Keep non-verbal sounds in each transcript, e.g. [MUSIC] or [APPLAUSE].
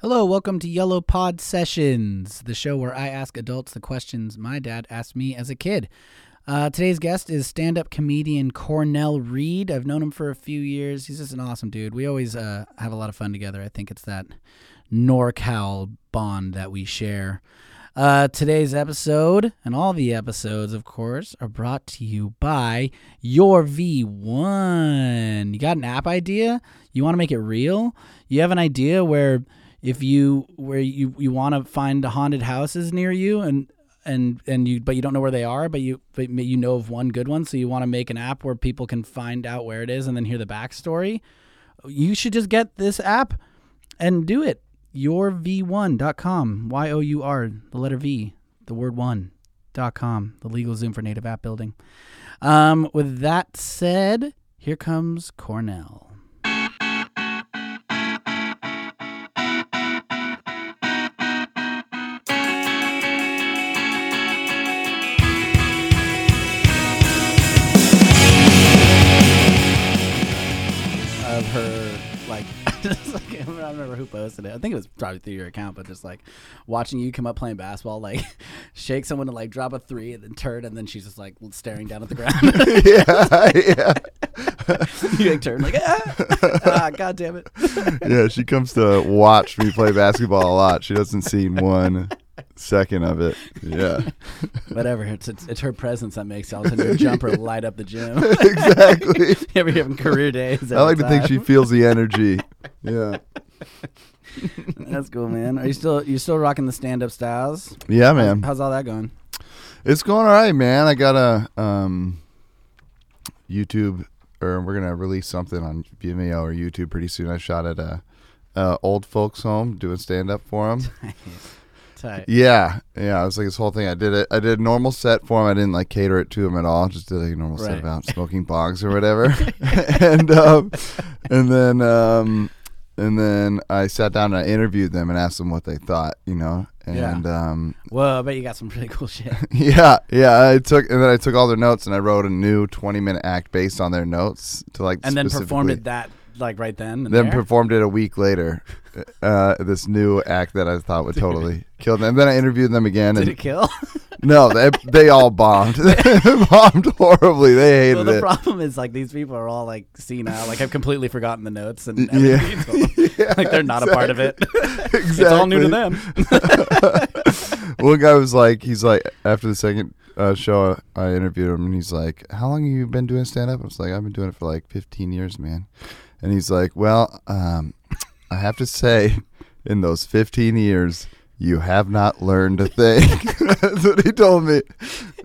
Hello, welcome to Yellow Pod Sessions, the show where I ask adults the questions my dad asked me as a kid. Uh, today's guest is stand up comedian Cornell Reed. I've known him for a few years. He's just an awesome dude. We always uh, have a lot of fun together. I think it's that NorCal bond that we share. Uh, today's episode, and all the episodes, of course, are brought to you by Your V1. You got an app idea? You want to make it real? You have an idea where if you where you you want to find haunted houses near you and and and you but you don't know where they are but you but you know of one good one so you want to make an app where people can find out where it is and then hear the backstory you should just get this app and do it yourv1.com y o u r the letter v the word one dot com the legal zoom for native app building um, with that said here comes cornell of her like [LAUGHS] just like I don't remember who posted it. I think it was probably through your account, but just like watching you come up playing basketball, like [LAUGHS] shake someone and like drop a three and then turn, and then she's just like staring down at the ground. [LAUGHS] [LAUGHS] yeah, yeah, you like turn like ah, [LAUGHS] ah god damn it. [LAUGHS] yeah. She comes to watch me play basketball a lot. She doesn't see one second of it. Yeah, Whatever. It's, it's it's her presence that makes all of a [LAUGHS] sudden your jumper light up the gym. [LAUGHS] exactly. Every having career days. I like to think time. she feels the energy. Yeah, [LAUGHS] That's cool, man. Are you still you still rocking the stand up styles? yeah, How's, man. how's all that going? It's going all right, man. I got a um, YouTube, or we're gonna release something on Vimeo or YouTube pretty soon. I shot at a, a old folks home doing stand up for them. Tight. Yeah, yeah. I was like this whole thing. I did it. I did a normal set for him. I didn't like cater it to him at all. Just did a normal Right. set [LAUGHS] about smoking bongs or whatever. [LAUGHS] and um, and then um, and then I sat down and I interviewed them and asked them what they thought. You know. Yeah. And um, [LAUGHS] Whoa, I bet you got some pretty cool shit. yeah, yeah. I took and then I took all their notes and I wrote a new twenty minute act based on their notes to like and then performed it that specifically- like right then. And then there? performed it a week later. [LAUGHS] Uh, this new act that I [LAUGHS] thought would totally kill them. And then I interviewed them again. did and it kill? [LAUGHS] No, they they all bombed. [LAUGHS] they bombed horribly. They well, hated the it. problem is like these people are all like senile, like have completely forgotten the notes and [LAUGHS] Yeah. everything. [LAUGHS] like they're not a part of [LAUGHS] it. exactly. It's all new to them. [LAUGHS] [LAUGHS] One guy was like, he's like, after the second uh, show, I interviewed him, and he's like, "How long have you been doing stand up?" I was like, "I've been doing it for like 15 years, man." And he's like, "Well, um, I have to say, in those 15 years." You have not learned a thing. [LAUGHS] That's what he told me.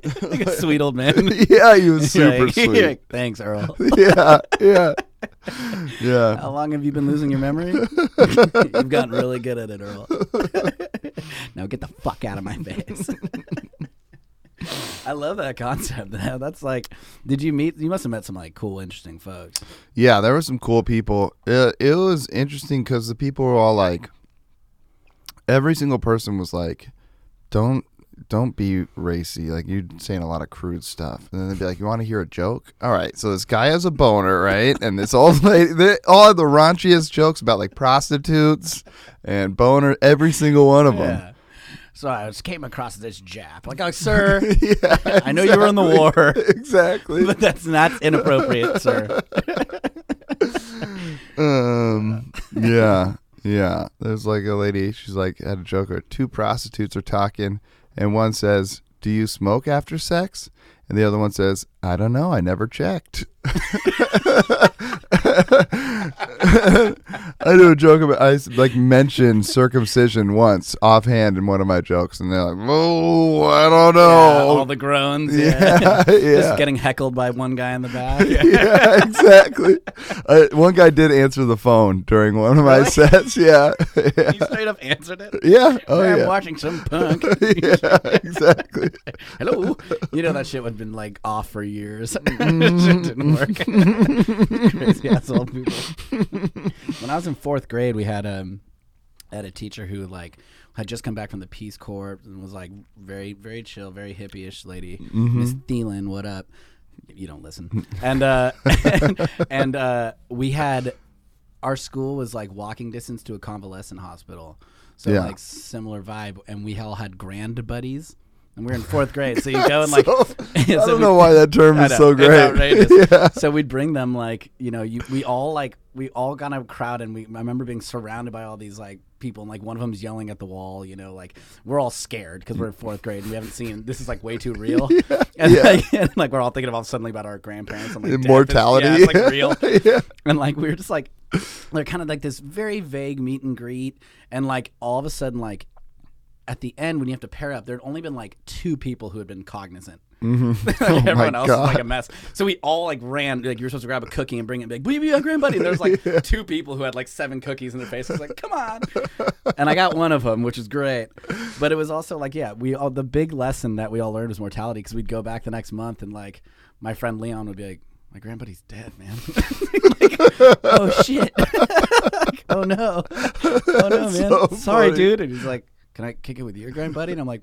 [LAUGHS] like a sweet old man. Yeah, [LAUGHS] he was [LAUGHS] super Like, sweet. Thanks, Earl. yeah, yeah, yeah. How long have you been losing your memory? [LAUGHS] You've gotten really good at it, [LAUGHS] Earl. now get the fuck out of my face. I love that concept. [LAUGHS] That's like, did you meet? You must have met some like cool, interesting folks. Yeah, there were some cool people. It, it was interesting because the people were all like, every single person was like, "Don't, don't be racy. Like you're saying a lot of crude stuff." And then they'd be like, "You want to hear a joke? All right. So this guy has a boner, right? And this old [LAUGHS] lady, they all had the raunchiest jokes about like prostitutes and boner. Every single one of them. Yeah. So I just came across this Jap. Like, oh, sir, [LAUGHS] Yeah, I know you were in the war, [LAUGHS] exactly. but that's not inappropriate, [LAUGHS] sir. Um. [LAUGHS] yeah. Yeah. There's like a lady. She's like had a joke. Or two prostitutes are talking, and one says, "Do you smoke after sex?" And the other one says, "I don't know. I never checked." [LAUGHS] I do a joke about I like mentioned circumcision once offhand in one of my jokes, and they're like, "Oh, I don't Yeah, all know." the groans. Yeah. Oh. [LAUGHS] Yeah, yeah. [LAUGHS] Just getting heckled by one guy in the back. [LAUGHS] yeah, exactly. Uh, one guy did answer the phone during one of my Really? sets. Yeah, [LAUGHS] [LAUGHS] yeah, He straight up answered it. yeah. Oh I'm yeah. watching some punk. yeah, [LAUGHS] [LAUGHS] exactly. Hello. You know that shit would have been like off for years. [LAUGHS] shit didn't work. [LAUGHS] Crazy ass old people. [LAUGHS] when I was in fourth grade, we had um, I had a teacher who like had just come back from the Peace Corps and was like very very chill, very hippie-ish lady. Mm-hmm. Miss Thielen, what up? [LAUGHS] You don't listen. And uh, and, uh, we had our school was like walking distance to a convalescent hospital. So Yeah. like similar vibe and we all had grand buddies. And we were in fourth grade, so you go [LAUGHS] and like So- Oh, I [LAUGHS] so don't we- know why that term I is know, so it's great. outrageous. [LAUGHS] yeah. so we'd bring them like you know you, we all like we all got in a crowd and we I remember being surrounded by all these like people and like one of them's yelling at the wall you know like we're all scared because we're in fourth grade and we haven't seen this is like way too real and, [LAUGHS] yeah. Like, [LAUGHS] and, like, we're all thinking about suddenly about our grandparents and like death and- Immortality. yeah, it's, like real [LAUGHS] yeah. and like we were just like they're kind of like this very vague meet and greet and like all of a sudden like at the end when you have to pair up there'd only been like two people who had been cognizant [LAUGHS] like Mm-hmm. Oh my everyone else was like God. a mess so we all like ran like you were supposed to grab a cookie and bring it back will you be my grandbuddy and there's [LAUGHS] like two people who had like seven cookies in their faces like come on and i got one of them which is great but it was also like yeah we all the big lesson that we all learned was mortality because we'd go back the next month and like my friend leon would be like my grandbuddy's dead man [LAUGHS] oh shit Like, oh [LAUGHS] no oh no man That's so sorry funny. dude and he's like can i kick it with your grandbuddy and i'm like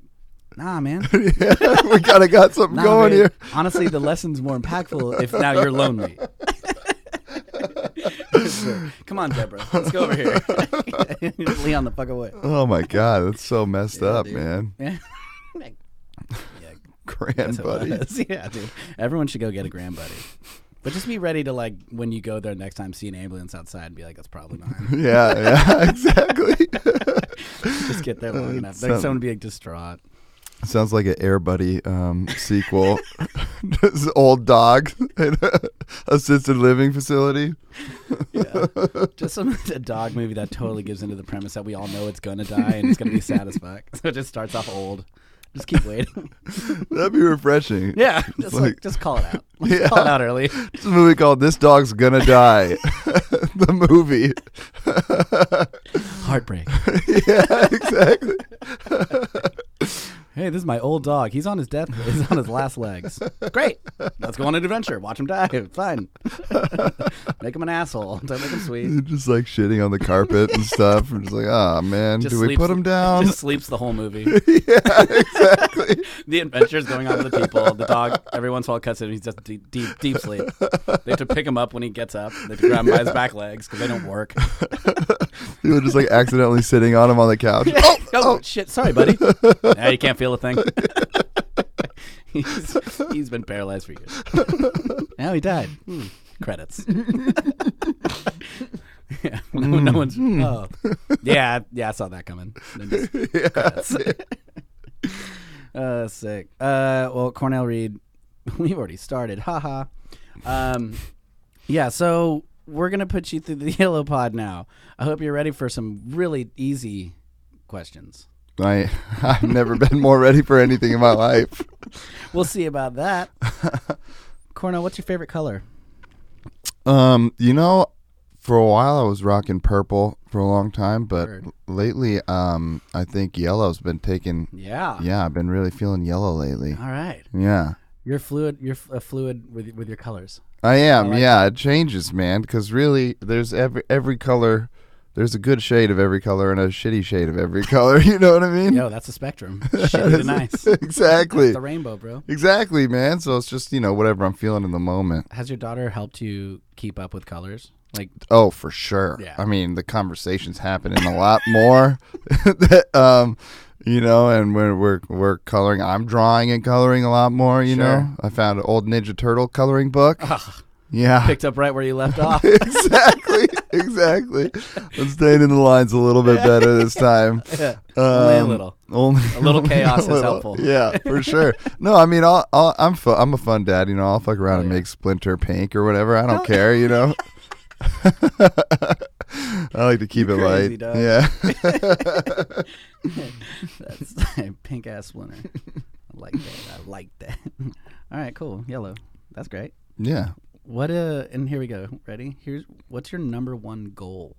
nah [LAUGHS] man Yeah. we kind [LAUGHS] of got something Nah, going man. here. honestly the lesson's more impactful if now you're lonely [LAUGHS] come on deborah let's go over here [LAUGHS] leon the fuck away [LAUGHS] Oh my god, that's so messed up, dude. man. yeah that's what it Grandbuddy. was. [LAUGHS] yeah dude everyone should go get a grandbuddy but just be ready to like when you go there next time see an ambulance outside and be like that's probably not him." [LAUGHS] yeah, yeah, [LAUGHS] exactly. [LAUGHS] just get there long Uh, enough there's some- someone being distraught Sounds like an Air Buddy um, sequel. [LAUGHS] This old dog in a assisted living facility. [LAUGHS] Yeah. just some a dog movie that totally gives into the premise that we all know it's gonna die and it's gonna be sad as fuck. So it just starts off old. Just keep [LAUGHS] waiting. That'd be refreshing. yeah. Just like, like- just call it [LAUGHS] out. Let's Yeah. Call it out early. It's a movie called This Dog's Gonna Die. [LAUGHS] the movie. Heartbreak. [LAUGHS] yeah, exactly. Hey, this is my old dog. He's on his death. He's on his last legs. Great. Let's go on an adventure. Watch him die. Fun. [LAUGHS] make him an asshole. Don't make him sweet. just like shitting on the carpet and stuff. I'm just like, ah, man, Just do we sleeps- put him down? Just sleeps the whole movie. [LAUGHS] yeah, exactly. the adventure's going on with the people. The dog, every once in a while, cuts it. and He's just deep, deep, deep sleep. They have to pick him up when he gets up. They have to grab him by his back legs because they don't work. You were just like accidentally sitting on him on the couch. Oh, oh, shit! Sorry, buddy. Now you can't feel a thing. [LAUGHS] he's, he's been paralyzed for years. Oh! [LAUGHS] now he died. Hmm. Credits. [LAUGHS] yeah, [LAUGHS] no, no one's. Oh. Yeah, yeah, I saw that coming. Then just yeah. credits. uh, sick. Uh, well, Cornell Reed, [LAUGHS] we've already started. Haha. Um, [LAUGHS] yeah, so we're gonna put you through the [LAUGHS] yellow pod now. I hope you're ready for some really easy questions. I, I've never been more ready for anything in my life. We'll see about that. Cornell, what's your favorite color? Um, you know, for a while I was rocking purple for a long time, but Word. l- lately, um, I think yellow's been taking. Yeah. Yeah, I've been really feeling yellow lately. All right. Yeah, You're fluid. You're f- a fluid with with your colors. I am. like yeah, it changes, man. Because really, there's every every color. There's a good shade of every color and a shitty shade of every [LAUGHS] color. You know what I mean? [LAUGHS] Yo, that's a spectrum. Shitty to nice. exactly. The rainbow, bro. Exactly, man. So it's just, you know, whatever I'm feeling in the moment. Has your daughter helped you keep up with colors? Like, Oh, for sure. Yeah. I mean, the conversation's happening a lot more. [LAUGHS] that, um, you know, and we're, we're we're coloring. I'm drawing and coloring a lot more. You Sure. know, I found an old Ninja Turtle coloring book. yeah, picked up right where you left off. exactly, exactly. I'm staying in the lines a little bit better this time. [LAUGHS] Yeah. Only a Um, little. [LAUGHS] Only A little chaos is little. helpful. Yeah, for sure. No, I mean, I'll, I'll, I'm fu- I'm a fun dad. You know, I'll fuck around Oh, and yeah. make Splinter pink or whatever. I don't care. [LAUGHS] You know. [LAUGHS] I like to keep You it crazy light. dog. Yeah. [LAUGHS] That's [LAUGHS] pink ass splinter. I like that. I like that. [LAUGHS] All right, cool. Yellow. That's great. yeah. What uh and here we go. Ready? Here's what's your number one goal?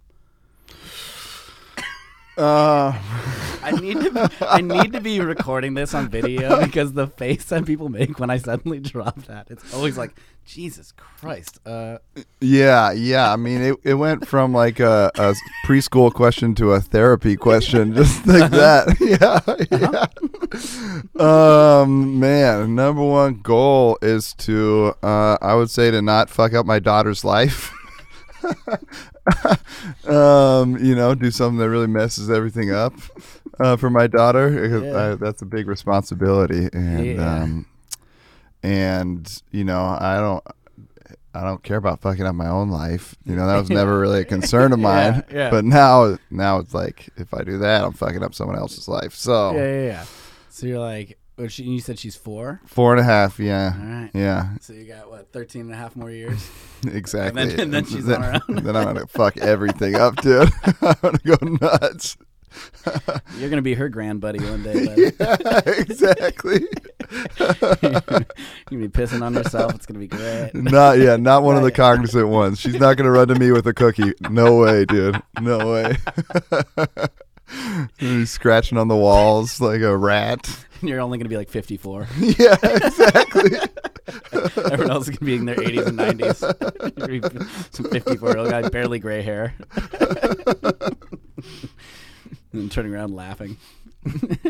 Uh, I need to be, I need to be recording this on video [LAUGHS] because the face that people make when I suddenly drop that it's always like Jesus Christ. Uh, yeah, yeah. I mean, it, it went from like a, a preschool question to a therapy question, [LAUGHS] just like Uh-huh. that. [LAUGHS] Yeah, yeah. Um, man, number one goal is to, uh, I would say, to not fuck up my daughter's life. [LAUGHS] um, you know, do something that really messes everything up uh, for my daughter. 'cause Yeah. I- that's a big responsibility, and Yeah. um, and you know, I don't, I don't care about fucking up my own life. You know, that [LAUGHS] was never really a concern of Yeah, mine. yeah. But now, now it's like if I do that, I'm fucking up someone else's life. So Yeah, yeah, yeah. So you're like, oh, she, you said she's four. four and a half, yeah, All right. yeah, [LAUGHS] So you got what, 13 and a half more years? exactly. and then she's on her own. [LAUGHS] then I'm gonna fuck everything up, dude. [LAUGHS] I'm gonna go nuts. [LAUGHS] You're gonna be her grand buddy one day, [LAUGHS] buddy. yeah, exactly. [LAUGHS] You're gonna be pissing on herself. It's gonna be great. Not yeah, not one of the cognizant ones. She's not gonna run to me with a cookie. No way, dude. No way. [LAUGHS] He's scratching on the walls like a rat. [LAUGHS] You're only gonna be like 54. Yeah, exactly. [LAUGHS] Everyone else is gonna be in their 80s and 90s. You're gonna be [LAUGHS] Some 54 year old guy, barely gray hair, [LAUGHS] and then turning around laughing. [LAUGHS]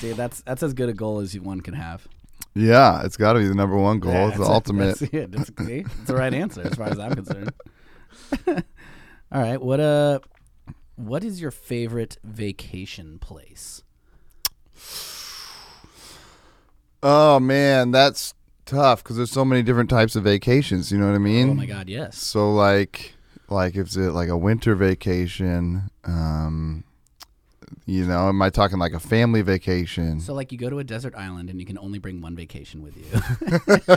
Dude, that's that's as good a goal as you- one can have. [LAUGHS] yeah, it's got to be the number one goal. Yeah, it's the that's it. ultimate. That's it. That's, see? It's the right answer as far as I'm concerned. [LAUGHS] All right, what uh, what is your favorite vacation place? Oh man, that's tough because there's so many different types of vacations. You know what I mean? Oh my God, yes. So like like if it's a- like a winter vacation, um you know, am I talking like a family vacation? So like you go to a desert island and you can only bring one vacation with you. [LAUGHS] it's,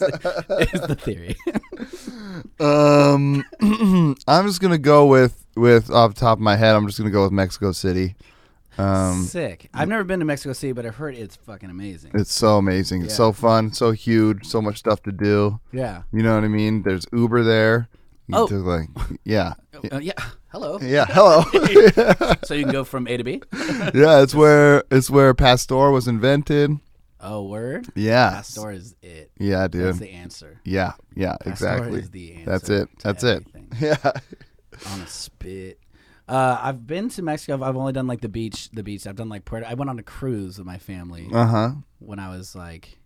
the, it's the theory. [LAUGHS] Um [CLEARS THROAT] I'm just going to go with with off the top of my head, I'm just going to go with Mexico City. Um Sick. I've never been to Mexico City, but I've heard it's fucking amazing. it's so amazing. It's Yeah. so fun, so huge, so much stuff to do. Yeah. You know what I mean? There's Uber there. You Oh. took, like [LAUGHS] yeah. Uh, yeah. [LAUGHS] Hello. Yeah, hello. [LAUGHS] So you can go from A to B. yeah, it's where it's where Pastor was invented. Oh, word. Yeah. Pastor is it. Yeah, dude. That's the answer. Yeah, yeah, Pastor exactly. is the answer. That's it. to That's it. everything. [LAUGHS] Yeah. on a spit. Uh, I've been to Mexico. I've- I've only done like the beach. The beach. I've done like Puerto. I went on a cruise with my family Uh huh. when I was like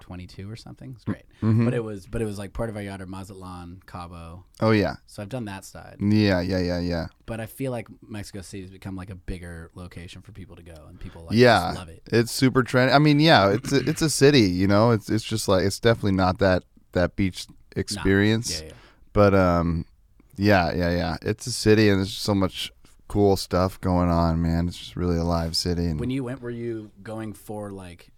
22 or something. It's great, Mm-hmm. but it was but it was like Puerto Vallarta, Mazatlan, Cabo. Oh yeah. So I've done that side. Yeah, yeah, yeah, yeah. But I feel like Mexico City has become like a bigger location for people to go, and people like just yeah. love it. It's super trendy. I mean, yeah, it's a, it's a city, you know. It's it's just like it's definitely not that that beach experience, Yeah, yeah. but um yeah, yeah, yeah. It's a city and there's just so much cool stuff going on, man. It's just really a live city and When you went, were you going for like?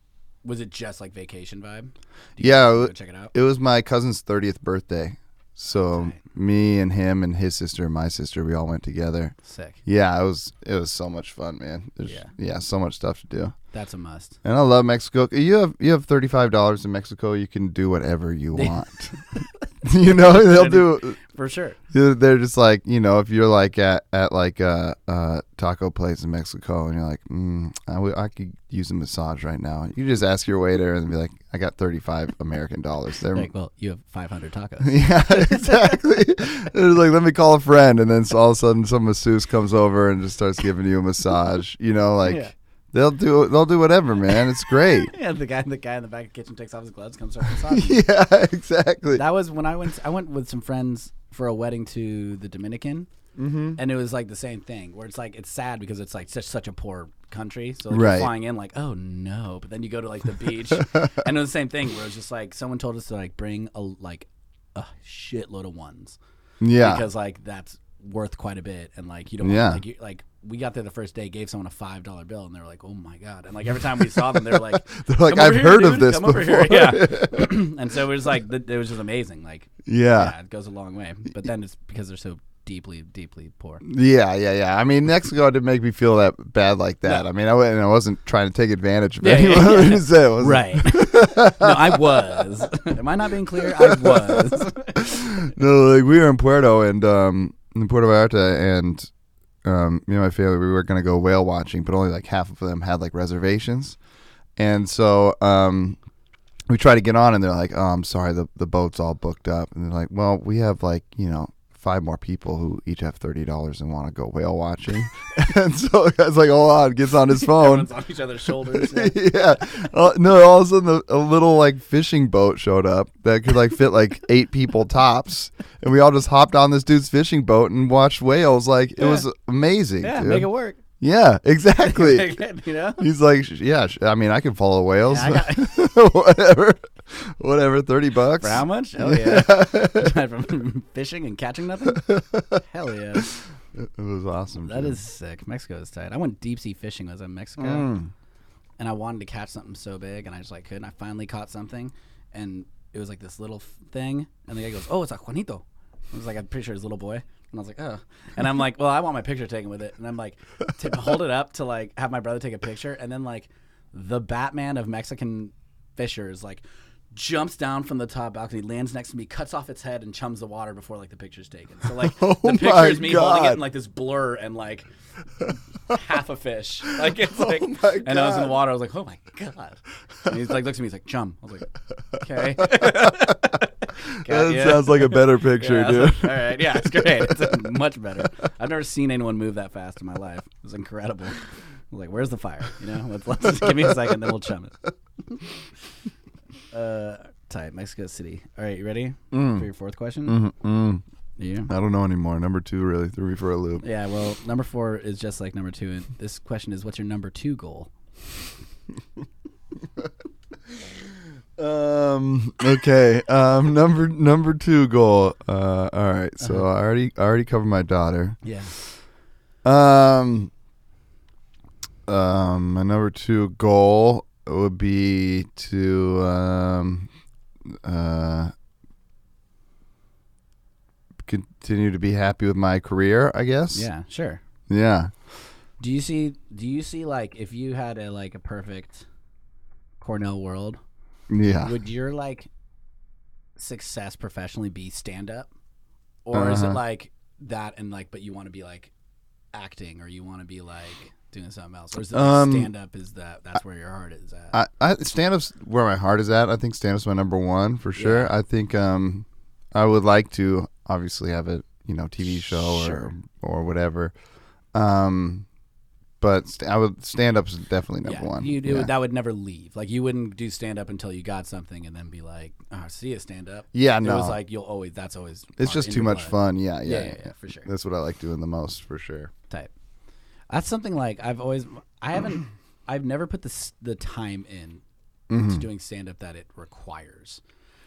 Was it just like vacation vibe? Do you Yeah, guys it- go check it out. it was my cousin's 30th birthday. So me and him and his sister and my sister, we all went together. Sick. Yeah, it was it was so much fun, man. There's, Yeah. yeah, so much stuff to do, That's a must. and I love Mexico. You have you have thirty five dollars in Mexico. You can do [LAUGHS] whatever you want. [LAUGHS] you know they'll do. For sure. They're just like you know if you're like at at like a, a taco place in Mexico and you're like, mm, I, w- I could use a massage right now. You just ask your waiter and be like, I got thirty five American dollars. They're Like, well, you have 500 tacos. [LAUGHS] [LAUGHS] yeah, exactly. They're like, let me call a friend, and then so all of a sudden, some masseuse comes over and just starts giving you a massage. You know, like Yeah. they'll do they'll do whatever, man. It's great. [LAUGHS] Yeah, the guy, the guy in the back of the kitchen takes off his gloves, comes over and sauce. yeah, exactly. that was when I went. I went with some friends for a wedding to the Dominican, mm-hmm. and it was like the same thing. Where it's like it's sad because it's like such such a poor country. So like, you're Right. flying in like, oh no, but then you go to like the [LAUGHS] beach, and it was the same thing. Where it was just like someone told us to like bring a like a shitload of ones yeah, because like that's worth quite a bit and like you don't Yeah. want, like you like we got there the first day gave someone a five dollar bill and they were like oh my god and like every time we saw them they were like They're like, "Come over "I've here, heard of dude. this Come over here." before. yeah [CLEARS THROAT] and so it was like th- it was just amazing like [LAUGHS] yeah, yeah it goes a long way but then it's because they're so deeply deeply poor yeah, yeah, yeah. I mean, Mexico didn't make me feel that bad like that. I mean, I wasn't I wasn't trying to take advantage of Yeah, yeah, anyone. [LAUGHS] yeah. It was- it [LAUGHS] was- no I was [LAUGHS] am I not being clear I [LAUGHS] was [LAUGHS] no, like we were in Puerto and um in Puerto Vallarta and um me and my family we were gonna go whale watching, but only like half of them had like reservations. And so um we tried to get on and they're like, Oh, I'm sorry, the the boat's all booked up and they're like, Well, we have like, you know, five more people who each have thirty dollars and want to go whale watching. [LAUGHS] and so [LAUGHS] the guy's like, hold on, [LAUGHS] gets on his phone. Everyone's on each other's shoulders. yeah. [LAUGHS] yeah. Uh, no, all of a sudden a, a little like fishing boat showed up that could like fit [LAUGHS] like eight people tops, and we all just hopped on this dude's fishing boat and watched whales. Like it Yeah. was amazing. Yeah, dude. make it work. [LAUGHS] yeah, [LAUGHS] exactly. you know? He's like, "Sh- yeah, sh- I mean, I can follow whales. Yeah, [LAUGHS] I whatever, whatever. Thirty bucks. For how much? Oh, yeah. [LAUGHS] Aside From [LAUGHS] fishing and catching nothing? Hell yeah. It was awesome. That dude. is sick. Mexico is tight. I went deep sea fishing when I was in Mexico, Mm. and I wanted to catch something so big, and I just like couldn't. I finally caught something, and it was like this little f- thing, and the guy goes, "Oh, it's a Juanito." I was like, I'm pretty sure it's a little boy, and I was like, "Oh," and I'm like, "Well, I want my picture taken with it," and I'm like, to hold it up to like have my brother take a picture, and then like the Batman of Mexican fishers like jumps down from the top balcony, lands next to me, cuts off its head, and chums the water before like the picture's taken. So like [LAUGHS] Oh the picture my is me holding it God. in like this blur and like half a [LAUGHS] fish. Like it's like, Oh my and I was in the God. water. I was like, oh my god. And he's like, looks at me. He's like, chum. I was like, [LAUGHS] okay. [LAUGHS] That sounds like a better picture, dude. All right, [LAUGHS] yeah, it's great. [LAUGHS] It's much better. I've never seen anyone move that fast in my life. It was incredible. I was like, where's the fire? You know, let's, let's just give me a second, then we'll chum it. [LAUGHS] Uh, tight, Mexico City. All right, you ready for your fourth question? [LAUGHS] Mm. Yeah. I don't know anymore. Number two really threw me for a loop. Yeah, well, number four is just like number two. And this question is, what's your number two goal? Um. Okay. Um. Number number two goal. Uh. All right. So I already I already covered my daughter. Yeah. Um. Um. My number two goal would be to um. Uh. Continue to be happy with my career. I guess. Yeah, sure. Yeah. Do you see? Do you see like if you had a like a perfect Cornell world, Yeah. would your like success professionally be stand up, or is it Uh-huh. like that and like but you want to be like acting or you want to be like doing something else, or is it like, Um, stand up is that that's where your heart is at? I, I stand up's where my heart is at. I think stand up's my number one for sure. Yeah. I think um, I would like to obviously have a you know TV show Sure. or or whatever. Um, but st- I would stand up's definitely number one. You do yeah. that would never leave. Like you wouldn't do stand up until you got something and then be like, oh, see a stand up. Yeah, it no, was like you'll always. That's always. it's part- just in too your much blood. fun. Yeah, Yeah, yeah, yeah, yeah, for sure. That's what I like doing the most for sure. Type. That's something like I've always. I haven't. [CLEARS THROAT] I've never put the s- the time in Mm-hmm. to doing stand up that it requires.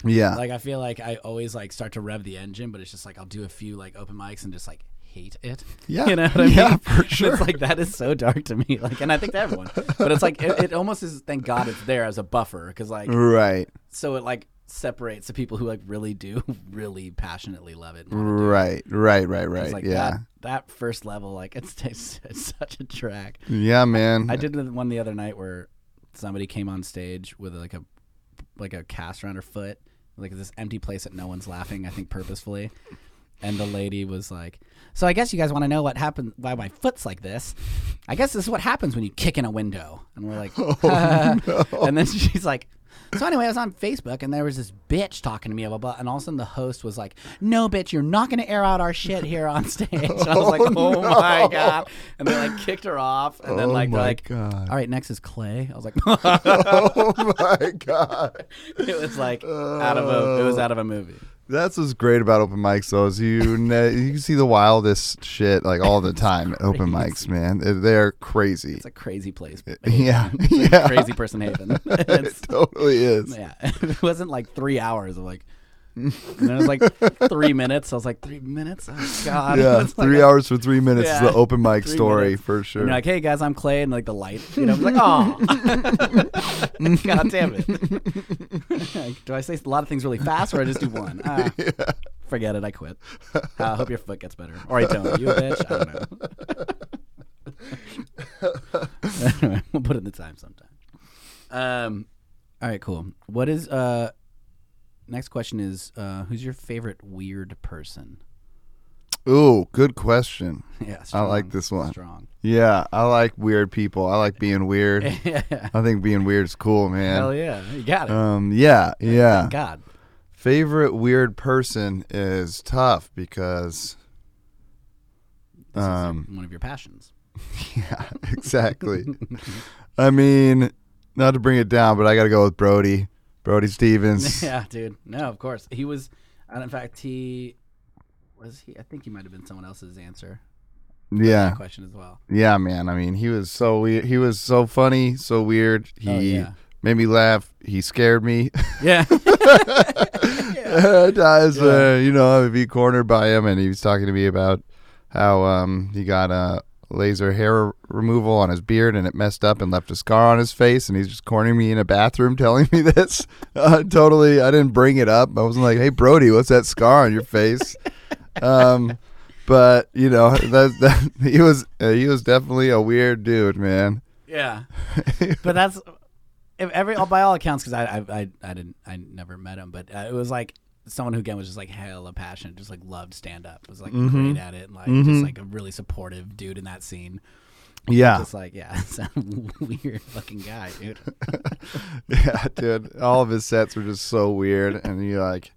Yeah, Like I feel like I always like start to rev the engine, but it's just like I'll do a few like open mics and just like hate it. [LAUGHS] Yeah. you know what I mean. Yeah, for And sure. [LAUGHS] It's like that is so dark to me. [LAUGHS] Like, and I think to everyone, but it's like it, it almost is. Thank God it's there as a buffer because like right, so it like separates the people who like really do [LAUGHS] really passionately love it. and wanna do it. right, right, right, It's right. like yeah, that, that first level, like [LAUGHS] it's, it's, it's such a track. yeah, man. I did the one the other night where somebody came on stage with like a like a cast around her foot, like this empty place that no one's laughing. I think purposefully. And the lady was like, "So I guess you guys want to know what happened? Why my foot's like this? I guess this is what happens when you kick in a window." And we're [LAUGHS] like, Oh, and then [LAUGHS] she's like. So anyway, I was on Facebook and there was this bitch talking to me, blah, blah, blah, and all of a sudden the host was like, "No, bitch, you're not going to air out our shit here on [LAUGHS] stage." And I was like, "Oh my god!" And they like kicked her off, and then Oh like they're my like, God. "All right, next is Clay." I was like, [LAUGHS] [LAUGHS] oh my god. "It was like out of a, it Oh. was out of a movie." That's what's great about open mics, though, [LAUGHS] is you ne- you see the wildest shit like all the time. at Open mics, man, They're- they're crazy. It's a crazy place, [LAUGHS] yeah, yeah, crazy person haven. [LAUGHS] it It's- [LAUGHS] totally is. yeah, [LAUGHS] it wasn't like three hours of like. And then it was like three minutes. I was like, three minutes? Oh, God. [LAUGHS] Yeah, It's like three a- hours for three minutes Yeah. is the open mic Three story minutes. for And sure. you're like, hey guys, I'm Clay, and like the light, you know, I'm like, [LAUGHS] oh, god damn it. do I say a lot of things really fast, or I just do one? [LAUGHS] Ah, Forget it, I quit. Uh, I hope your foot gets better, or I don't. You a bitch? I don't know. anyway, we'll put in the time sometime. Um, all right, cool. What is uh? Next question is, uh, who's your favorite weird person? [LAUGHS] Ooh, good question. Yeah, I like strong, this one. Strong. [LAUGHS] Yeah, I like weird people. I like being weird. I think being weird is cool, man. Hell yeah, you got it. Um, yeah, yeah. Thank God. Favorite weird person is tough because This Um, is one of your [LAUGHS] passions. [LAUGHS] yeah, exactly. I mean, not to bring it down, but I got to go with Brody. Brody [LAUGHS] Stevens. yeah, dude. No, of course. He was, and in fact, he was he. I think he might have been someone else's answer. yeah. That question as well. [LAUGHS] Yeah, man. I mean, he was so weird. He was so funny, so weird. He Oh, yeah. made me laugh. He scared me. Yeah. [LAUGHS] [LAUGHS] At times, uh, you know, I would be cornered by him, and he was talking to me about how um, he got uh, laser hair removal on his beard, and it messed up and left a scar on his face. And he's just cornering me in a bathroom, [LAUGHS] telling me this. Uh, totally, I didn't bring it up. I wasn't like, "Hey, Brody, what's that scar on your face?" um, but you know, that, that he was uh, he was definitely a weird dude, man. yeah. But that's if every all by all accounts because I, I I I didn't I never met him, but uh, it was like someone who again was just like hella passionate, just like loved stand up, was like Mm-hmm. great at it, and like just like a really supportive dude in that scene. yeah, Just like yeah, [LAUGHS] it's a weird fucking guy, [LAUGHS] dude. yeah, dude. All of his sets were just so weird, and you like,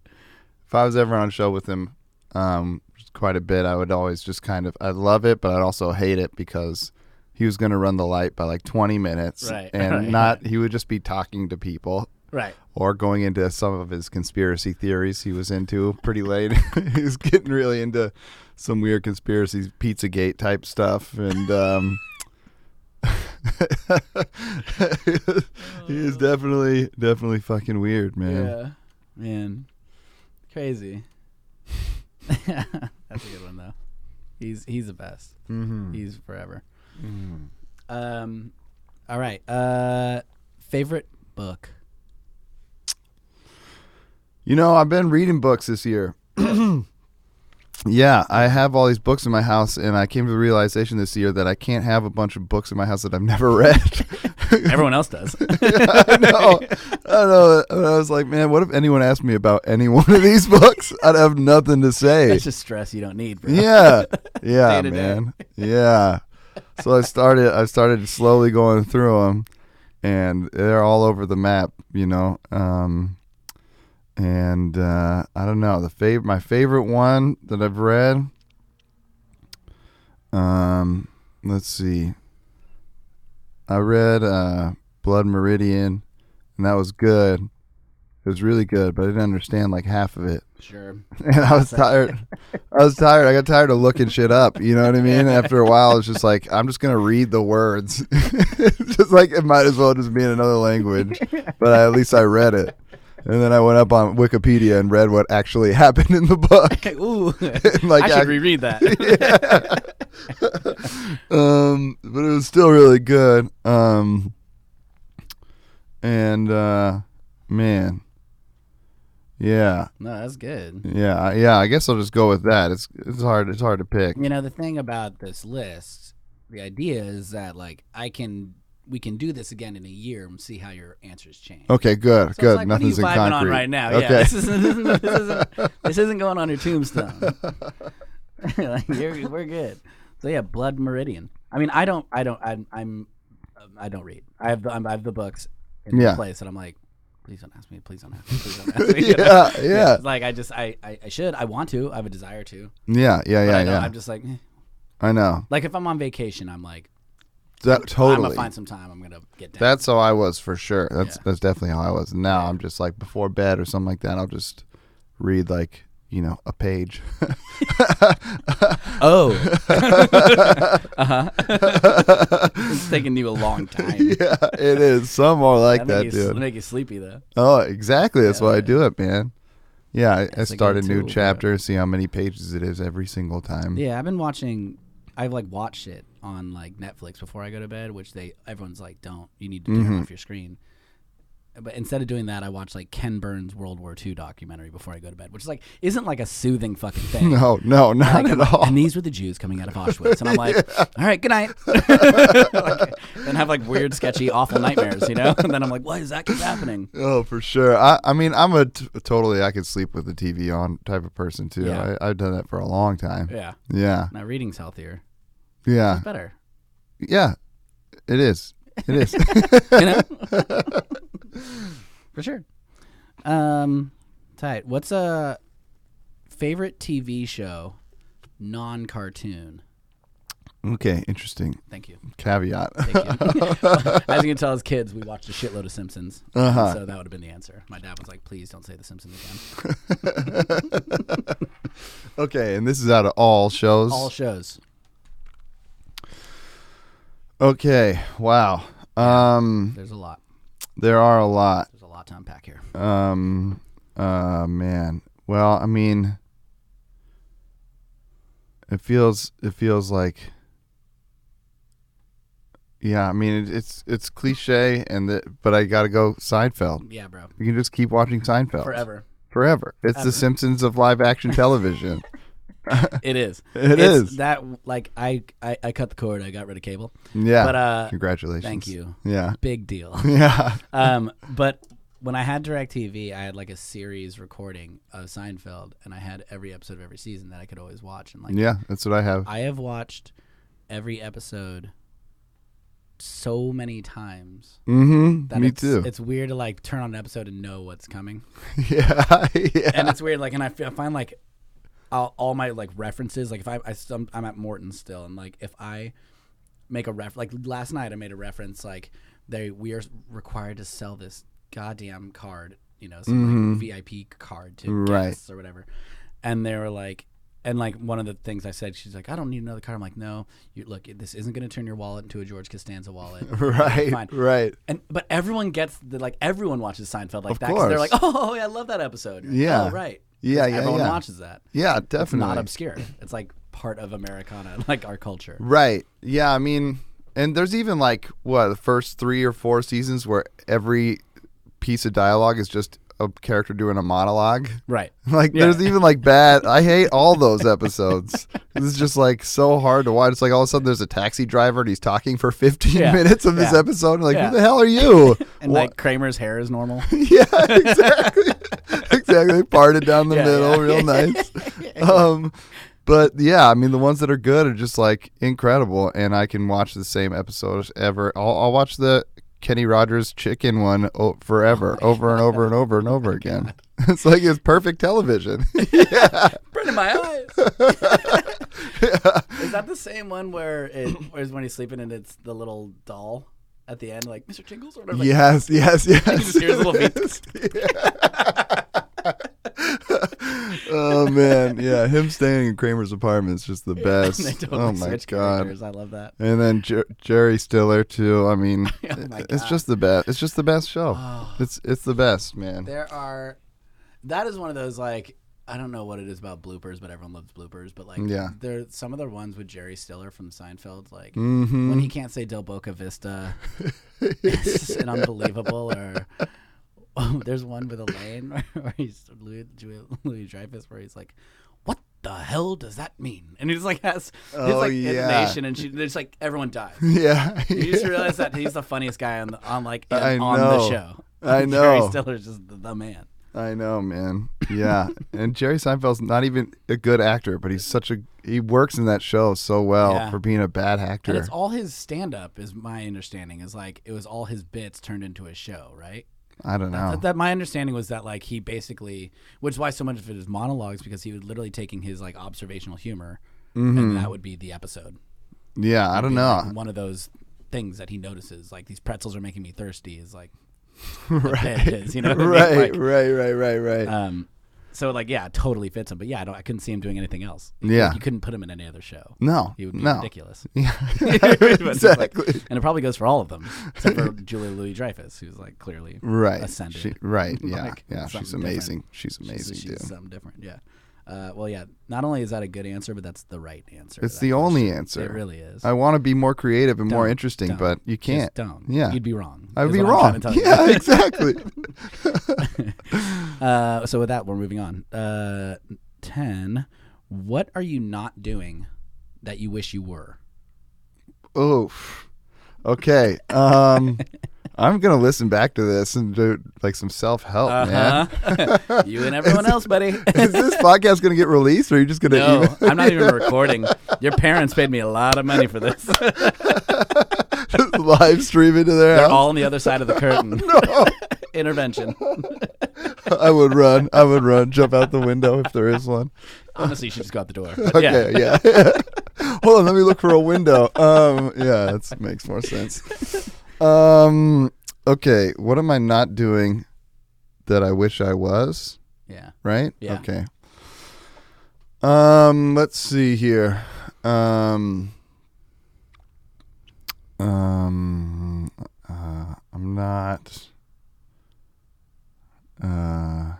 if I was ever on a show with him, um, quite a bit, I would always just kind of I love it, but I'd also hate it because he was gonna run the light by like 20 minutes, Right, [LAUGHS] and right. not he would just be talking to people. Right. Or going into some of his conspiracy theories he was into pretty late. [LAUGHS] he was getting really into some weird conspiracies, Pizzagate type stuff, and um, [LAUGHS] he is definitely definitely fucking weird, man. Yeah. Man. Crazy. [LAUGHS] That's a good one though. He's he's the best. Mm-hmm. He's forever. Um all right. Uh favorite [LAUGHS] book. You know, I've been reading books this year. [CLEARS THROAT] yeah, I have all these books in my house, and I came to the realization this year that I can't have a bunch of books in my house that I've never [LAUGHS] read. Everyone else does. I know. I know. And I was like, man, what if anyone asked me about any one of these books? I'd have nothing to say. That's just stress you don't need, [LAUGHS] bro. Yeah. Yeah, Day to day. man. Yeah. So I started I started slowly going through them and they're all over the map, you know. Um and uh I don't know, the fav- my favorite one that I've read um let's see. I read uh Blood Meridian and that was good. It was really good, but I didn't understand like half of it Sure. [LAUGHS] and [LAUGHS] I was tired. I was tired. I got tired of looking shit up. You know what I mean? After a while, it's just like I'm just gonna read the words. [LAUGHS] It's just like it might as well just be in another language, but I, at least I read it. And then I went up on Wikipedia and read what actually [LAUGHS] happened in the book. Okay, [LAUGHS] Ooh. Like, I should I- reread [LAUGHS] that. um, but it was still really good. Um, and uh, man, yeah, No, that's good. yeah, I- yeah. I guess I'll just go with that. It's it's hard. It's hard to pick. You know, the thing about this list, the idea is that like I can we can do this again in a year and see how your answers change. Okay, good, So good. It's like, Nothing's what are in you vibing concrete on right now? Okay. Yeah, this isn't, this, isn't, this, [LAUGHS] isn't, this isn't going on your tombstone. [LAUGHS] Like, you're- we're good. So yeah, Blood Meridian. I mean, I don't, I don't, I'm, I'm um, I don't read. I have, the, I'm, I have the books in Yeah. place, and I'm like, please don't ask me. Please don't ask me. Please [LAUGHS] don't ask me. [LAUGHS] yeah, yeah, It's Like I just, I, I, I should, I want to, I have a desire to. yeah, yeah, [LAUGHS] But yeah, I don't, yeah. I'm just like, eh. I know. like if I'm on vacation, I'm like, That I'm totally. gonna find some time. I'm gonna get down. That's how I was for sure. That's Yeah. that's definitely how I was. And Now I'm just like before bed or something like that. I'll just read like you know a page. [LAUGHS] [LAUGHS] oh, uh-huh. it's taking you a long time. yeah, it is. [LAUGHS] Some are like That'll that, make you, dude. Make you sleepy though. Oh, exactly. That's why I do it, man. Yeah, I, I That's a good start a tool, new bro. chapter, see how many pages it is every single time. Yeah, I've been watching. I've like watched it on like Netflix before I go to bed, which they everyone's like, don't you need to turn off your screen. But instead of doing that, I watch like Ken Burns' World War II documentary before I go to bed, which is like isn't like a soothing fucking thing. [LAUGHS] [LAUGHS] No, no, not Like, I'm at like, all. And these were the Jews coming out of Auschwitz, and I'm [LAUGHS] like, all right, good night. Like, and have like weird, sketchy, awful nightmares, you know. [LAUGHS] And then I'm like, why does that keep happening? Oh, for sure. I, I mean, I'm a t- totally I could sleep with the TV on type of person too. Yeah. I, I've done that for a long time. Yeah, Yeah, now reading's [LAUGHS] healthier, yeah, better. yeah. It is. [LAUGHS] It is. you know? For sure. Um, Tight. What's a favorite TV show, non-cartoon? Okay, interesting. Thank you. Caveat. Thank [LAUGHS] you. [LAUGHS] As you can tell, as kids, we watched a shitload of Simpsons, Uh-huh. so that would have been the answer. My dad was like, "Please don't say the Simpsons again." okay, and this is out of all shows. All shows. okay, wow. Um, There's a lot. there are a lot. There's a lot to unpack here. Um, uh, man. Well, I mean, it feels it feels like. Yeah, I mean it, it's it's cliche, and the, but I gotta go Seinfeld. Yeah, bro. You can just keep watching Seinfeld Forever. Forever. It's Ever. the Simpsons of live [LAUGHS] action television. It is. [LAUGHS] It it's is. that like I, I I cut the cord. I got rid of cable. yeah. But uh, Congratulations. thank you. Yeah. [LAUGHS] Big deal. Yeah. Um, but when I had DirecTV, I had like a series recording of Seinfeld, and I had every episode of every season that I could always watch. And like, Yeah, that's what I have. I have watched every episode so many times. Mm-hmm. Me it's, too. It's weird to like turn on an episode and know what's coming, [LAUGHS] yeah. [LAUGHS] yeah. and it's weird. Like, and I, f- I find like all, all my like references. Like, if I, I some, I'm at Morton still, and like if I make a ref, like last night I made a reference like they we are required to sell this goddamn card, you know, some like VIP card to Mm-hmm. Right. guests or whatever, and they were like. And like one of the things I said, she's like, "I don't need another card." I'm like, "No, you, look, this isn't going to turn your wallet into a George Costanza wallet, [LAUGHS] Right. Fine. Right. And but everyone gets the, like everyone watches Seinfeld like Of that 'cause they're course. like, [LAUGHS] oh, yeah, I love that episode. You're like, Yeah. oh, right. Yeah. 'Cause Yeah. everyone yeah. watches that. Yeah. It's not Definitely. obscure. It's like part of Americana, [LAUGHS] like our culture. right. Yeah. I mean, and there's even like what the first three or four seasons where every piece of dialogue is just a character doing a monologue. [LAUGHS] Right. Like Yeah. there's even like bad. I hate all those episodes. this is just like so hard to watch. It's like all of a sudden there's a taxi driver and he's talking for 15 Yeah. minutes of this Yeah. episode. like Yeah. who the hell are you? [LAUGHS] And Wha- like Kramer's hair is [LAUGHS] normal. yeah, exactly. [LAUGHS] exactly. Parted down the Yeah, middle, yeah. [LAUGHS] real nice. Um, but yeah, I mean, the ones that are good are just like incredible, and I can watch the same episode ever. I'll, I'll watch the Kenny Rogers chicken one o- forever, Oh over and over and over and over again. [LAUGHS] It's like it's [LAUGHS] perfect television. [LAUGHS] yeah. Burning my eyes. [LAUGHS] Is that the same one where it is when he's sleeping and it's the little doll at the end, like Mr. Jingles or whatever? Like, Yes, yes, yes. just hear his little feet. oh man, yeah, him staying in Kramer's apartment is just [LAUGHS] the best. They totally oh my switch god. characters. I love that. And then Jer- Jerry Stiller too. [LAUGHS] I mean, Oh, my it's God. Oh. just the best. It's just the best show. It's it's the best, man. There are. That is one of those like I don't know what it is about bloopers, but everyone loves bloopers. But like, Yeah. there some of the ones with Jerry Stiller from Seinfeld, like Mm-hmm. when [LAUGHS] he can't say Del Boca Vista, it's [LAUGHS] just an unbelievable. Or oh, there's one with Elaine [LAUGHS] where, where he's Louis, Ju- Louis Dreyfus, where he's like, "What the hell does that mean?" And he's like, has his Oh, like yeah. intonation, and she, there's like everyone dies. Yeah. You just realize that he's the funniest guy on the, on like in, [LAUGHS] I on the know. show. [LAUGHS] I Jerry know. Stiller's just the, the man. I know, man. Yeah. and Jerry Seinfeld's not even a good actor, but he's such a he works in that show so well Yeah. for being a bad actor. And it's all his stand up is my understanding is like it was all his bits turned into a show, right? I don't know. That, that my understanding was that like he basically which is why so much of it is monologues because he was literally taking his like observational humor and that would be the episode. yeah, Mm-hmm. I don't Be, know. like, one of those things that he notices, like these pretzels are making me thirsty is [LAUGHS] like right. it is, you know what I mean? [LAUGHS] right, Like- right, right, right, right. um so like yeah, it totally fits him. But yeah, I don't I couldn't see him doing anything else. You- Yeah. You couldn't put him in any other show. no. He would be no. ridiculous. [LAUGHS] [LAUGHS] Yeah. But it's like- exactly. and it probably goes for all of them, except [LAUGHS] for Julia Louis Dreyfus, who's like clearly Right. ascended. She, [LAUGHS] right. Yeah. Like, yeah. She's something amazing. She's She's- amazing, she's dude. something different. Yeah. Uh, well, yeah. Not only is that a good answer, but that's the right answer. to that It's the question. only answer. It really is. I want to be more creative and more Don't. interesting, Don't. but you can't. Just don't. Yeah. You'd be wrong. I'd is be what wrong. I'm trying to tell [LAUGHS] Yeah, you. exactly. [LAUGHS] Uh, so with that, we're moving on. Uh, Ten. What are you not doing that you wish you were? Oof. Okay. Um, I'm gonna listen back to this and do like some self help, man. Uh-huh. [LAUGHS] you and everyone else, buddy. [LAUGHS] Is this podcast gonna get released, or are you just gonna? No, [LAUGHS] email- I'm not even recording. Your parents paid me a lot of money for this. just live stream into their [LAUGHS] They're [LAUGHS] house. all on the other side of the curtain. Intervention. I would run. I would run. Jump out the window if there is one. Honestly, you should just go out the [LAUGHS] door. But yeah. Okay, yeah. [LAUGHS] Hold on, let me look for a window. Um, yeah, that makes more sense. Um, okay, what am I not doing that I wish I was? Yeah. Right? Yeah. Okay. Um, let's see here. Um, um, uh, I'm not. Uh,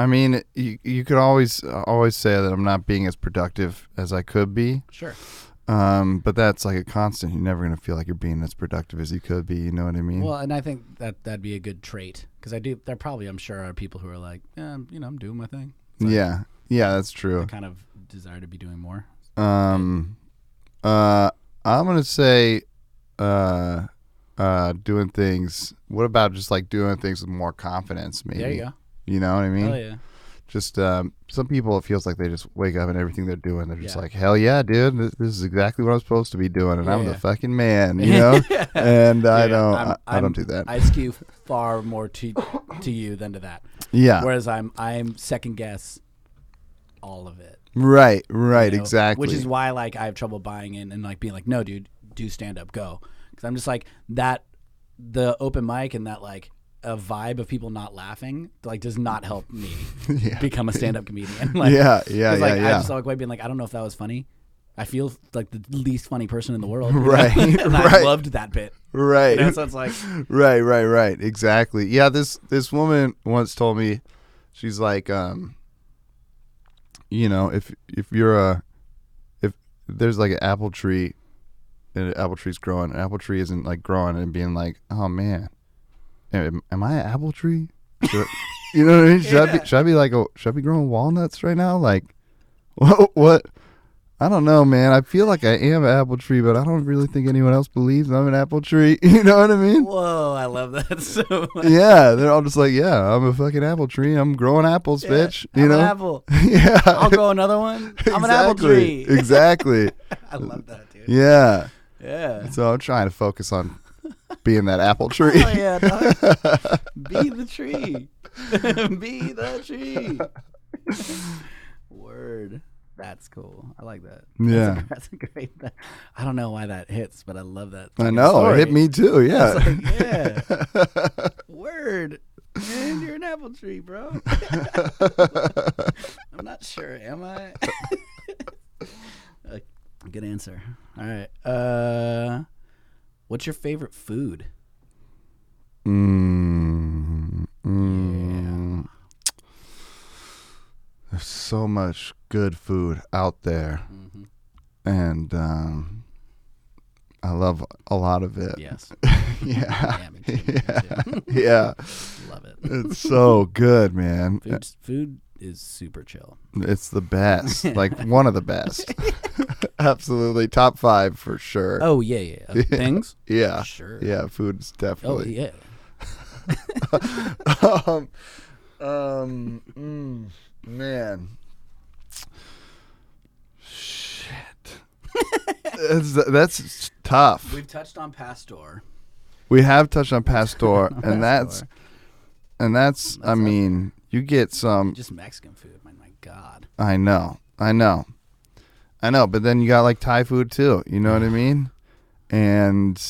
I mean, you you could always always say that I'm not being as productive as I could be. Sure. Um, but that's like a constant. You're never gonna feel like you're being as productive as you could be. You know what I mean? Well, and I think that that'd be a good trait because I do. There probably, I'm sure, are people who are like, yeah, I'm- you know, I'm doing my thing. but yeah, yeah, that's true. I kind of desire to be doing more. Um, uh, I'm gonna say, uh, uh, doing things. What about just like doing things with more confidence? Maybe. There you go. You know what I mean? Hell yeah. Just um, some people, it feels like they just wake up and everything they're doing, they're just Yeah. like, hell yeah, dude, this, this is exactly what I'm supposed to be doing, and I'm Yeah. the fucking [LAUGHS] man, you know. and I Yeah, don't, I'm- I, I I'm- don't do that. I skew far more to to you than to that. yeah, Whereas I'm I'm second guess all of it. right, right, you know? exactly. Which is why like I have trouble buying in and like being like, no, dude, do stand up, go. Because I'm just like that. The open mic and that like a vibe of people not laughing like does not help me [LAUGHS] Yeah. become a stand up comedian. [LAUGHS] Like, Yeah, yeah, 'cause, like, yeah, I yeah. just always being like, I don't know if that was funny. I feel like the least funny person in the world. [LAUGHS] Right, and I right. loved that bit. right. You know, so it's like, right, right, right. Exactly. Yeah, this this woman once told me she's like um you know, if if you're a if there's like an apple tree and an apple tree's growing, an apple tree isn't like growing and being like, "Oh man. Am, am I an apple tree?" Should- you know what I mean? Should I be should I be like, a, "Should I be growing walnuts right now?" Like [LAUGHS] what what I don't know, man. I feel like I am an apple tree, but I don't really think anyone else believes I'm an apple tree. [LAUGHS] You know what I mean? whoa, I love that [LAUGHS] so much. yeah, they're all just like, yeah, I'm a fucking apple tree. I'm growing apples, bitch. You I'm know? an [LAUGHS] apple. yeah. I'll grow another [LAUGHS] one. I'm an apple Exactly. tree. [LAUGHS] exactly. I love that, dude. Yeah. Yeah. So I'm trying to focus on being that apple tree. [LAUGHS] Oh yeah, dog. Be the tree. [LAUGHS] Be the tree. Word. That's cool. I like that. Yeah. That's a, that's a great. That, I don't know why that hits, but I love that. [LAUGHS] I know. It hit story. me [LAUGHS] too. Yeah. It's like, yeah. Word. Man, you're an apple tree, bro. [LAUGHS] I'm not sure, am I? [LAUGHS] Uh, Good answer. All right. Uh, what's your favorite food? Mm, mm. There's so much good food out there, Mm-hmm. and um, I love a lot of it. Yes. [LAUGHS] [LAUGHS] yeah, Yeah, me too, me too. yeah. Mm, Love [LAUGHS] it. It's so good, man. Food, food is super chill. It's the best, like one of the best. [LAUGHS] Absolutely, top five for sure. Oh, yeah, yeah. [LAUGHS] yeah. Things? yeah, Sure. yeah. Food's Oh, definitely. yeah. [LAUGHS] um, um, mm, man. Shit. that's, that's tough. We've touched on Pastor. We have touched on Pastor, and that's, and that's, I mean, you get some. Just Mexican food. My, my God. I know, I know, I know. But then you got like Thai food too. You know what I mean? And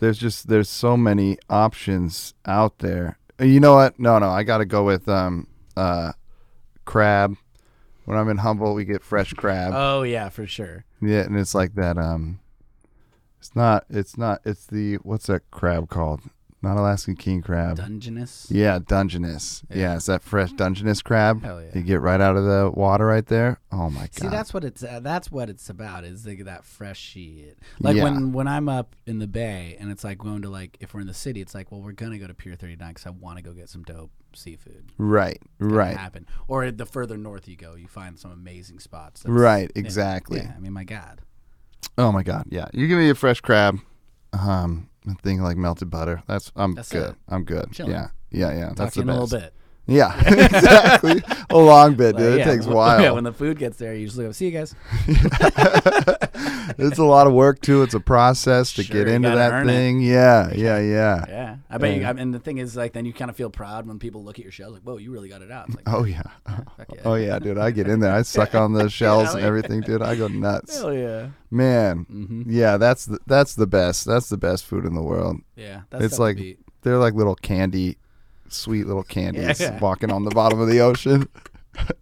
there's just there's so many options out there. You know what? No, no, I gotta go with um uh crab. When I'm in Humble, we get fresh crab. Oh, yeah, for sure. yeah, and it's like that. Um, it's not. It's not. It's the what's that crab called? Not Alaskan king crab. Dungeness. um, Yeah, Dungeness. Yeah. it's that fresh Dungeness crab. Hell yeah. You get right out of the water right there. Oh my god. See, that's what it's uh, that's what it's about is like that fresh shit. Like Yeah. when when I'm up in the bay and it's like going to like if we're in the city, it's like well we're gonna go to Pier 39 because I want to go get some dope seafood. right, right, Happen or the further north you go, you find some amazing spots. That's- right. Exactly. Yeah, I mean my God. Oh my god. Yeah, you give me a fresh crab, um, a thing like melted butter. That's I'm That's good. it. I'm good. Chilling. Yeah, yeah, yeah. Talk that's to the you in a best. little bit. [LAUGHS] Yeah, exactly. a long bit, dude. Like, [LAUGHS] yeah, it takes a when- while. Yeah, when the food gets there, you usually go see you guys. it's a lot of work too. It's a process to Sure, get you into gotta that earn it. [LAUGHS] thing. Yeah, yeah, yeah. Yeah, I bet you. Yeah. I mean, the thing is, like, then you kind of feel proud when people look at your shells, like, "Whoa, you really got it out." [LAUGHS] It's like, Oh yeah. fuck yeah. Oh yeah, dude. I get in there. I suck on [LAUGHS] the shells and everything, dude. I go nuts. Hell [LAUGHS] yeah. Man. hmm Yeah, that's the, that's the best. That's the best food in the world. Yeah, that's It's like- They're like little candy, sweet little candies Yeah. [LAUGHS] walking on the bottom of the ocean. [LAUGHS]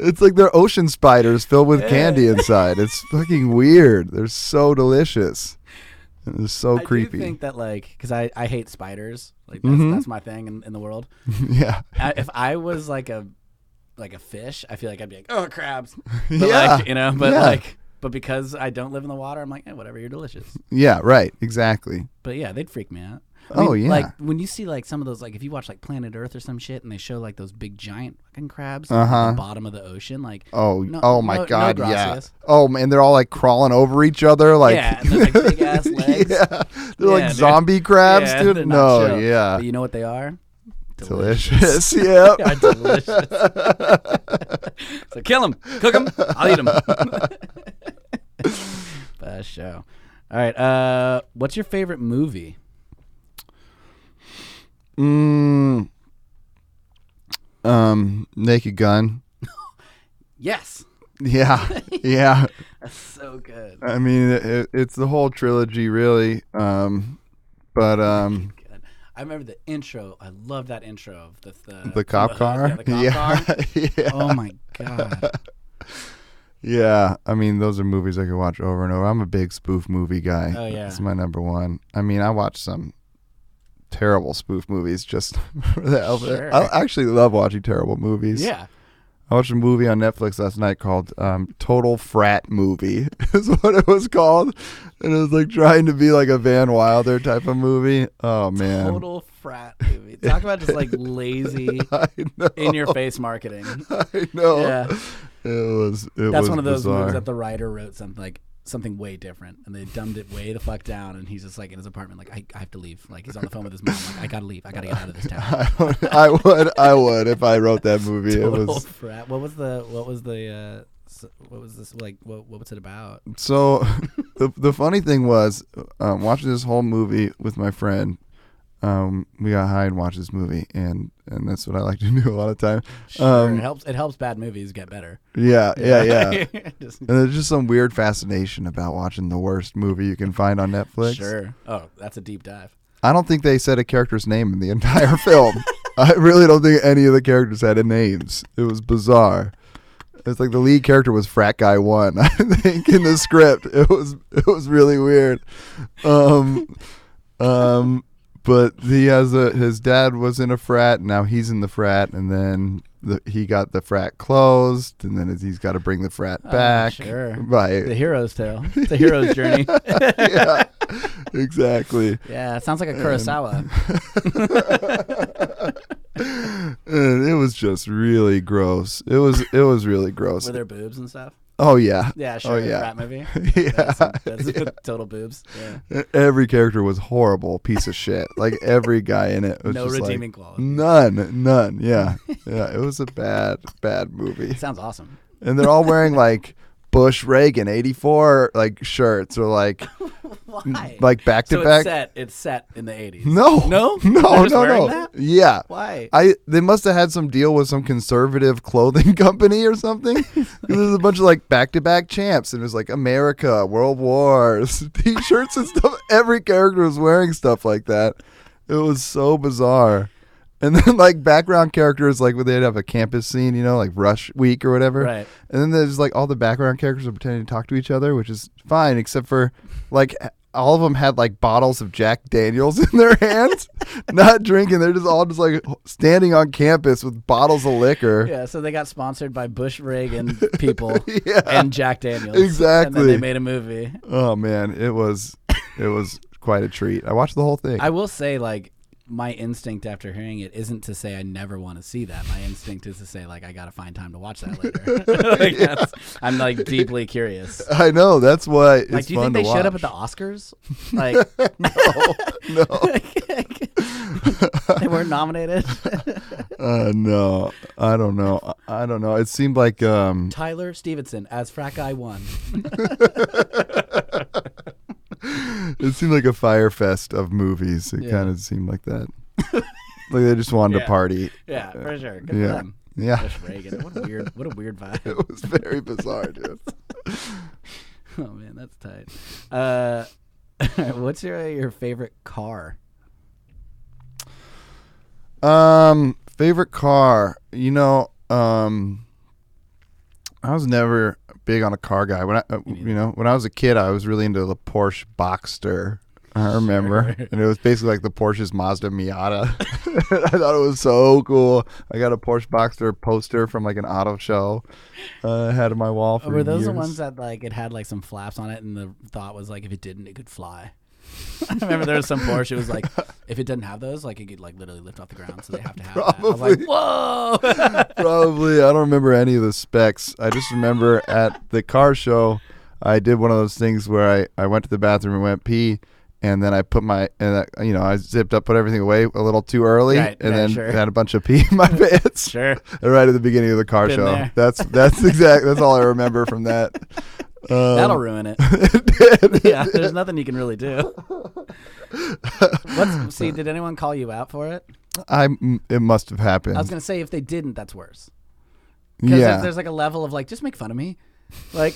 it's like they're ocean spiders filled with candy [LAUGHS] inside. It's fucking weird. They're so delicious. And They're so I creepy. do think that like because I, I hate spiders like that's, Mhm. that's my thing in, in the world. [LAUGHS] yeah. I, if I was like a like a fish, I feel like I'd be like oh crabs, but Yeah. like, you know. But Yeah. like but because I don't live in the water, I'm like eh, whatever. You're delicious. [LAUGHS] Yeah, right. Exactly. But yeah, they'd freak me out. Oh, yeah. Like when you see like some of those like if you watch like Planet Earth or some shit and they show like those big giant fucking crabs like, at Uh-huh. the bottom of the ocean like Oh, No- oh my no- no god, yeah. gracias. Oh man, they're all like crawling over each other, like [LAUGHS] Yeah, and they're, like, big-ass legs. yeah, they're Yeah, like dude. zombie crabs, Yeah, they're dude. not No, chill. yeah, But you know what they [LAUGHS] are? delicious. [LAUGHS] [LAUGHS] yep. They are delicious. so kill them, cook them, I'll [LAUGHS] eat them. [LAUGHS] Best show. All right. Uh, what's your favorite movie? Mm, um, Naked Gun. Yes. [LAUGHS] Yeah, yeah. That's so good. I mean, it, it's the whole trilogy, really. Um, but um, Good. I remember the intro. I love that intro of the the, the cop Yeah, car. the cop car. [LAUGHS] yeah. Oh my [LAUGHS] god. Yeah, I mean, those are movies I could watch over and over. I'm a big spoof movie guy. Oh, yeah. it's my number one. I mean, I watch some terrible spoof movies just [LAUGHS] for the hell of it. Sure. I actually love watching terrible movies. Yeah. I watched a movie on Netflix last night called um, "Total Frat Movie" [LAUGHS] is what it was called, and it was like trying to be like a Van Wilder type of movie. Oh man, Total frat movie. Talk about just like lazy [LAUGHS] I know, in [LAUGHS] your face marketing. I know. Yeah. It was. It That's was one of those bizarre. movies that the writer wrote something like something way different, and they dumbed it way the fuck down. And he's just like in his apartment, like I, I have to leave. Like he's on the phone with his mom, like I gotta leave. I gotta get out of this town. [LAUGHS] I would, I would, I would if I wrote that movie. [LAUGHS] [LAUGHS] It Total was frat. What was the what was the uh, s- what was this like? What what was it about? so. [LAUGHS] The, the funny thing was, um, watching this whole movie with my friend, um, we got high and watched this movie, and and that's what I like to [LAUGHS] do a lot of time. Sure, Um, it helps. It helps bad movies get better. Yeah, yeah, yeah. [LAUGHS] Just- And there's just some weird fascination about watching the worst movie you can find on Netflix. sure. Oh, that's a deep dive. I don't think they said a character's name in the [LAUGHS] entire film. I really don't think any of the characters had a names. It was bizarre. It's like the lead character was frat guy one, [LAUGHS] I think, in the script. It was it was really weird. Um, um, but he has a his dad was in a frat. and Now he's in the frat, and then the, he got the frat closed, and then he's got to bring the frat back. sure. Right. [LAUGHS] The hero's tale. It's a hero's [LAUGHS] journey. yeah. Exactly. Yeah, it sounds Um, like a Kurosawa. [LAUGHS] And it was just really gross. It was it was really gross. Were there boobs and stuff? Oh yeah. Yeah, sure. Oh yeah. Rat movie. [LAUGHS] Yeah. E-, That's, that's [LAUGHS] total boobs. Yeah. Every character was horrible piece of shit. Like every guy in it was No just like, redeeming quality. None, none. Yeah. Yeah, it was a bad bad movie. Sounds awesome. And they're all wearing like Bush Reagan 84 like shirts or like [LAUGHS] Why? like back to so back. it's set. It's set in the eighties. No. No? [LAUGHS] No, They're just no, wearing no. that? Yeah. Why? I they must have had some deal with some conservative [LAUGHS] clothing company or something. 'Cause There's a bunch of like back to back champs, and it was like America, World Wars, [LAUGHS] t-shirts and stuff. [LAUGHS] Every character was wearing stuff like that. It was so bizarre. And then [LAUGHS] like background characters, like when they'd have a campus scene, you know, like Rush Week or whatever. Right. And then there's like all the background characters are pretending to talk to each other, which is fine, except for like all of them had like bottles of Jack Daniels in their hands, [LAUGHS] not drinking. They're just all just like standing on campus with bottles of liquor. yeah. So they got sponsored by Bush Reagan people [LAUGHS] Yeah. and Jack Daniels. And then Exactly. they made a movie. Oh man, it was it was quite a treat. I watched the whole thing. I will say, like, my instinct after hearing it isn't to say I never want to see that. My instinct is to say, like, I gotta find time to watch that [LAUGHS] later. [LAUGHS] like, that's, I'm like deeply curious. I know that's why it's Like, do you fun think they to showed up at watch. the Oscars? [LAUGHS] Like, [LAUGHS] no, no. [LAUGHS] Oh. they weren't [LAUGHS] nominated. Uh, [LAUGHS] no, I don't know. I- I don't know. It seemed like um, Tyler Stevenson as Frat Guy One. It seemed like a fire fest of movies. It Yeah. kind of seemed like that. like they just wanted Yeah. to party. Yeah, for sure. Good Uh, yeah. for them. [LAUGHS] Yeah. Bush Reagan. What a weird, what a weird [LAUGHS] vibe. It was very bizarre, dude. Oh man, that's tight. Uh, [LAUGHS] what's your your favorite car? Um, favorite car. You know, um, I was never big on a car guy. When I, uh, you know, when I was a kid, I was really into the Porsche Boxster. I remember, and it was basically like the Porsche's Mazda Miata. [LAUGHS] I thought it was so cool. I got a Porsche Boxster poster from like an auto show. Uh, I had on my wall for Oh, Were those the years. ones that like it had like some flaps on it, and the thought was like if it didn't, it could fly. [LAUGHS] I remember there was some Porsche. It was like if it didn't have those, like it could like literally lift off the ground. So they have to have. That. I was like, Probably. whoa. [LAUGHS] Probably. I don't remember any of the specs. I just remember at the car show, I did one of those things where I, I went to the bathroom and went pee. And then I put my, and I, you know, I zipped up, put everything away a little too early, Right, and yeah, then sure. had a bunch of pee in [LAUGHS] my pants. sure. Right at the beginning of the car Been show. there. That's that's exact. That's all I remember from that. Um, That'll ruin it. [LAUGHS] it did. Yeah, there's nothing you can really [LAUGHS] do. What's, see, did anyone call you out for it? I. It must have happened. I was gonna say if they didn't, that's worse. Because yeah. there's like a level of like, just make fun of me. Like,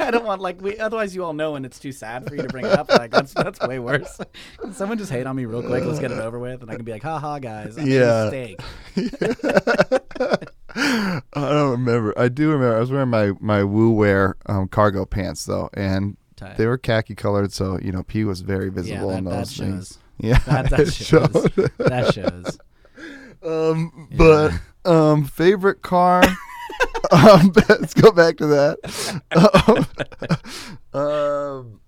[LAUGHS] I don't want like we. Otherwise, you all know when it's too sad for you to bring it up. Like that's that's way worse. [LAUGHS] Can Someone just hate on me real quick. Let's get it over with, and I can be like, ha ha, guys, I made a Yeah. mistake. I don't remember. I do remember. I was wearing my my Woo Wear um, cargo pants though, and Tight. they were khaki colored, so you know pee was very Yeah, visible that, in that those things. shows. Yeah, That, that [LAUGHS] it shows. showed. that shows. Um, but um, favorite [LAUGHS] car. um, [LAUGHS] let's go back to that. Um, [LAUGHS] um,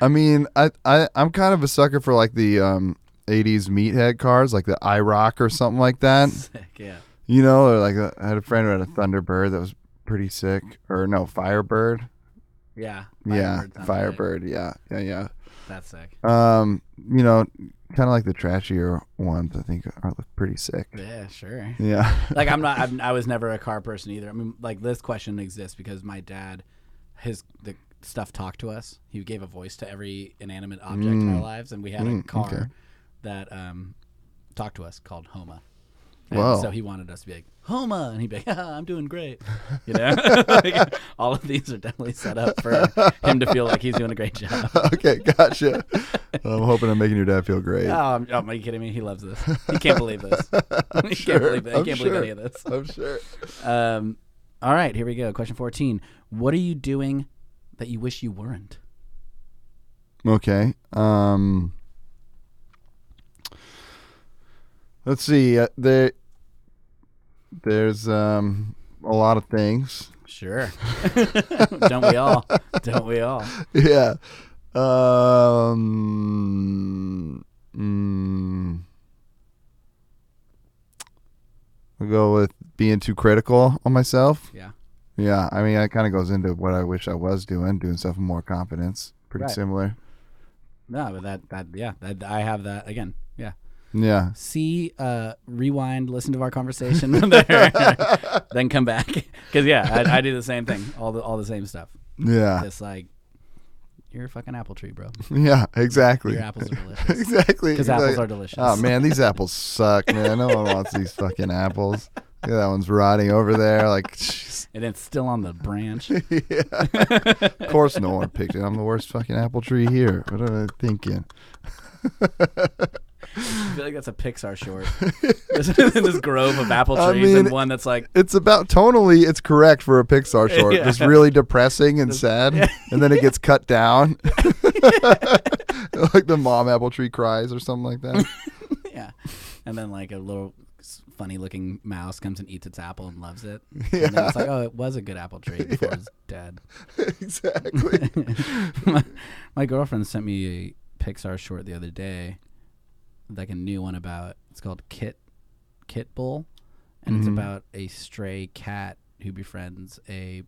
I mean, I, I I'm kind of a sucker for like the um 80s meathead cars, like the IROC or something like that. Sick, yeah. You know, or like uh, I had a friend who had a Thunderbird that was pretty sick, or no, Firebird. Yeah. yeah, sounds sick. Firebird. Yeah, yeah, That's sick. yeah. Um, you know, kind of like the trashier ones. I think are look pretty sick. Yeah, sure. Yeah, [LAUGHS] like I'm not. I'm, I was never a car person either. I mean, like this question exists because my dad, his the stuff talked to us. He gave a voice to every inanimate object in our lives, and we had a Mm, car okay. that um, talked to us called Homa. And Wow. So he wanted us to be like Homa, and he'd be like, "Ah, "I'm doing [LAUGHS] great." You know, [LAUGHS] Like, all of these are definitely set up for him to feel like he's doing a great [LAUGHS] job. okay, [LAUGHS] gotcha. I'm hoping I'm making your dad feel great. Oh, I'm, oh, are you kidding me? He loves this. He can't believe this. [LAUGHS] he Sure, can't believe it. He I'm can't sure. believe any of this. [LAUGHS] I'm sure. Um, all right, here we go. Question 14. What are you doing that you wish you weren't? Okay. Um. Let's see. Uh, there. There's um a lot of things. Sure. [LAUGHS] Don't [LAUGHS] we all? Don't we all? yeah. Um, mm, I'll go with being too critical on myself. Yeah. Yeah. I mean, that kind of goes into what I wish I was doing, doing stuff with more confidence. Pretty Right. similar. No, but that that yeah, that I have that again. Yeah. Yeah. See, uh, rewind, listen to our conversation from there, [LAUGHS] then come back. [LAUGHS] Because yeah, I, I do the same thing, all the all the same stuff. Yeah. Just like you're a fucking apple tree, [LAUGHS] bro. Yeah. Exactly. Your apples are delicious. [LAUGHS] exactly. Because apples are delicious. Oh man, these apples suck, man. No one wants these fucking apples. Look at that one's rotting over there. Like, [LAUGHS] jeez. and it's still on the branch. yeah. [LAUGHS] Of course, no one picked it. I'm the worst fucking apple tree here. What am I thinking? I feel like that's a Pixar [LAUGHS] short. [LAUGHS] this, this grove of apple trees I and mean, one that's like, It's about tonally, it's correct for a Pixar short. Yeah. Just really depressing and sad, [LAUGHS] and then it gets cut down. [LAUGHS] like the mom apple tree cries or something like that. [LAUGHS] [LAUGHS] yeah. And then like a little funny looking mouse comes and eats its apple and loves [LAUGHS] it. And then Yeah. it's like, oh, it was a good apple [LAUGHS] tree before it was dead. exactly. [LAUGHS] [LAUGHS] my, my girlfriend sent me a Pixar short the other day, like a new one about, it's called Kit, Kit Bull. And Mm-hmm. it's about a stray cat who befriends a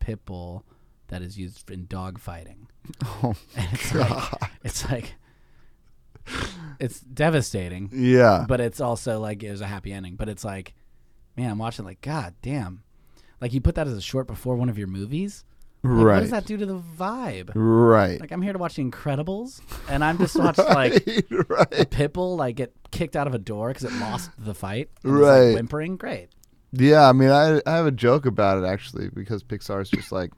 pit bull that is used in dog fighting. [LAUGHS] Oh, And it's like it's like it's devastating, yeah. but it's also like there's a happy ending. But it's like, man, I'm watching like, god damn, like you put that as a short before one of your movies. Like, right. What does that do to the vibe? Right. Like I'm here to watch The Incredibles, and I'm just watching like [LAUGHS] Right, right. Pitbull like get kicked out of a door because it lost the fight. and it's, Right. like, whimpering, great. Yeah, I mean, I I have a joke about it actually because Pixar's just like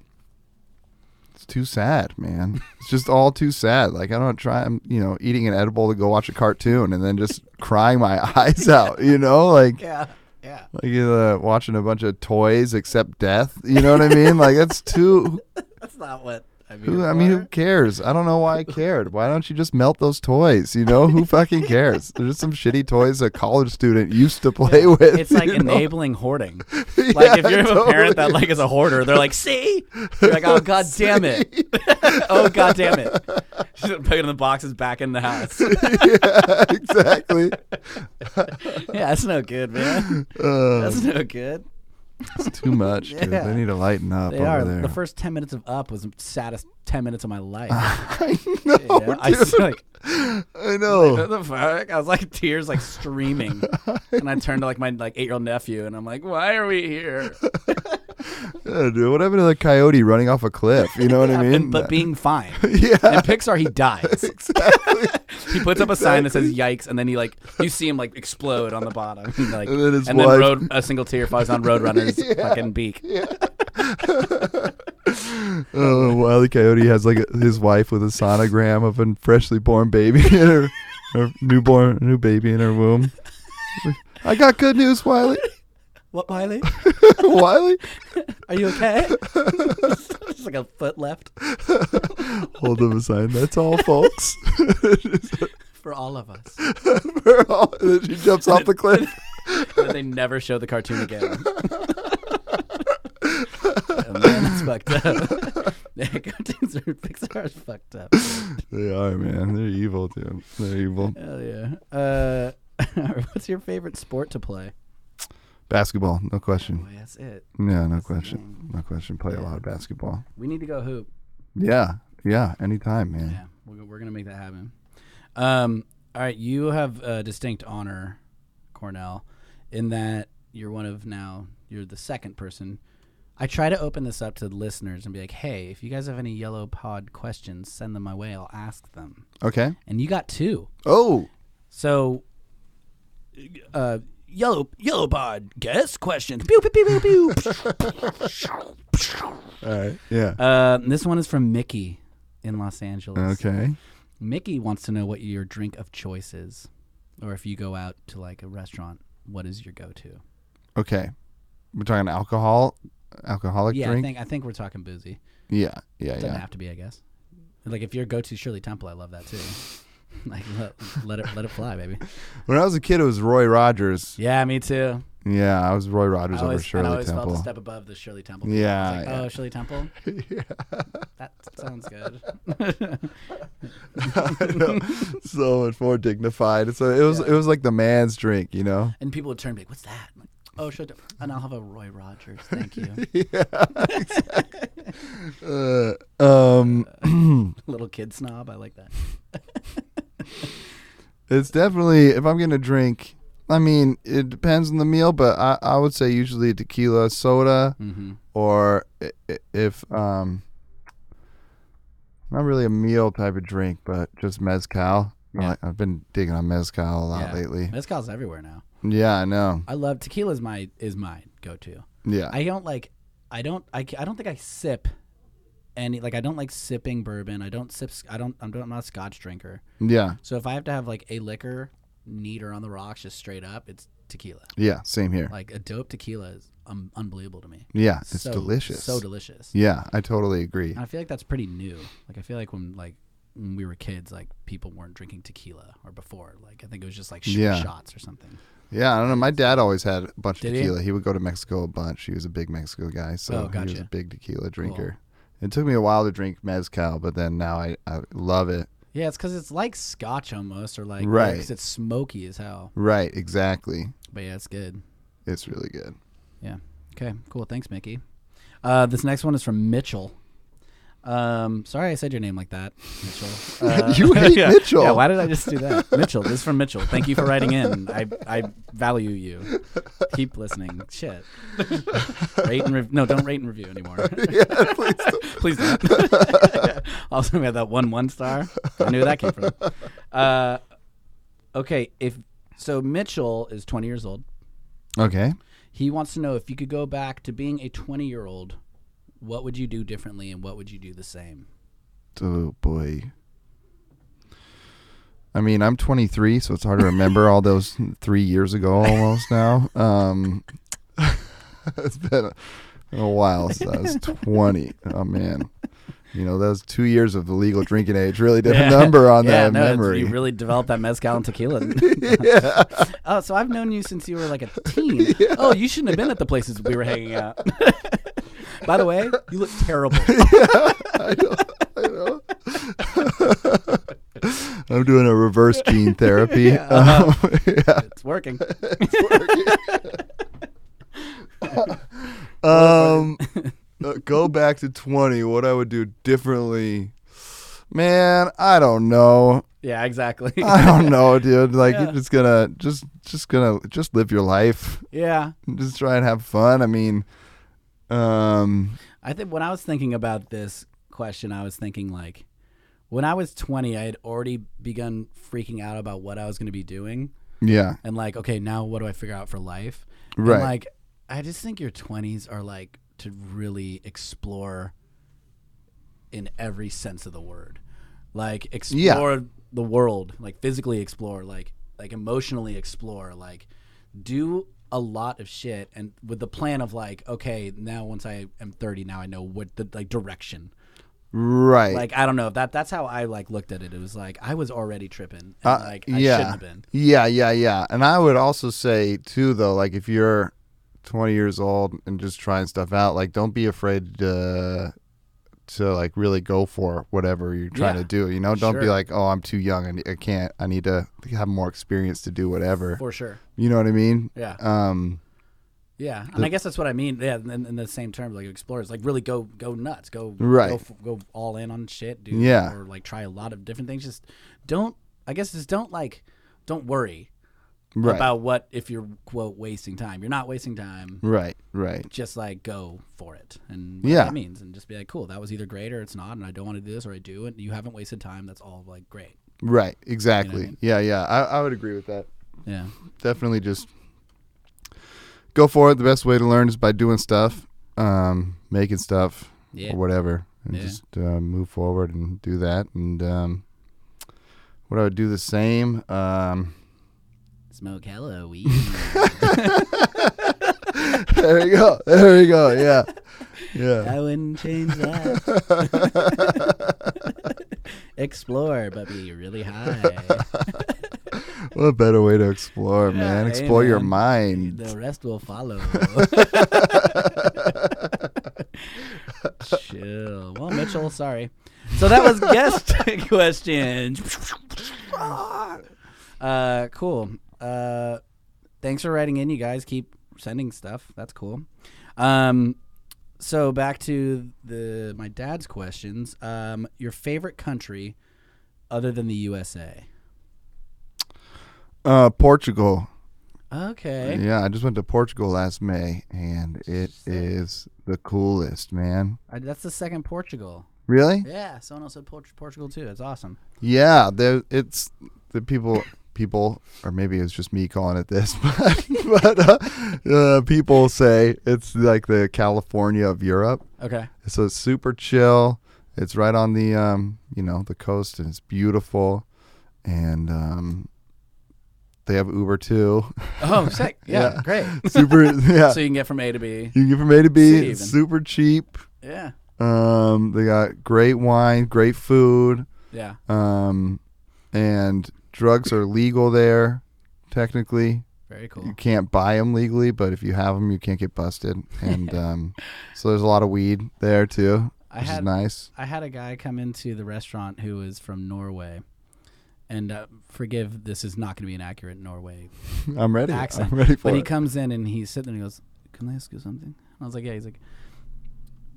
it's too sad, man. It's just all too sad. Like I don't try, I'm you know eating an edible to go watch a cartoon and then just crying my eyes out. You know, like Yeah, yeah. like you're uh, watching a bunch of toys accept death. You know what I mean? Like that's too. That's not what I mean. Who, I mean, who cares? I don't know why I cared. Why don't you just melt those toys? You know, who fucking cares? There's just some shitty toys a college student used to play with. it's like you know? enabling [LAUGHS] hoarding. Like if Yeah, you have a parent that [LAUGHS] totally. like is a hoarder, they're like, "See," you're like, "Oh [LAUGHS] god damn it! [LAUGHS] oh god damn it!" She's putting the boxes back in the house. yeah, exactly. [LAUGHS] yeah, that's no good, man. Uh, That's no good. it's too much, dude. Yeah. They need to lighten up They over are. there. The first ten minutes of Up was the saddest ten minutes of my life. [LAUGHS] I know, You know? I was dude. Oh. like, I what [LAUGHS] know. the fuck? I was like tears like [LAUGHS] streaming, and I turned to like my like eight year old nephew, and I'm like, why are we here? Yeah, dude, what happened to the coyote running off a cliff? You know what I mean? And, but being fine. [LAUGHS] yeah, In Pixar, he dies. [LAUGHS] exactly. [LAUGHS] He puts up a sign that says "Yikes!" and then he like you see him like explode on the bottom, [LAUGHS] and, like, And then his then wife- road, a single tear falls on Roadrunner's [LAUGHS] Yeah. fucking beak. oh, Wiley Coyote has like a, his wife with a sonogram of a freshly born baby [LAUGHS] in her, her newborn new baby in her womb. I got good news, Wiley. [LAUGHS] What, Wiley? Wiley, [LAUGHS] Are you okay? [LAUGHS] Just like a foot left hold up a sign. That's all, folks. [LAUGHS] for all of us. We're all- and then she jumps off the [LAUGHS] cliff. And they never show the cartoon [LAUGHS] again. Oh, man, it's fucked up. [LAUGHS] yeah, cartoons are Pixar is fucked up. They are, man. They're evil, dude. They're evil. Hell yeah. Uh, [LAUGHS] what's your favorite sport to play? Basketball, no Boy, question. that's it. Yeah, no the question. No question. Play a lot of basketball. We need to go hoop. Yeah, yeah. Anytime, man. Yeah, we're, we're gonna make that happen. Um, all right, you have a distinct honor, Cornell, in that you're one of now you're the second person. I try to open this up to the listeners and be like, hey, if you guys have any yellow pod questions, send them my way. I'll ask them. Okay. And you got two. Oh, So, uh, yellow yellow pod guest questions. Pew pew pew pew pew. all right. Yeah. uh, this one is from Mickey in Los Angeles. Okay. Mickey wants to know what your drink of choice is, or if you go out to like a restaurant, what is your go-to? Okay. We're talking alcohol, alcoholic yeah, I drink. think I think we're talking boozy. Yeah, yeah, Doesn't yeah. have to be, I guess. Like if your go-to Shirley Temple, I love that too. [LAUGHS] like let, let it let it fly, baby. When I was a kid, it was Roy Rogers. Yeah, me too. Yeah, I was Roy I Rogers over always, and I Shirley always felt a Temple. step above the Shirley Temple. people. I Yeah, was like, yeah. Oh, Shirley Temple. [LAUGHS] yeah. That sounds good. [LAUGHS] I know. [LAUGHS] so much more dignified. So it was, it was like the man's drink, you know. and people would turn and be like, "What's that?" I'm like, oh, Shirley Temple. And I'll have a Roy Rogers. Thank [LAUGHS] you. [LAUGHS] Uh, um, Little kid snob. I like that. It's definitely if I'm gonna drink. I mean, it depends on the meal, but I, I would say usually tequila, soda, Mm-hmm. or i- i- if um, not really a meal type of drink, but just mezcal. Yeah. Like, I've been digging on mezcal a lot Yeah. lately. Mezcal's everywhere now. Yeah, I know. I love tequila is my is my go to. Yeah, I don't like I don't I, ca- I don't think I sip any like I don't like sipping bourbon. I don't sip sc- I don't I'm, not- I'm not a scotch drinker. yeah, So if I have to have like a liquor neat or on the rocks just straight up, it's tequila. yeah. Same here. Like a dope tequila is um, unbelievable to me. Yeah, it's So- delicious. So delicious. yeah, I totally agree. And I feel like that's pretty new. Like I feel like when like when we were kids, like people weren't drinking tequila or before. Like I think it was just like sh- Yeah. shots or something. Yeah, I don't know. My dad always had a bunch Did of he? tequila. He? would go to Mexico a bunch. He was a big Mexico guy, so Oh, he was gotcha. a big tequila drinker. It took me a while to drink mezcal, but then now I, I love it. Yeah, it's because it's like scotch almost, or like Right. Because it's smoky as hell. Right, exactly. But yeah, it's good. It's really good. Yeah. Okay. Cool. Thanks, Mickey. Uh, this next one is from Mitchell. Um, sorry, I said your name like that, Mitchell. [LAUGHS] Uh, [LAUGHS] you hate yeah. Mitchell. Yeah, why did I just do that? Mitchell, this is from Mitchell. Thank you for writing in. I, I value you. Keep listening. Shit. rate and rev- no, don't rate and review anymore. [LAUGHS] yeah, please don't. [LAUGHS] Please don't. [LAUGHS] also, we had that one one star. I knew where that came from. Uh, okay, if so, Mitchell is twenty years old. Okay. He wants to know if you could go back to being a twenty year old, what would you do differently, and what would you do the same? Oh boy. I mean, I'm 23, so it's hard to remember all those three years ago almost now. Um, [LAUGHS] it's been a, a while since [LAUGHS] I was 20. Oh man, you know those two years of the legal drinking age really did a [LAUGHS] number on yeah, that no, it's- memory. You really developed that mezcal and tequila. [LAUGHS] [LAUGHS] yeah, oh, so I've known you since you were [LAUGHS] like a teen. Oh, you shouldn't have been at the places we were hanging out. [LAUGHS] By the way, you look [LAUGHS] terrible. I know. I know. I'm doing a reverse gene therapy. [LAUGHS] Uh-huh. Um, [LAUGHS] yeah, it's working. Um, uh, go back to 20. What I would do differently, man. I don't know. Yeah, exactly. [LAUGHS] [LAUGHS] I don't know, dude. Like Yeah. you're just gonna just just gonna just live your life. yeah. Just try and have fun. I mean, um, I think when I was thinking about this question, I was thinking like when I was 20, I had already begun freaking out about what I was going to be doing yeah, and like, okay, now what do I figure out for life? And, Right. like, I just think your 20s are like to really explore in every sense of the word. Like explore the world, like physically explore, like like emotionally explore, like do a lot of shit and with the plan of like, okay, now once I am 30, now I know what the like direction. right. Like I don't know, that that's how I like looked at it. It was like I was already tripping and Uh, like I yeah. shouldn't have been. Yeah, yeah, yeah. And I would also say too, though, like if you're 20 years old and just trying stuff out, like don't be afraid to to like really go for whatever you're trying Yeah, to do. You know, don't be sure. like, oh, I'm too young and I can't. I need to have more experience to do whatever. For sure. You know what I mean? Yeah. Um. Yeah, and I guess that's what I mean. Yeah, in, in the same term, like explorers, like really go go nuts, go Right. go, f- go all in on shit, dude. Yeah. or like try a lot of different things. Just don't. I guess just don't like don't worry Right. about what if you're quote wasting time. You're not wasting time. right. Right. Just like go for it, and what Yeah. that means, and just be like, cool. That was either great or it's not, and I don't want to do this or I do, and you haven't wasted time. That's all like great. Right. Exactly. Yeah. Yeah. I, I would agree with that. Yeah, definitely just go for it. The best way to learn is by doing stuff, um, making stuff, Yeah. or whatever, and Yeah. just uh, move forward and do that. And um, what I would do the same. Um, [LAUGHS] smoke hello weed. there you go. There you go. Yeah. Yeah. [LAUGHS] I wouldn't change that. [LAUGHS] Explore, but be really high. What a better way to explore, man. hey, Explore your man. mind. The rest will follow. Chill. Well, Mitchell, sorry. So that was guest questions. Uh, cool. Uh, thanks for writing in, you guys. Keep sending stuff. That's cool. Um, so back to the my dad's questions. Um, your favorite country other than the USA? Uh, Portugal. Okay. Yeah, I just went to Portugal last May, and it is the coolest, man. I, that's the second Portugal. Really? Yeah, someone else said Port- Portugal too. That's awesome. Yeah, there it's the people people or maybe it's just me calling it this, [LAUGHS] but but uh, uh, people say it's like the California of Europe. Okay. So it's super chill. It's right on the um, you know, the coast and it's beautiful and um they have Uber too. [LAUGHS] Oh, [LAUGHS] sick. Yeah, Yeah. great. Super yeah. So you can get from A to B. you can get from A to B, See, it's even. super cheap. Yeah. Um they got great wine, great food. Yeah. um, and drugs are legal there. Technically, Very you cool. can't buy them legally, but if you have them, you can't get busted. [LAUGHS] And um, so there's a lot of weed there too, I which is had [LAUGHS] nice. I had a guy come into the restaurant who is from Norway. And uh, forgive this is not going to be an accurate Norway I'm ready. accent. I'm ready for but he it. comes in and he's sitting there and he goes, "Can I ask you something?" And I was like, "Yeah." He's like,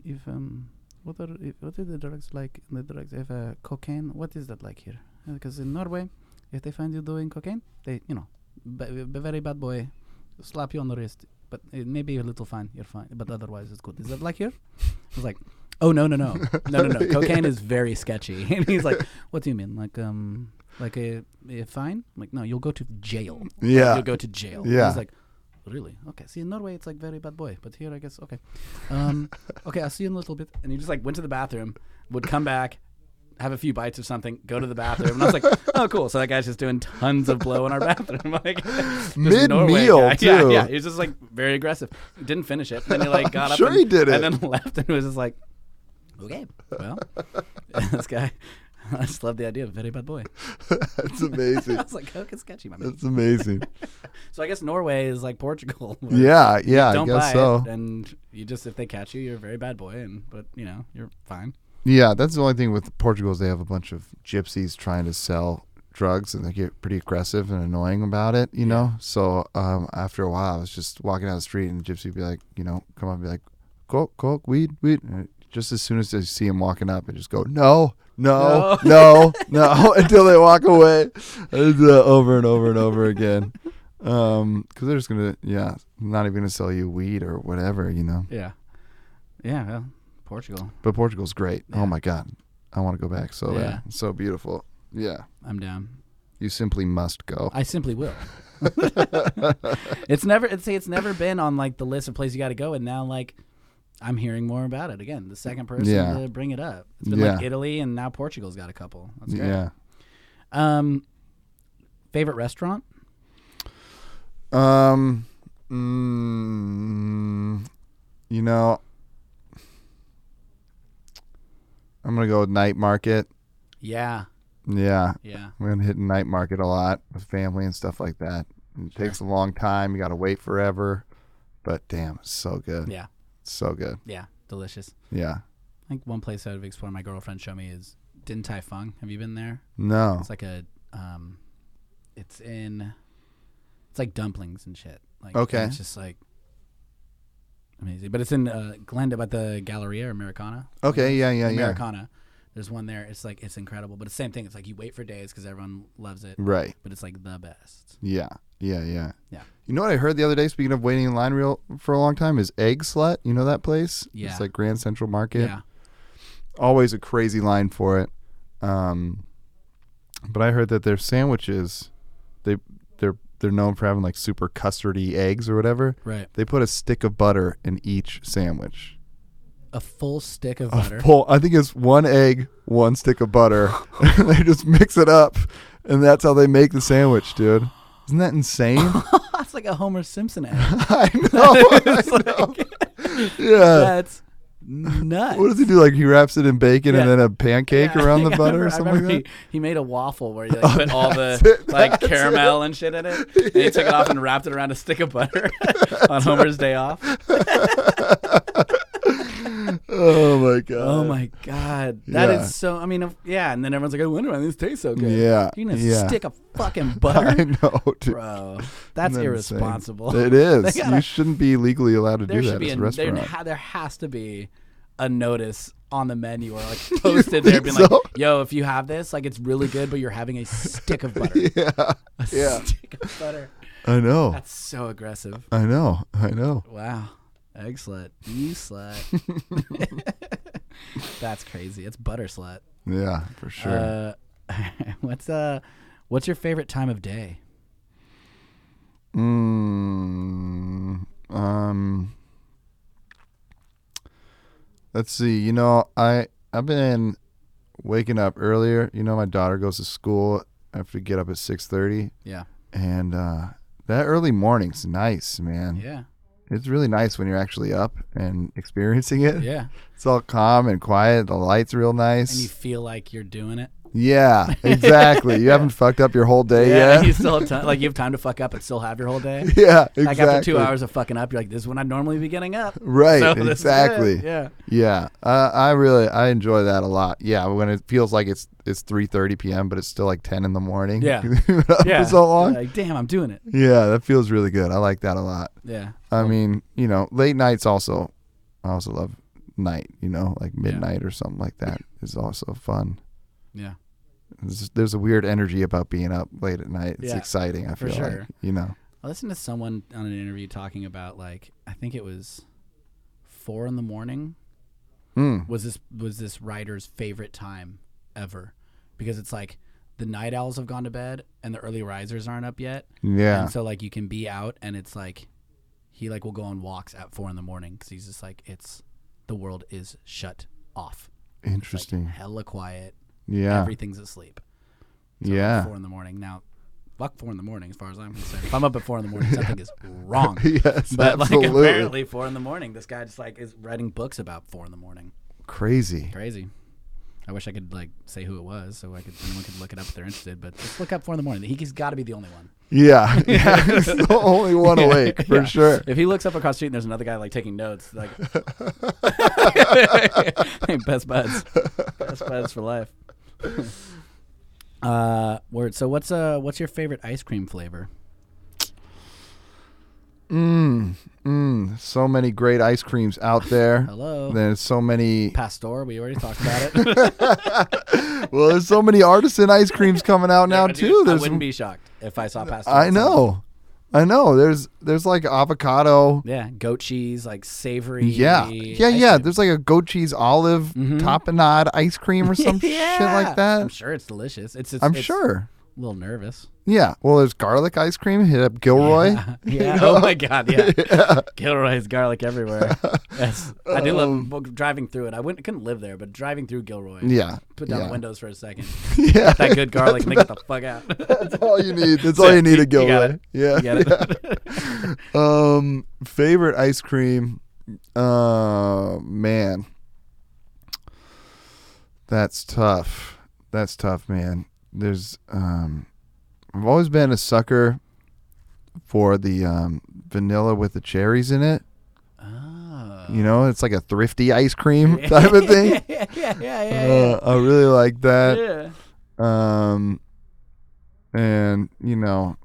"You've um What are i- what are the drugs like? The drugs if uh, cocaine. What is that like here? Because in Norway, if they find you doing cocaine, they you know, b- b- very bad boy, slap you on the wrist. But it may be a little fine. You're fine. But otherwise, it's good. Is that like here? I was like, oh no no no no no [LAUGHS] no. Cocaine is very sketchy. [LAUGHS] and he's like, what do you mean? Like um like a, a fine? I'm like no, you'll go to jail. Yeah. You'll go to jail. Yeah. He's like, really? Okay. See, in Norway, it's like very bad boy, but here, I guess, okay. [LAUGHS] Um, okay, I'll see you in a little bit. And he just like went to the bathroom, would come back, have a few bites of something, go to the bathroom. And I was [LAUGHS] like, oh, cool. So that guy's just doing tons of blow in our bathroom. [LAUGHS] like this Mid-meal, Norway guy. Yeah, too. yeah. He was just like very aggressive. Didn't finish it. Then he like got up sure and, he did and it. then [LAUGHS] left and was just like, okay, well, [LAUGHS] this guy. [LAUGHS] I just love the idea of very bad boy. [LAUGHS] [LAUGHS] That's amazing. I was like, okay, sketchy, my man. [LAUGHS] That's amazing. So I guess Norway is like Portugal. [LAUGHS] where- Yeah, yeah, I don't buy guess so. it, and you just if they catch you, you're a very bad boy, and but you know you're fine. Yeah, that's the only thing with Portugal is they have a bunch of gypsies trying to sell drugs and they get pretty aggressive and annoying about it, you know? So um, after a while, I was just walking down the street and the gypsy would be like, you know, come up and be like, coke, coke, weed, weed. And just as soon as they see him walking up, I just go, no, no, no, no, [LAUGHS] until they walk away. It's, uh, over and over and over again. Because they're just going to, yeah, not even going to sell you weed or whatever, you know? Yeah, yeah. Well, Portugal, But Portugal's great. Yeah. Oh my god, I want to go back so bad. Yeah. So beautiful. Yeah, I'm down. you simply must go. I simply [LAUGHS] will. it's never. It's see, it's never been on like the list of places you got to go, and now like I'm hearing more about it again. The second person Yeah. to bring it up. It's been like Yeah. Italy, and now Portugal's got a couple. That's great. yeah. Um, favorite restaurant? Um. Mm, you know, I'm gonna go with night market. Yeah, Yeah, yeah. I'm gonna hit night market a lot with family and stuff like that. It takes a long time. You gotta wait forever. But damn, it's so good. Yeah. So good. Yeah, delicious. Yeah. I think one place I've explored, my girlfriend showed me is Din Tai Fung. Have you been there? No. It's like a, um, it's in, it's like dumplings and shit. Like Okay. and It's just like amazing, but it's in uh, Glenda, but the Galleria Americana. Okay. Yeah. Yeah. Yeah. Americana. There's one there. It's like it's incredible, but it's the same thing. It's like you wait for days because everyone loves it, Right. but it's like the best. Yeah, yeah, yeah. Yeah. You know what I heard the other day? Speaking of waiting in line real for a long time, is Egg Slut. You know that place? Yeah. It's like Grand Central Market. Yeah. Always a crazy line for it. Um, but I heard that their sandwiches, they they're they're known for having like super custardy eggs or whatever. Right. They put a stick of butter in each sandwich. A full stick of A butter. [LAUGHS] full- I think it's one egg, one stick of butter. [LAUGHS] they just mix it up, and that's how they make the sandwich, dude. Isn't [LAUGHS] that insane? That's like a Homer Simpson [LAUGHS] ad. [LAUGHS] I know. It's like, [LAUGHS] Yeah. that's nuts. What does he do? Like he wraps it in bacon and Yeah. then a pancake Yeah, [LAUGHS] around I the think I butter remember- or I something remember like He, he made a waffle where he like, put all the it, like that's caramel and shit in it, and he took it off and wrapped it around a stick of [LAUGHS] butter [LAUGHS] on Homer's day off. Uh, that. Oh my god. Oh my god, that is Yeah. so. I mean, if- yeah, and then everyone's like, I wonder why these taste so good. Yeah, you gonna yeah. stick a [LAUGHS] fucking [LAUGHS] I butter, know, dude. bro. That's Isn't that insane? irresponsible. It [LAUGHS] is. They gotta- you shouldn't be legally allowed to there do should that be as a, a there, restaurant. ha- there has to be a notice on the menu or like [LAUGHS] posted there, think being so? like, "Yo, if you have this, like it's really good, but you're having a stick [LAUGHS] of butter." [LAUGHS] yeah. A [LAUGHS] Yeah. stick of butter. I [LAUGHS] know. That's so aggressive. I know. I know. Wow. Egg slut. You [LAUGHS] slut. [LAUGHS] That's crazy. It's butter slut. Yeah, for sure. Uh, [LAUGHS] what's uh what's your favorite time of day? Mm, um, let's see. You know, I I've been waking up earlier. You know, my daughter goes to school. I have to get up at six thirty, Yeah. and uh, that early morning's nice, man. Yeah. It's really nice when you're actually up and [LAUGHS] experiencing it. Yeah. It's all calm and quiet. The light's real nice. And you feel like you're doing it. [LAUGHS] yeah, exactly. You haven't fucked up your whole day You [LAUGHS] yet. [LAUGHS] still have time like you have time to fuck up and still have your whole day. yeah, exactly. Like after two hours of fucking up, you're like, this is when I'd normally be getting up. Right, So [LAUGHS] this is it. exactly. Yeah. Yeah, uh, I really I enjoy that a lot. Yeah, when it feels like it's it's three thirty p.m. but it's still like ten in the morning. Yeah. You've been [LAUGHS] up Yeah. for so long. Like, damn, I'm doing it. Yeah, that feels really good. I like that a lot. Yeah. I mean, you know, late nights also. I also love night, you know, like midnight or something [LAUGHS] like that is also fun. Yeah. There's, there's a weird energy about being up late at night. It's Yeah, exciting, I for feel like, sure. you know. I listened to someone on an interview talking about like I think it was four in the morning Mm. was this was this writer's favorite time ever because it's like the night owls have gone to bed and the early risers aren't up yet Yeah. and so like you can be out and it's like he like will go on walks at four in the morning because he's just like it's the world is shut off It's, like, Interesting. hella quiet yeah. everything's asleep like, Yeah. four in the morning now fuck four in the morning as far as i'm concerned if i'm up at four in the morning something is [LAUGHS] wrong [LAUGHS] yes, but absolutely. like apparently four in the morning this guy just like is writing books about four in the morning Crazy. crazy i wish i could like say who it was so i could anyone could look it up if they're interested but just look up four in the morning he's got to be the only one [LAUGHS] Yeah. [LAUGHS] Yeah. He's the only one awake for Yeah. sure. If he looks up across the street and there's another guy like taking notes, like [LAUGHS] best buds, best buds for life. [LAUGHS] uh, word. So what's uh what's your favorite ice cream flavor? Mm, mm, so many great ice creams out there. Hello, There's so many. Pastor. We already talked about it. [LAUGHS] Well, there's so many artisan ice creams [LAUGHS] coming out [LAUGHS] now Dude, too. I There's. wouldn't be shocked if I saw Pastor. I know. I know. There's there's like avocado. Yeah, goat cheese, like savory. Yeah. Yeah, ice yeah. cream. There's like a goat cheese olive Mhm. tapenade ice cream [LAUGHS] or some shit Yeah. like that. I'm sure it's delicious. It's. it's I'm it's sure. A little nervous. Yeah. Well, there's garlic ice cream. Hit up Gilroy. Yeah. [LAUGHS] [LAUGHS] Yeah. Oh my God. Yeah. Gilroy's garlic everywhere. Yes. I do love well, driving through it. I wouldn't couldn't live there, but driving through Gilroy. Um, Yeah. Put down yeah. the windows for a second. [LAUGHS] Yeah. That good garlic, and they get the fuck out. [LAUGHS] [LAUGHS] That's all you need. That's all you need You to go got with. it. Yeah. You get it? yeah. [LAUGHS] Um, favorite ice cream. Uh, man. That's tough. That's tough, man. There's um, I've always been a sucker for the um, vanilla with the cherries in it. Oh. You know, it's like a thrifty ice cream type of thing. [LAUGHS] yeah, yeah, yeah, yeah. Uh, I really like Uh, that. yeah. Um, and you know,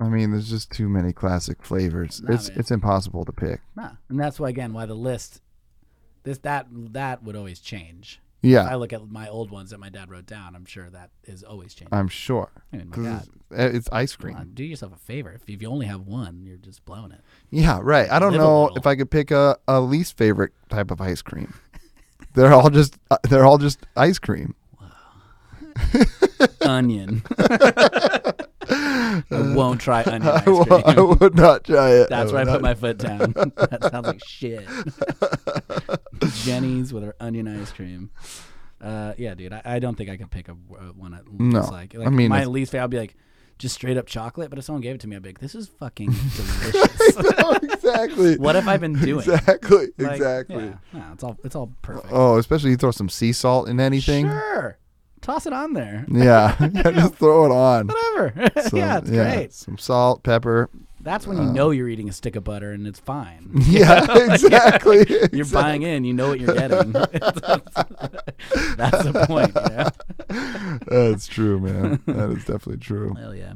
I mean, there's just too many classic flavors. Nah, it's man. it's impossible to pick. Nah. And that's why again why the list this that that would always change. If I Yeah, look at my old ones that my dad wrote down, I'm sure that is always changing. I'm sure. I mean, my 'Cause God, it's, it's ice come cream. on, do yourself a favor. If, if you only have one, you're just blowing [LAUGHS] it. Yeah, right. I don't Live a know little. if I could pick a, a least favorite type of ice cream. they're all just uh, they're all just ice cream. [LAUGHS] onion. I won't try onion [LAUGHS] ice I cream. wo- [LAUGHS] I would not try it. That's where I put would not- my foot [LAUGHS] down. that sounds like shit. Jenny's with her onion ice cream. Uh, yeah, dude. I, I don't think I could pick a, w- uh, one. I No. like, I like mean, my it's- least favorite. I'd be like, just straight up chocolate. But if someone gave it to me, I'd be like, this is [LAUGHS] fucking delicious. No, [LAUGHS] [LAUGHS] exactly. what have I been doing? Exactly. Like, exactly. yeah, no, it's all it's all perfect. Oh, especially you throw some sea salt in anything. Sure. Toss it on there. Yeah, [LAUGHS] just throw it on. Whatever. [LAUGHS] Some- yeah, it's great. Some [LAUGHS] salt, pepper. [LAUGHS] That's when you know you're eating a stick of butter and it's fine. Uh. [LAUGHS] Yeah, exactly. You're buying in, you know what you're [LAUGHS] getting. [LAUGHS] That's the point. You know? [LAUGHS] That's true, man. That is [LAUGHS] definitely true. Hell yeah.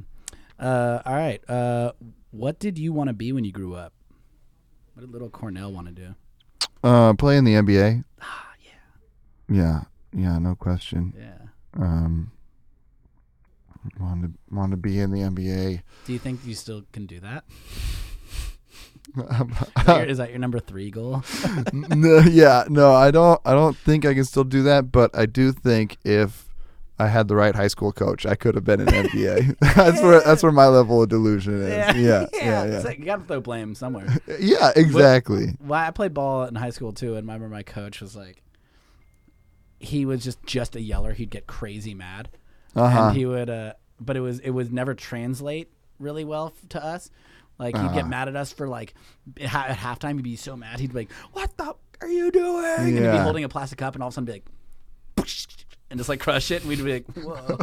Uh, all right. Uh, what did you want to be when you grew up? What did little Cornell want to do? Uh, playing the NBA. Ah, yeah. Yeah, yeah, no question. Yeah. Um, wanted to, wanted to be in the [LAUGHS] NBA. Do you think you still can do that? Um, Is that your, is that your number three goal? [LAUGHS] no, yeah, no, I don't. I don't think I can still do that, but I do think if I had the right high school coach, I could have been an NBA. [LAUGHS] that's where that's where my level of delusion is. [LAUGHS] Yeah, yeah, yeah, It's yeah. like you got to throw blame somewhere. exactly. Well, I played ball in high school too, and I remember my coach was like, he was just just a yeller. He'd get crazy mad, Uh-huh. and he would. Uh, but it was it would never translate really well f- to us. Like he'd Uh-huh. get mad at us for like b- ha- at halftime. He'd be so mad. He'd be like, "What the f- are you doing?" And he'd be Yeah. holding a plastic cup, and all of a sudden be like, and just like crush it, and we'd be like, "Whoa,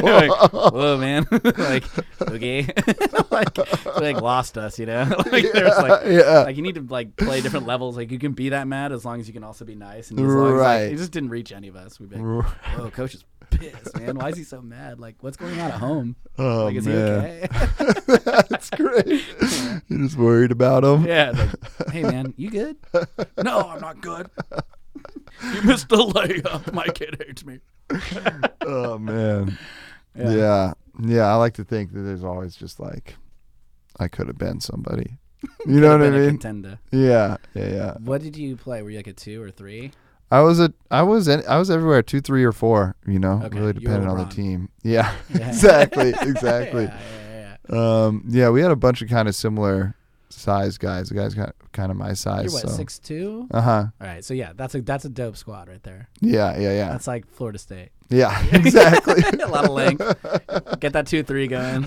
[LAUGHS] like, whoa, man!" [LAUGHS] like, okay, [LAUGHS] like, they, like lost us, you know? [LAUGHS] [LAUGHS] like, there's like yeah. like you need to like play different levels. Like you can be that mad as long as you can also be nice. And as long as, like, Right. [LAUGHS] it just didn't reach any of us. We'd be like, R- "Whoa, coach is pissed, man. Why is he so mad? Like, what's going on at home? Oh Like, is he man, okay? [LAUGHS] that's great. You're just worried about him. yeah. Like, hey, man, you [LAUGHS] good? no, I'm not good. [LAUGHS] you missed the layup. My kid hates me. Oh man. Yeah. Yeah. yeah, I like to think that there's always just like, I could have been somebody. [LAUGHS] You know what I Been a mean? contender. Yeah, yeah, yeah. What did you play? Were you like a two or three? I was a, I was, in, I was everywhere, two, three, or four. You know, Okay, really you were depending on the LeBron. team. Yeah, [LAUGHS] Yeah. [LAUGHS] exactly, exactly. Yeah, yeah, yeah. Um, yeah, we had a bunch of kind of similar size guys. The guys kind of, kind of my size. You're what, so. six two? Uh huh. All right, so yeah, that's a that's a dope squad right there. Yeah, yeah, yeah, That's like Florida State. yeah. [LAUGHS] [LAUGHS] Exactly. a lot of length. Get that two three going.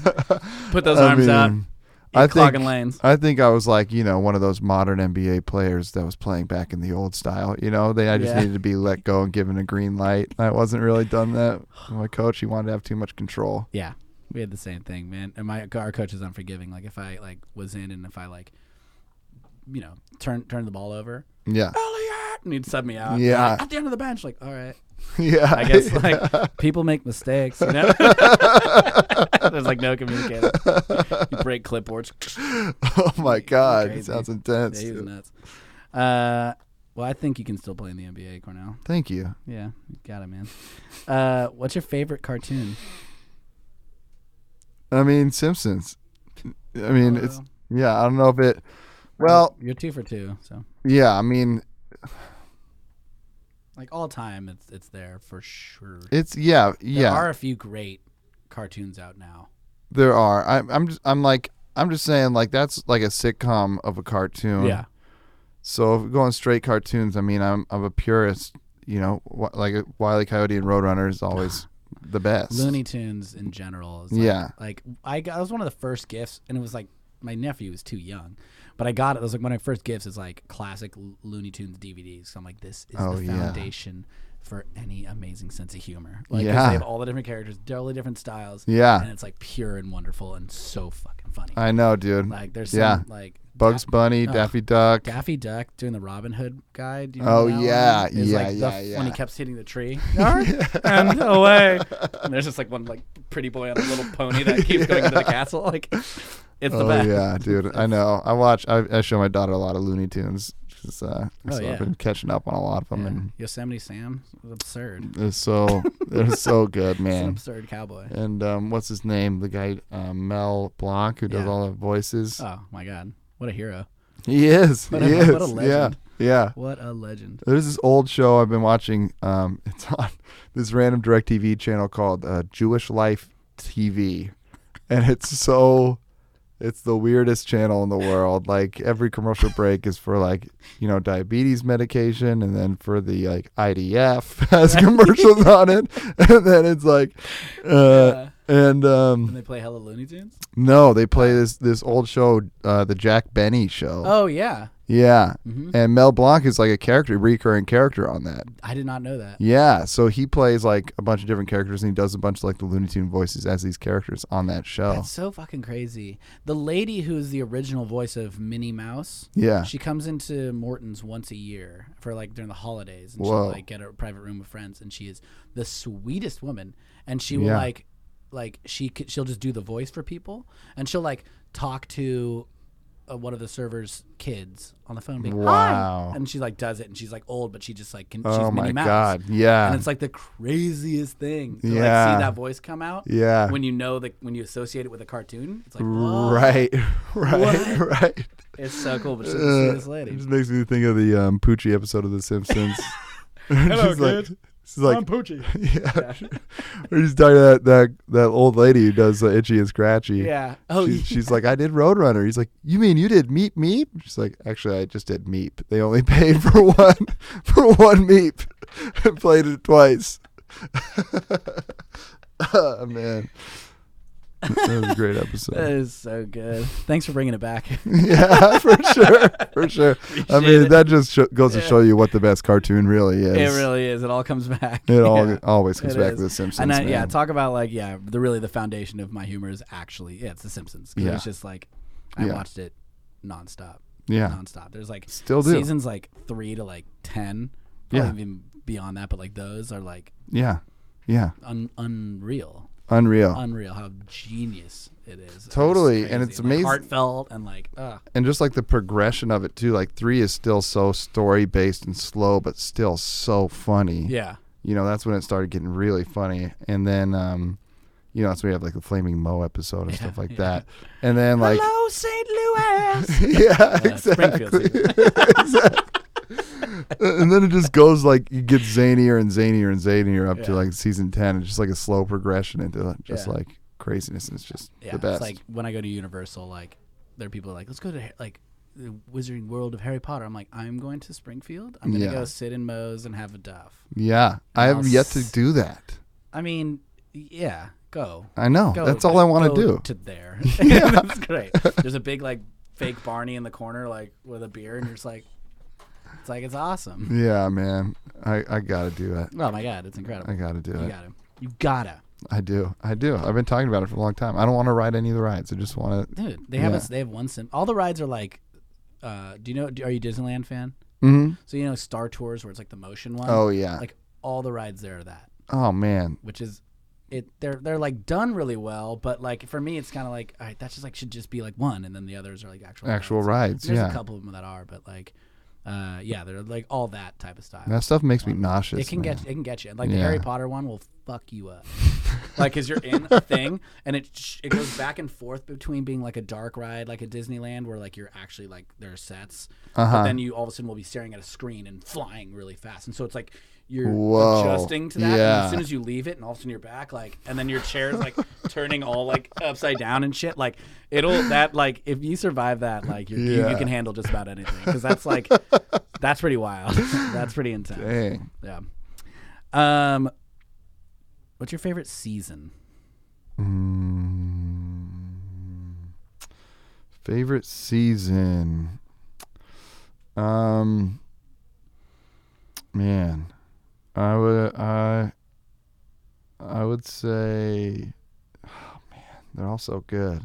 Put those I arms out. mean, You're I clogging think- lanes. I think I was like, you know, one of those modern NBA players that was playing back in the old style. You know, they I just Yeah. needed to be let go and given a green light. I wasn't really done that. My coach, he wanted to have too much control. Yeah, we had the same thing, man. And my our coach is unforgiving. Like if I like was in and if I like, you know, turn turn the ball over, [LAUGHS] Yeah, [LAUGHS] Elliot, and he'd sub me out. Yeah. Like, at the end of the bench, like all right, yeah. I guess [LAUGHS] like people make mistakes. You know, [LAUGHS] there's like no communication. You break clipboards. [LAUGHS] [LAUGHS] oh my god, Crazy. it sounds Yeah, intense. he was nuts. Uh, well, I think you can still play in the NBA, Cornell. Thank you. Yeah, you got it, man. Uh, what's your favorite cartoon? I mean, Simpsons. I mean, it's Well, yeah. I don't know if it. Well, you're two for two, so yeah. I mean, like all time, it's it's there for sure. it's yeah, There yeah. are a few great cartoons out now. There are. I, I'm just. I'm like. I'm just saying. Like that's like a sitcom of a cartoon. Yeah, So if we're going straight cartoons, I mean, I'm I'm a purist. You know, wh- like uh, Wiley Coyote and Roadrunner is always [SIGHS] the best. Looney Tunes in general. Is like, Yeah. like I got, that was one of the first gifts, and it was like my nephew was too young, but I got it. It was like one of my first gifts is like classic Lo- Looney Tunes DVDs. So I'm like, this is Oh, the yeah. foundation for any amazing sense of humor. Like 'cause Yeah. they have all the different characters, totally different styles. and Yeah, it's like pure and wonderful and so fucking funny. I know, dude. like there's yeah. some like Bugs Da- Bunny, Ugh. Daffy Duck. Daffy Duck doing the Robin Hood guy. Do you Oh, remember that yeah, one? It's yeah, like the yeah, f- yeah. When he kept hitting the [LAUGHS] tree, and away. And there's just like one like pretty boy on a little pony that [LAUGHS] keeps going into the castle. Like it's the oh best. yeah, dude. I know. I watch. I, I show my daughter a lot of Looney Tunes. 'cause, uh, Oh, so yeah. I've been catching up on a lot of them, Yeah. and Yosemite Sam, was absurd. it's so [LAUGHS] they're so good, It's an man. absurd cowboy. And um, what's his name? The guy um, Mel Blanc who does Yeah. all the voices. Oh my god, what a hero! He is. What he a- is. what a legend. Yeah. Yeah. What a legend. There's this old show I've been watching. Um, [LAUGHS] it's on this random DirecTV channel called uh, Jewish Life TV, and it's so, it's the weirdest channel in the world. Like every commercial break is for like you know diabetes medication, and then for the like IDF [LAUGHS] has commercials on it, and then it's like, uh, Uh, and and um, they play Hello Looney Tunes. no, they play this this old show, uh, the Jack Benny show. Oh yeah, Yeah, hmm and Mel Blanc is like a character, recurring character on that. I did not know that. Yeah, so he plays like a bunch of different characters, and he does a bunch of like the Looney Tune voices as these characters on that show. That's so fucking crazy. The lady who is the original voice of Minnie Mouse, yeah, she comes into Morton's once a year for like during the holidays, and Whoa. she'll like get a private room with friends, and she is the sweetest woman, and she will Yeah. like, like she c- she'll just do the voice for people, and she'll like talk to. Uh, one of the servers' kids on the phone, being, Wow. Hi! and she like does it, and she's like old, but she just like can. Oh she's my Minnie Mouse. God, yeah. and it's like the craziest thing to like Yeah. see that voice come out yeah, when you know that when you associate it with a cartoon, it's like whoa, right, [LAUGHS] right, What? [LAUGHS] right. It's so cool. But just Uh, see this it lady. just makes me think of the um, Poochie episode of [LAUGHS] The Simpsons. [LAUGHS] Hello, she's like, kid. she's like, Poochie. [LAUGHS] yeah, [LAUGHS] we're just talking to that, that that old lady who does uh, Itchy and Scratchy. Yeah. Oh, She- yeah. she's like, I did Roadrunner. He's like, you mean you did Meep Meep? She's like, actually, I just did Meep. They only [LAUGHS] paid for one for one Meep. [LAUGHS] I played it twice. [LAUGHS] oh, man, that was a [LAUGHS] great that episode. is so good. Thanks for bringing it back. [LAUGHS] [LAUGHS] yeah, for sure, for sure. I Appreciate mean, it. that just sho- goes Yeah. to show you what the best cartoon really is. it really is. It all comes back. It all Yeah. always comes It back is. to the Simpsons. And I, man. yeah, talk about like yeah, the really the foundation of my humor is actually yeah, it's The Simpsons. 'Cause Yeah. It's just like I Yeah. watched it nonstop, yeah, nonstop. There's like still do. seasons like three to like ten, probably Yeah. even beyond that. But like those are like Yeah, Yeah. un- unreal, Unreal. unreal. How genius it is! It's Totally, and crazy, it's like, amazing- heartfelt, and like, uh, and just like the progression of it too like three is still so story based and slow but still so funny yeah, you know that's when it started getting really funny and then um you know that's when we have like the flaming mo episode and [LAUGHS] stuff like that and then like [LAUGHS] hello St. Louis. yeah Uh, Springfield exactly season. [LAUGHS] and then it just goes like you get zanier and zanier and zanier up Yeah. to like season 10 it's just like a slow progression into like, just Yeah. like craziness and it's just yeah, the It's best like when I go to Universal, like there are people like, let's go to like the Wizarding World of Harry Potter. I'm like, I'm going to Springfield. I'm gonna Yeah. go sit in Moe's and have a Duff. yeah i I'll have yet to s- do that I mean, yeah, go. i know Go, that's all like, i want go to do To [LAUGHS] there, [LAUGHS] yeah. that's great. There's a big like fake Barney in the corner, like with a beer, and you're just like, it's like it's awesome. Yeah, man. I, I gotta do it. Oh my god, it's I incredible. gotta do You it. gotta, you gotta, I do. I do. I've been talking about it for a long time. I don't want to ride any of the rides. I just want to. dude. They have Yeah. a, they have one sim. All the rides are like, uh, do you know? Are you a Disneyland fan? hmm So you know Star Tours, where it's like the motion one. Oh yeah. um, like all the rides there are that, oh man. which is. It, they're they're like done really well, but like for me, it's kind of like all right, that's just like should just be like one, and then the others are like actual Actual rides. rides. There's yeah. a couple of them that are, but like, uh, yeah, they're like all that type of style. That stuff makes me nauseous. it can man. get it can get you. Like the Yeah. Harry Potter one will fuck you up. like, cause you're in [LAUGHS] a thing, and it sh- it goes back and forth between being like a dark ride, like a Disneyland, where like you're actually like there are sets, but Uh-huh. then you all of a sudden will be staring at a screen and flying really fast, and so it's like you're Whoa. adjusting to that. And Yeah. as soon as you leave it, and all of a sudden you're back, like, and then your chair's like turning all like upside down and shit. Like it'll that like if you survive that, like you're, you, you Yeah. can handle just about anything because that's like that's pretty wild. [LAUGHS] that's pretty intense. Dang. Yeah. Um, what's your favorite season? Mm. Favorite season. Um. Man, I would. I. I would say. Oh man, they're all so good.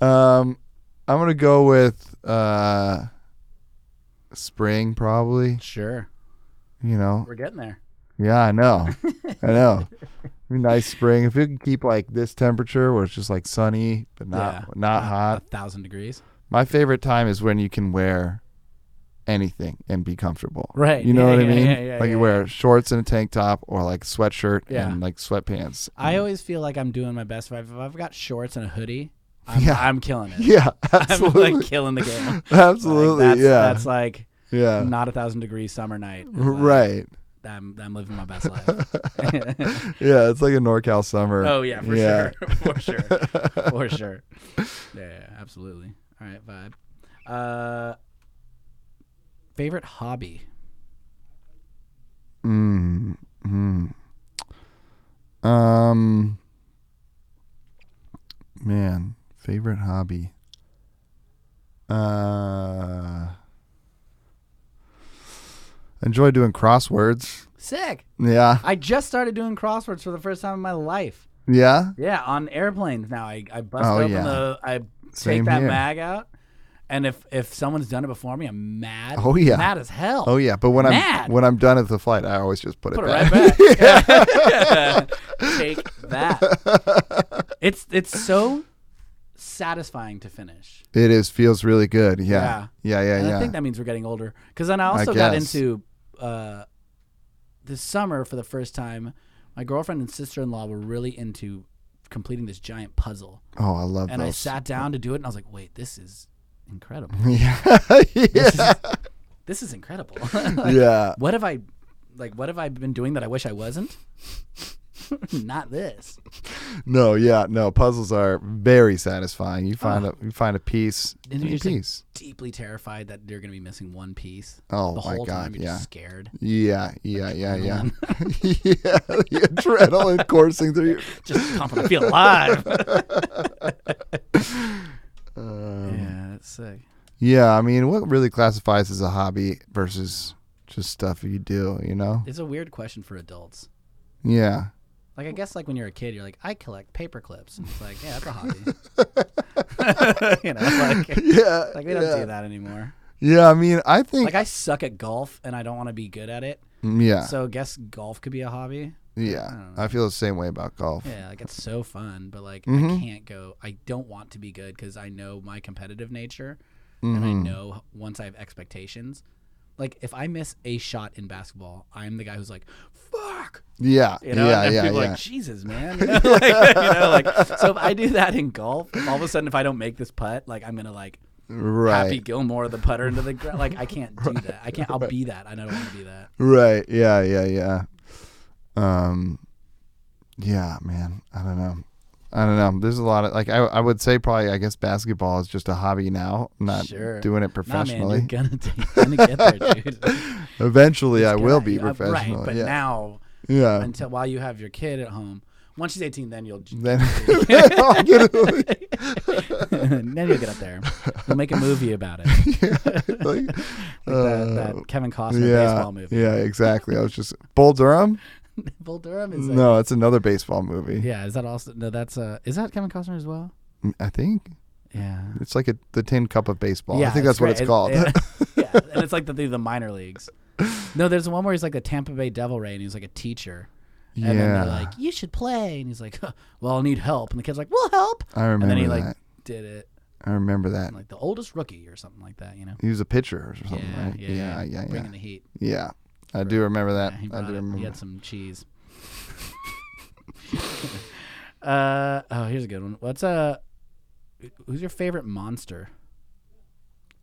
Um, I'm gonna go with uh. Spring, probably. Sure, You know, we're getting there. yeah, [LAUGHS] I know. I know. It'd be nice spring if we can keep like this temperature where it's just like sunny but not Yeah. not A hot. thousand degrees. My favorite time is when you can wear anything and be comfortable. Right. You know Yeah, what I yeah, mean? yeah, yeah, yeah, like you wear shorts and a tank top or like sweatshirt Yeah. and like sweatpants. I always feel like I'm doing my best. If I've, if I've got shorts and a hoodie, I'm, Yeah. I'm killing it. [LAUGHS] [LAUGHS] Yeah, [LAUGHS] I'm [LAUGHS] absolutely. [LAUGHS] like killing the game. Like, absolutely. that's, yeah. That's like yeah. [LAUGHS] not a thousand degree summer night. It's like, right. [LAUGHS] I'm, I'm living my best life. [LAUGHS] Yeah, it's like a NorCal summer. [LAUGHS] oh yeah, for Yeah. sure, [LAUGHS] for sure, for [LAUGHS] sure. Yeah, yeah, absolutely. All right, vibe. Uh, favorite hobby? Mm, mm. Um, man, favorite hobby. Uh, enjoy doing crosswords. Sick. Yeah, I just started doing crosswords for the first time in my life. yeah. Yeah, on airplanes now. I, I bust Oh, open yeah. the I take Same that here. mag out. And if if someone's done it before me, I'm mad. Oh, yeah. Mad as hell. Oh yeah, but when Mad. I'm when I'm done with the flight, I always just put, Put it it back. right back. [LAUGHS] [LAUGHS] take that. [LAUGHS] It's it's so satisfying to finish. It is feels really good. Yeah, yeah, yeah, And yeah. I think that means we're getting older. Because then I also got guess. into uh, this summer for the first time. My girlfriend and sister in law were really into completing this giant puzzle, oh, I love and I those. sat down to do it, and I was like, "Wait, this is incredible! [LAUGHS] [LAUGHS] yeah, yeah. This is incredible! [LAUGHS] yeah. what have I, like, what have I been doing that I wish I wasn't? [LAUGHS] Not this. No, yeah, no. Puzzles are very satisfying. You find a you find a piece, Ah. And any you're just like- piece. Deeply terrified that you're going to be missing one piece. Oh, the my whole God, time you're yeah. just scared. yeah, yeah, yeah, yeah, [LAUGHS] yeah. The [LAUGHS] adrenaline coursing through. Just pumping. I feel [LAUGHS] alive. You. Um, yeah. yeah, that's sick. I mean, what really classifies as a hobby versus just stuff you do? You know? It's a weird question for adults. Yeah. Like I guess like when you're a kid, you're like, I collect paper clips. And it's like, yeah, that's a hobby. [LAUGHS] you know, like, [LAUGHS] Yeah. like we don't yeah. do that anymore. Yeah, I mean, I think. mm, Like I suck at golf and I don't want to be good at it. yeah. So I guess golf could be a hobby. Yeah, don't know. I, feel the same way about golf. Yeah, like it's so fun, but like I Mhm. can't go. I don't want to be good because I know my competitive nature, and I Mhm. know once I have expectations. Like if I miss a shot in basketball, I'm the guy who's like, "Fuck," Yeah, you know. yeah, and yeah, people are yeah. like, "Jesus, man," [LAUGHS] you know? like, you know, like so. If I do that in golf, all of a sudden, if I don't make this putt, like I'm gonna like right, Happy Gilmore the putter into the ground. Like I can't do that. I can't. I'll be that. I don't want to be that. right. Yeah, yeah, yeah. Um, yeah, man. I don't know. I don't know. There's a lot of like I, I would say probably I guess basketball is just a hobby now. I'm not Sure. doing Nah, it man, professionally. you're gonna, [LAUGHS] t- you're gonna get there, dude. [LAUGHS] Eventually, I will be Yeah, professional. Right, but yeah, now yeah. [LAUGHS] until while you have your kid at home. Once she's 18, then you'll [LAUGHS] then [LAUGHS] I'll get [LAUGHS] away. [LAUGHS] then you'll get up there. We'll make a movie about [LAUGHS] it, like, like uh, that, that Kevin Costner yeah, baseball [LAUGHS] movie. yeah, exactly. I was just Bull Durham. Bull Durham is that, No, it's another baseball movie. yeah. Is that also no? That's uh, is that Kevin Costner as well? I think Yeah. it's like a, the Tin Cup of baseball. yeah, I think that's what great. it's called. Yeah, [LAUGHS] yeah, and it's like the the minor leagues. No, there's one where he's like a Tampa Bay Devil Ray, and he's like a teacher. And then [LAUGHS] Yeah. they're like, "You should play," and he's like, [LAUGHS] huh, "Well, I'll need help." And the kid's like, "We'll help." I And remember then he that. like did it, I remember that. like the oldest rookie or something like that, you know? He was a pitcher or something, yeah, right? yeah, yeah, yeah, yeah. Bringing the heat. Yeah. I do remember that. Yeah, he I brought it. do remember. He had some cheese. [LAUGHS] uh, oh, here's a good one. What's uh, who's your favorite monster? [LAUGHS]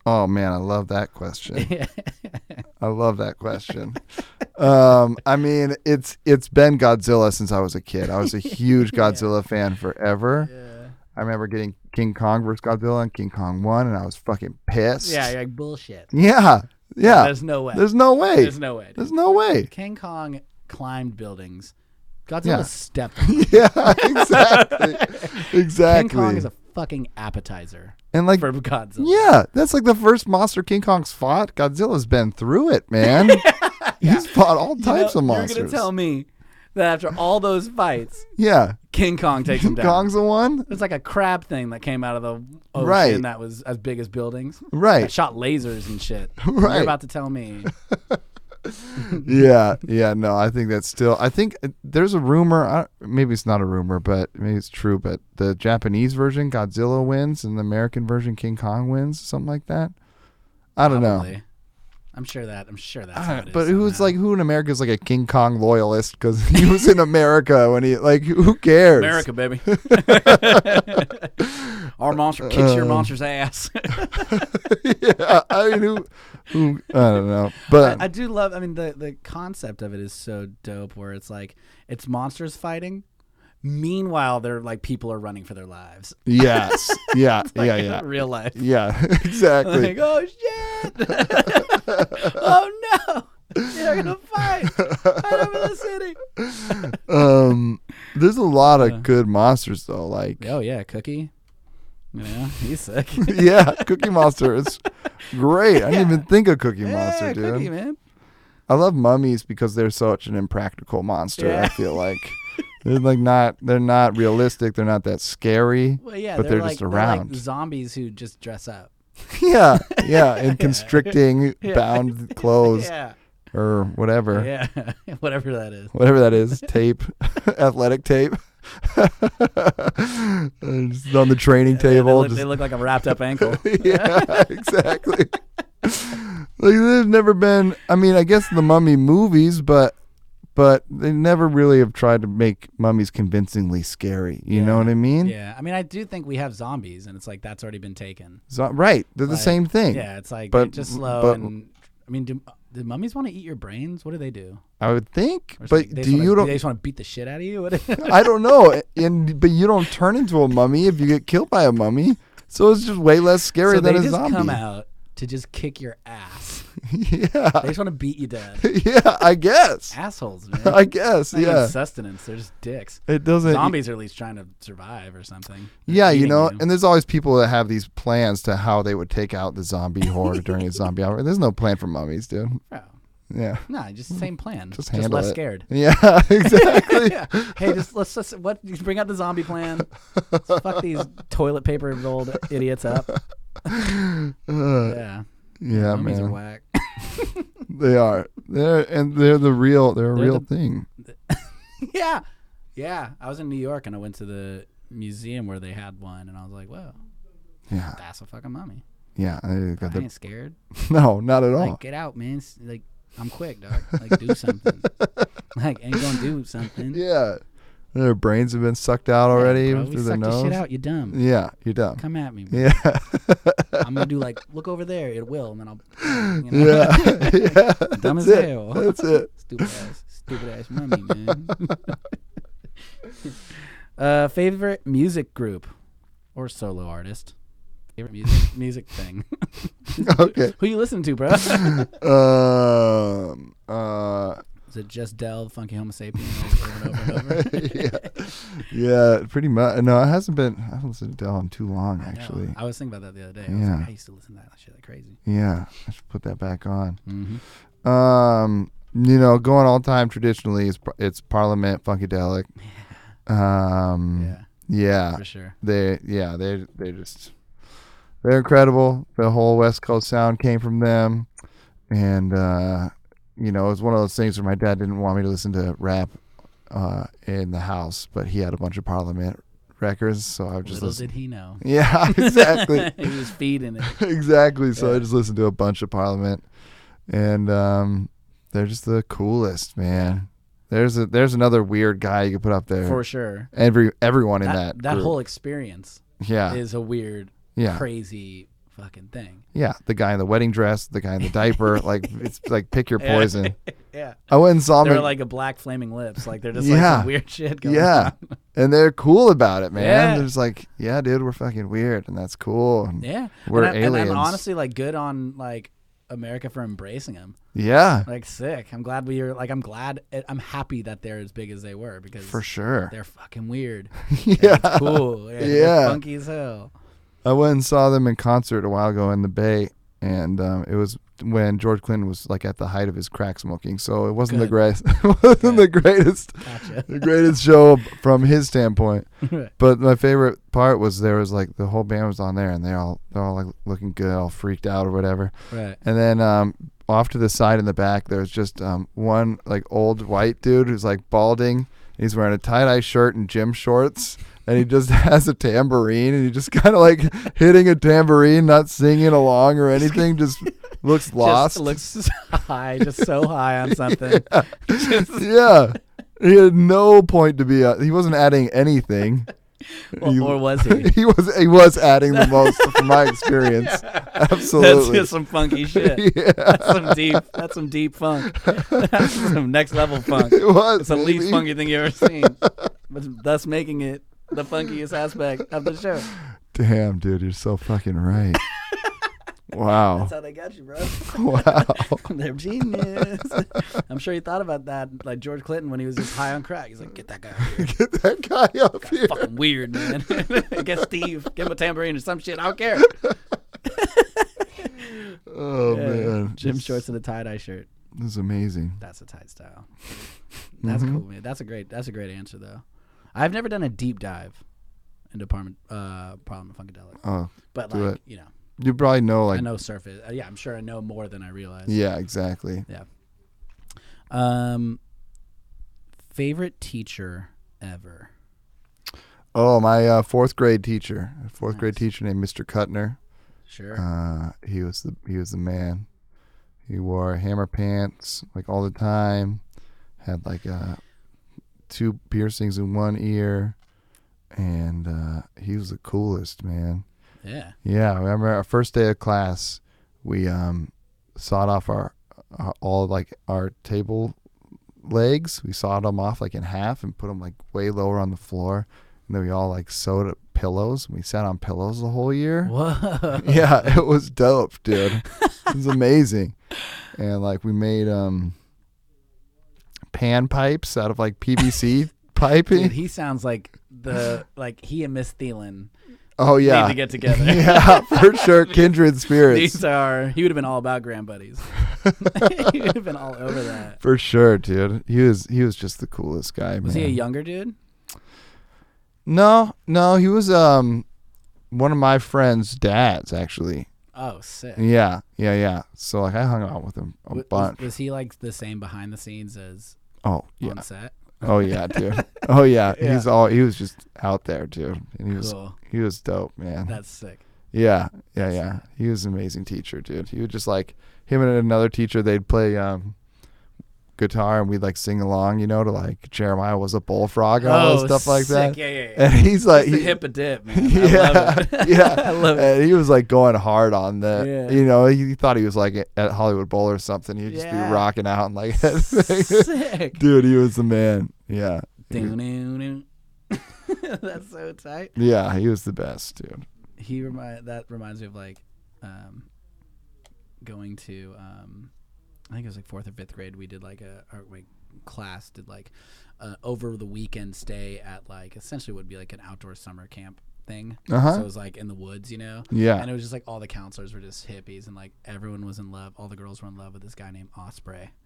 Oh man, I love [LAUGHS] that question. yeah, I love that question. um, I mean, it's it's been Godzilla since I was a kid. I was [LAUGHS] a huge Godzilla fan forever. yeah, I remember getting King Kong versus Godzilla and King Kong won, and I was fucking pissed. you're like bullshit. yeah, yeah. There's no way. There's, There's no way. no way. dude. There's no way. King Kong climbed buildings. Godzilla Yeah. stepped. [LAUGHS] [LAUGHS] yeah, exactly. King exactly. Kong is a fucking appetizer and like for Godzilla. Yeah, that's like the first monster King Kong's fought. Godzilla's been through it, [LAUGHS] man. He's fought all You know, types of monsters. You're gonna tell me that after all those fights, yeah, King Kong takes him King down. Kong's the one, It's like a crab thing that came out of the ocean Right. that was as big as buildings. That [LAUGHS] right? shot lasers and shit. [LAUGHS] Right. You're about to tell [LAUGHS] me. yeah, yeah. No, I think that's still. I think uh, there's a rumor. I, maybe it's not a rumor, but maybe it's true. But the Japanese version Godzilla wins, and the American version King Kong wins, something like that. I don't know. Probably. I'm sure that. I'm sure that's. how it is But who's somehow. like who in America is like a King Kong loyalist because [LAUGHS] he was in America when he like who cares? America, [LAUGHS] baby? [LAUGHS] Our monster kicks Uh. your monster's ass. [LAUGHS] [LAUGHS] yeah, I mean, who, who, I don't know, but I [LAUGHS] do love. I mean, the the concept of it is so dope. Where it's like it's monsters fighting. Meanwhile, they're like people are running for their lives. yes, yeah, yeah, Like, yeah, Real [LAUGHS] life. [LAUGHS] yeah, exactly. Like, oh shit! [LAUGHS] oh no! They're gonna fight out over the city. [LAUGHS] uh, Um, there's a lot of good monsters though, like Oh yeah, Cookie. You know, he's sick. [LAUGHS] yeah, Cookie Monster is great. I didn't even think of Cookie Monster, yeah, dude. Cookie man. I love mummies because they're such an impractical monster. Yeah. I [LAUGHS] feel like. They're like not. They're not realistic. They're not [LAUGHS] that scary. Well, yeah, but they're, they're, like, just they're like around. zombies who just dress up. yeah, yeah, [LAUGHS] in constricting bound clothes Yeah, or whatever. yeah, [LAUGHS] whatever that is. whatever [LAUGHS] that is, tape, [LAUGHS] athletic tape, [LAUGHS] And just on the training they, table. look, they just- look like a wrapped up ankle. [LAUGHS] [LAUGHS] yeah, exactly. like there's never been. I mean, I guess the Mummy movies, but but they never really have tried to make mummies convincingly scary. You know what I mean? yeah, I mean, I do think we have zombies, and it's like that's already been taken. So- right, they're the Like, same thing. Yeah, it's like But- just slow. but- and I mean, do, do mummies want to eat your brains? What do they do? I would think, Or just, like, but they just do wanna- you They don't? just want to beat the shit out of you. What- [LAUGHS] I don't know. And but you don't turn into a mummy if you get killed by a mummy. So it's just way less [LAUGHS] scary so they than a just zombie. come out to just kick your [LAUGHS] ass. yeah. [LAUGHS] They just want to beat you dead. yeah, I guess. [LAUGHS] Assholes, man. I guess. Not even Yeah. sustenance. They're just dicks. It doesn't. Zombies are at least trying to survive or something. They're Yeah, you eating know, and there's always people that have these plans to how they would take out [LAUGHS] the zombie horde during a zombie hour. There's no plan for mummies, dude. Bro, Yeah. [LAUGHS] nah, just the same plan. Just Just, handle less it. scared. Yeah, [LAUGHS] exactly. yeah. [LAUGHS] Hey, just let's just what you bring out the zombie plan. Let's fuck these toilet paper rolled idiots [LAUGHS] up. Uh, Yeah. yeah, Mummies are man. whack. [LAUGHS] They are. They're and they're the real. They're a They're real the- thing. yeah, yeah. I was in New York and I went to the museum where they had one, and I was like, "Whoa, Yeah, that's a fucking mummy." yeah. I got I the, ain't scared. [LAUGHS] no, not at all. Like, get out, man. S- Like, I'm quick, dog. Like, do something. [LAUGHS] like, ain't gonna do something. yeah, their brains have been sucked out already uh, Bro, we through their sucked your nose. shit out. You dumb. Yeah, you're dumb. Come at me. bro. Yeah, [LAUGHS] I'm gonna do like, look over there. It will, and then I'll. [LAUGHS] You know? yeah, yeah. [LAUGHS] Dumb That's as it. hell. That's it. Stupid ass, stupid ass mummy, man. [LAUGHS] uh, favorite music group or solo artist? Favorite music music thing. Okay. [LAUGHS] Who you listen to, bro? Um. Uh. [LAUGHS] Is it just Dell, Funky Homo Sapien, over and over and over? [LAUGHS] yeah. Yeah. Pretty much. No, it hasn't been. I haven't listened to Dell in too long, I know. actually. I was thinking about that the other day. I, was Yeah. like, I used to listen to that shit like crazy. Yeah. I should put that back on. Mm-hmm. Mm. Um. You know, going all time traditionally is par- it's [LAUGHS] Parliament, Funkadelic. Um. Yeah, Yeah. for sure. They. Yeah. They. They just. They're incredible. The whole West Coast sound came from them, and uh, you know, it was one of those things where my dad didn't want me to listen to rap uh, in the house, but he had a bunch of Parliament records, so I would just Little listen. did he know. [LAUGHS] Yeah, [LAUGHS] exactly, he was feeding it. exactly. So I Yeah. just listened to a bunch of Parliament, and um, they're just the coolest, man. There's a there's another weird guy you could put up there. For sure. Every everyone in that That, that group. whole experience yeah is a weird, yeah crazy fucking thing. Yeah, the guy in the wedding dress, the guy in [LAUGHS] the diaper, like it's like pick your Yeah. poison. [LAUGHS] Yeah. I went and saw They're them, like a black flaming lips. Like they're just like Yeah. some weird [LAUGHS] shit going yeah, on. and they're cool about it, man. Yeah. They're just like, yeah, dude, we're fucking weird, and that's cool. And Yeah. We're and, I, and aliens. I'm honestly like good on like America for embracing them. yeah, Like sick. I'm glad we are like I'm glad eh, I'm happy that they're as big as they were because for sure. [LAUGHS] they're fucking weird. yeah, Cool. Yeah. Yeah. they're Funky as hell. I went and saw them in concert a while ago in the Bay, and um, it was when George Clinton was like at the height of his crack smoking. So it wasn't the Good. greatest, [LAUGHS] it wasn't the greatest, Gotcha. [LAUGHS] the greatest show from his standpoint. Right. But my favorite part was there was like the whole band was on there, and they all they're all like looking good, all freaked out or whatever. Right. And then um, off to the side in the back, there was just um, one like old white dude who's like balding. He's wearing a tie dye shirt and gym shorts, and he just [LAUGHS] has a tambourine, and he just kind of like hitting a tambourine, not singing along or [LAUGHS] anything. Just looks lost. Just looks [LAUGHS] high, just so high [LAUGHS] on something. yeah, he had no point to be. Uh, he wasn't adding [LAUGHS] anything. Or, You- or was he? [LAUGHS] he was he was adding the most from my [LAUGHS] experience. That's Absolutely. just [LAUGHS] some funky shit. yeah, That's some deep. That's some deep funk. [LAUGHS] That's some next level funk. it was. It's the baby. least funky thing you've ever [LAUGHS] seen, but thus making it the funkiest aspect of the show. Damn, dude, you're so [LAUGHS] fucking right. wow. That's how they got you, bro. [LAUGHS] [LAUGHS] Wow. They're genius. [LAUGHS] I'm sure he thought about that, like George Clinton when he was just high on crack. He's like, "Get [LAUGHS] that guy, out of here. Get that guy up here. fucking weird, man. [LAUGHS] Get Steve, give him a tambourine or some shit. I don't care." Oh Yeah. man. Gym This- shorts and a tie dye shirt. This is amazing. That's a tight style. That's Mm-hmm. cool, man. That's a great. That's a great answer, though. I've never done a deep dive into Parliament, uh, Parliament Funkadelic, Oh. but do like it. you know, You probably know I like know surface. Uh, yeah, I'm sure I know more than I realize. Yeah, exactly. Um, favorite teacher ever. Oh, my uh, fourth grade teacher. a Fourth grade Nice. teacher named Mr. Cutner. Sure. Uh, he was the he was the man. He wore hammer pants like all the time. Had like uh, two piercings in one ear, and uh, he was the coolest man. yeah. Yeah, I remember our first day of class, we um, sawed off our, our all like our table legs. We sawed them off like in half and put them like way lower on the floor, and then we all like sewed up pillows. We sat on pillows the whole year [LAUGHS] Whoa. yeah, it was dope, dude. It was amazing. And like we made um pan pipes out of [LAUGHS] like PVC piping. Dude, he sounds like the like he and Miss Thielen oh yeah. need to get together. [LAUGHS] [LAUGHS] yeah, for sure kindred spirits. These are he would have been all about grand [LAUGHS] buddies. [LAUGHS] he would have been all over that. For sure, dude. He was he was just the coolest guy, Was man. he a younger dude? no, no, he was um one of my friend's dads actually. Oh, sick. Yeah, yeah, yeah. So like I hung out with him a W- was, bunch. was he like the same behind the scenes as Oh, yeah. on set? [LAUGHS] Oh yeah, dude. Oh yeah. Yeah. He's all he was just out there, dude. And he was Cool. he was dope, man. That's sick. Yeah, yeah, yeah. He was an amazing teacher, dude. He would just like him and another teacher. They'd play um, guitar and we'd like sing along, you know, to like Jeremiah was a bullfrog and all Oh, that stuff like sick. that. Yeah, yeah, yeah. And he's like, It's the he- [LAUGHS] hip a dip, man. I love yeah, it. [LAUGHS] yeah. I love it. And he was like going hard on that. Yeah. You know, he, he thought he was like at Hollywood Bowl or something. He'd just Yeah. be rocking out [LAUGHS] and like, [LAUGHS] Sick. dude, he was the man. Yeah, Doo-doo-doo. [LAUGHS] That's so tight. yeah, he was the best, dude. He remind that reminds me of like um, going to um, I think it was like fourth or fifth grade. We did like a our like, class did like uh, over the weekend stay at like essentially would be like an outdoor summer camp thing. Uh So it huh. was like in the woods, you know. Yeah. And it was just like all the counselors were just hippies, and like everyone was in love. All the girls were in love with this guy named Osprey. [LAUGHS]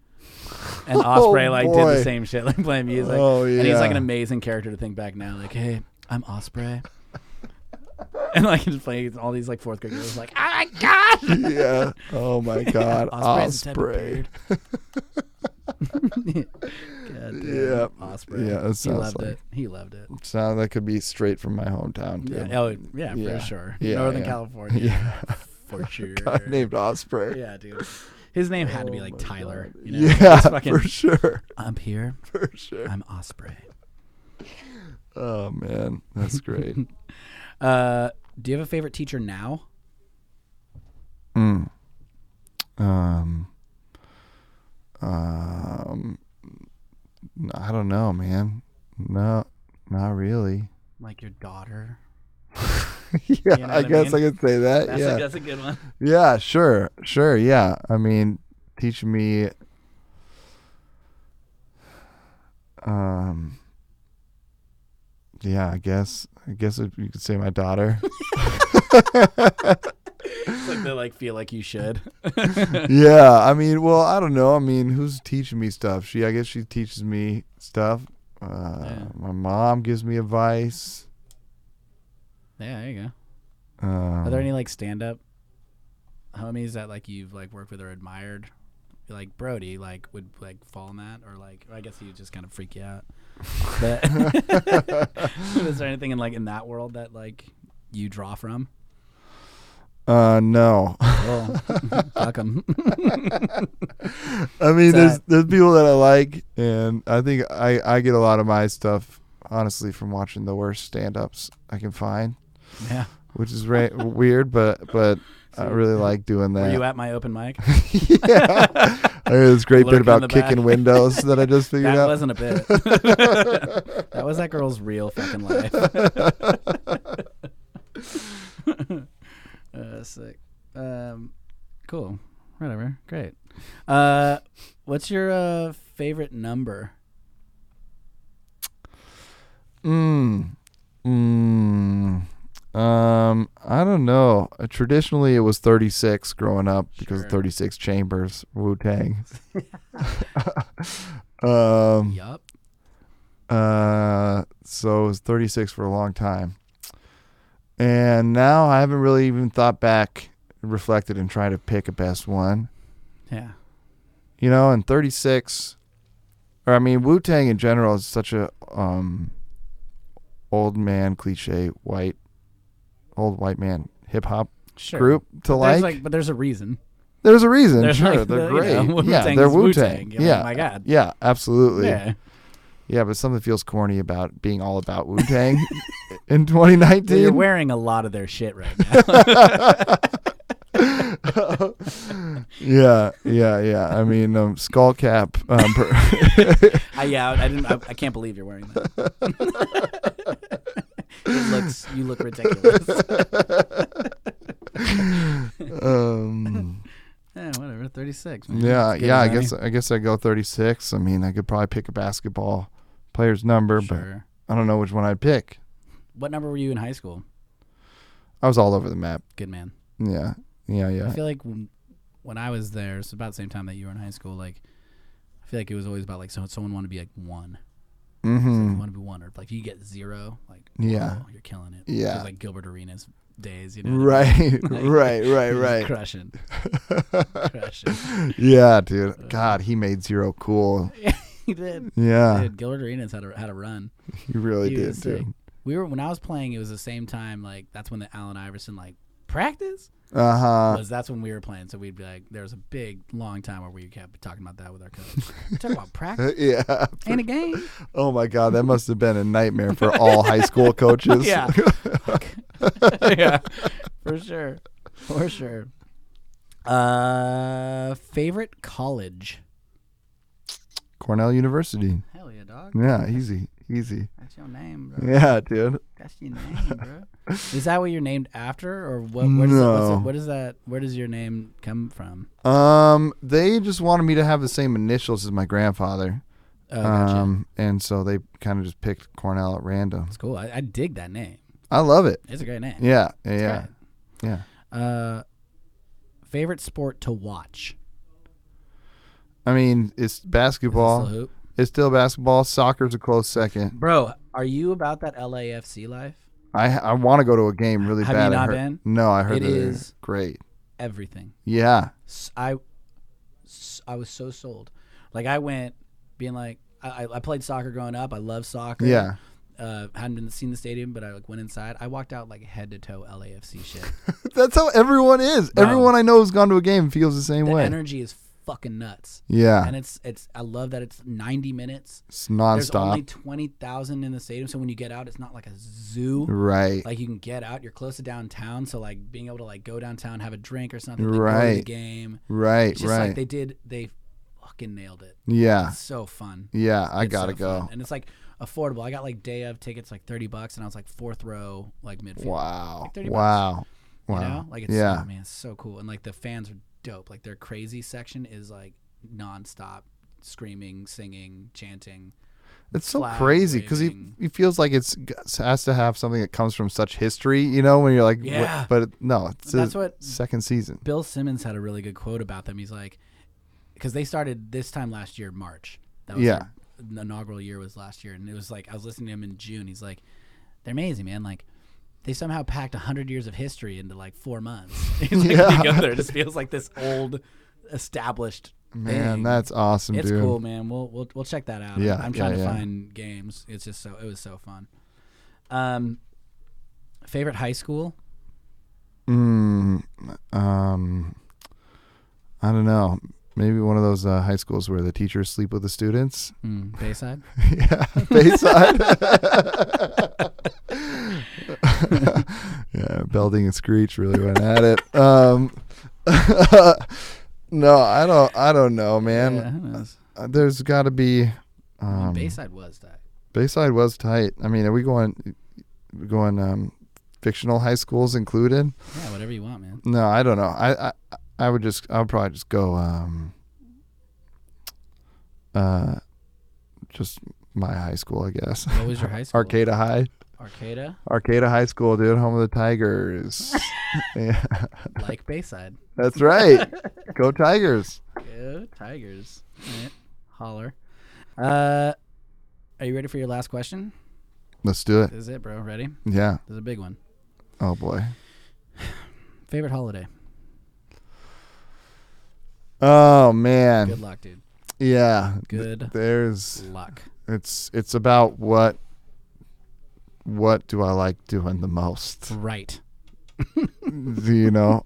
And Osprey like did the Oh, boy. same shit, like playing music. Oh, And he's like yeah. an amazing character to think back now. Like, hey, I'm Osprey. [LAUGHS] and like just playing all these like fourth grade girls, like, [LAUGHS] oh my god. [LAUGHS] yeah. [LAUGHS] Oh my God. Osprey's the type of Osprey. bird. God damn, Yeah. Osprey. Yeah, that he sounds loved like- it. He loved it. Sound that could be straight from my hometown. Dude. Yeah, oh, yeah, Yeah. for sure. Yeah, Northern yeah. California, [LAUGHS] Yeah. [LAUGHS] for sure. God, named Osprey. Yeah, dude. His name had to be Oh like my Tyler. God. You know? yeah, Just fucking, [LAUGHS] for sure, I'm here. [LAUGHS] for sure. I'm Osprey. Oh man, that's great. [LAUGHS] Uh, do you have a favorite teacher now? Mm. Um. Um. I don't know, man. No, not really. [LAUGHS] Like your daughter? yeah, know I what I guess I, mean? could say that. That's, yeah. a, that's a good one. Yeah, sure, sure. Yeah, I mean, teach me. Um. Yeah, I guess. I guess if you could say [LAUGHS] my daughter. [LAUGHS] It's like they like feel like you should. yeah, I mean, well, I don't know. I mean, who's teaching me stuff? She, I guess, she teaches me stuff. Uh, Yeah. My mom gives me advice. Yeah, there you go. Um, Are there any like stand up homies that like you've like worked with or admired? Like Brody, like would like fall in that, or like I guess he would just kind of freak you out. But [LAUGHS] is there anything in like in that world that like you draw from? Uh, no. Well, [LAUGHS] fuck 'em. [LAUGHS] I mean, there's Sad. there's people that I like, and I think I I get a lot of my stuff honestly from watching the worst stand-ups I can find, yeah. which is [LAUGHS] ra- weird, but but I really like doing Were that. you at my open mic? [LAUGHS] yeah, [LAUGHS] I heard this great Lurking in bit the about back. kicking windows that I [LAUGHS] just figured That out. wasn't a [LAUGHS] bit. that was that girl's real fucking life. [LAUGHS] uh, sick. Um, cool. Whatever. Great. Uh, what's your uh, favorite number? Mm. Mm. Um, I don't know. Uh, traditionally, it was 36 growing up because Sure. of 36 Chambers, [LAUGHS] Wu Tang. [LAUGHS] um, Yup. uh, so it was 36 for a long time. And now I haven't really even thought back, reflected, and tried to pick a best one Yeah. you know, and 36, or I mean, Wu Tang in general is such a um, old man cliche, white, old white man hip hop Sure. group to There's like. like, but there's a reason. There's a reason, There's sure, like the- they're you great, know, [LAUGHS] yeah, Wu-Tang they're is Wu Wu-Tang, Tang, you're like, yeah, my God. yeah, absolutely, yeah. Yeah. but something feels corny about being all about Wu Tang [LAUGHS] in 2019. You're wearing a lot of their shit right now. yeah, yeah, yeah. I mean, um, skull cap. Um, per- [LAUGHS] I, yeah, I didn't. I, I can't believe you're wearing that. [LAUGHS] it looks. You look ridiculous. [LAUGHS] um, [LAUGHS] Yeah, whatever. Thirty six. Yeah, yeah. I guess I guess I go 36. I mean, I could probably pick a basketball player's number, Sure. but I don't know which one I'd pick. What number were you in high school? I was all over the map. Good man. Yeah, yeah, yeah. I feel like when, when I was there, it's about the same time that you were in high school. Like, I feel like it was always about like so someone wanted to be like one. It's Like, mm-hmm. you want to be one, or like you get zero. Like, Yeah. whoa, you're killing it. Yeah. It was like Gilbert Arenas days. You know, what I mean? [LAUGHS] Right, Like, right, right, He was right. [LAUGHS] Crushing, crushing. Yeah, dude. God, he made zero cool. he did. Yeah, Dude, Gilbert Arenas had a had a run. you really he did, was sick. dude. We were when I was playing, it was the same time. Like that's when the Allen Iverson like practice Uh huh. was. That's when we were playing. So we'd be like, there was a big long time where we kept talking about that with our coach. [LAUGHS] Talk about practice Yeah. and a game. Oh my God, that must have been a nightmare for [LAUGHS] all high school coaches. [LAUGHS] Yeah. [LAUGHS] yeah, for sure, for sure. Uh, favorite college? Cornell University. Hell yeah, dog. Yeah, easy, easy. That's your name, bro. Mm. Yeah, dude. That's your [LAUGHS] name, bro. Is that what you're named after, or what? Where does that, what's No. that- what is that? Where does your name come from? Um, they just wanted me to have the same initials as my grandfather. Oh, gotcha. Um, and so they kind of just picked Cornell at random. It's cool. I, I dig that name. I love it. It's a great name. Yeah, yeah, Great. yeah. Uh, favorite sport to watch? I mean, it's Is it basketball. still hoop? It's still basketball. Soccer's a close second. Bro, are you about that LAFC life? I I want to go to a game really Have you bad. I not heard- been? No, I heard It that they're is- great. Everything. Yeah, S- I, s- I was so sold. Like I went, being like, I, I- I played soccer growing up. I love soccer. yeah. Uh, hadn't been seen the stadium, but I like went inside. I walked out like head to toe LAFC shit. [LAUGHS] That's how everyone is. No. Everyone I know who's gone to a game feels the same the way. energy is fucking nuts. yeah, And it's it's I love that it's 90 minutes. it's There's only nonstop. 20,000 in the stadium, so when you get out, it's not like a zoo. right. like you can get out you're close to downtown so like being able to like go downtown have a drink or something like go to the Right. game right. it's just right. like they did they fucking nailed it yeah. it's so fun Yeah. I It's gotta so go. fun. and it's like affordable i got like day of tickets like 30 bucks and i was like fourth row like midfield Wow. 30 bucks. wow. you Wow. know like it's yeah. oh, man it's so cool and like the fans are dope like their crazy section is like nonstop screaming singing chanting It's so flag crazy because he, waving. he feels like it's has to have something that comes from such history, you know, when you're like, what- Yeah. but it- no, it's that's the what second season. Bill Simmons had a really good quote about them. He's like, because they started this time last year, March. That was Yeah. their- the inaugural year was last year, and it was like I was listening to him in June. He's like, they're amazing, man. Like. They somehow packed hundred years of history into like four months. [LAUGHS] He's like, Yeah. we go there, it just feels like this old, established. Man, thing. that's awesome, It's dude. cool, man. We'll we'll we'll check that out. Yeah, I'm yeah, trying to yeah. find games. It's just so it was so fun. Um, favorite high school? Mm, um, I don't know. Maybe one of those uh, high schools where the teachers sleep with the students. Mm, [LAUGHS] Bayside. yeah, Bayside. [LAUGHS] yeah, Belding and Screech really went at it. Um, [LAUGHS] no, I don't. I don't know, man. yeah, who knows? Uh, there's got to be. I mean, Um, Bayside was that. Bayside was tight. I mean, are we going we going um, fictional high schools included? Yeah, whatever you want, [LAUGHS] man. No, I don't know. I I, I would just I would probably just go um, uh, just my high school, I guess. What was your high school? Arcata High, Arcata, Arcata High School, dude, home of the Tigers. yeah, like Bayside. that's right. Go Tigers. Go Tigers. All right. Holler. Uh, are you ready for your last question? Let's do it. This is it, bro. Ready? This Yeah. is a big one. Oh boy. Favorite holiday? Oh Good man. luck, dude. Yeah. Good There's luck. it's it's about what what do I like doing the most? Right. Do you know?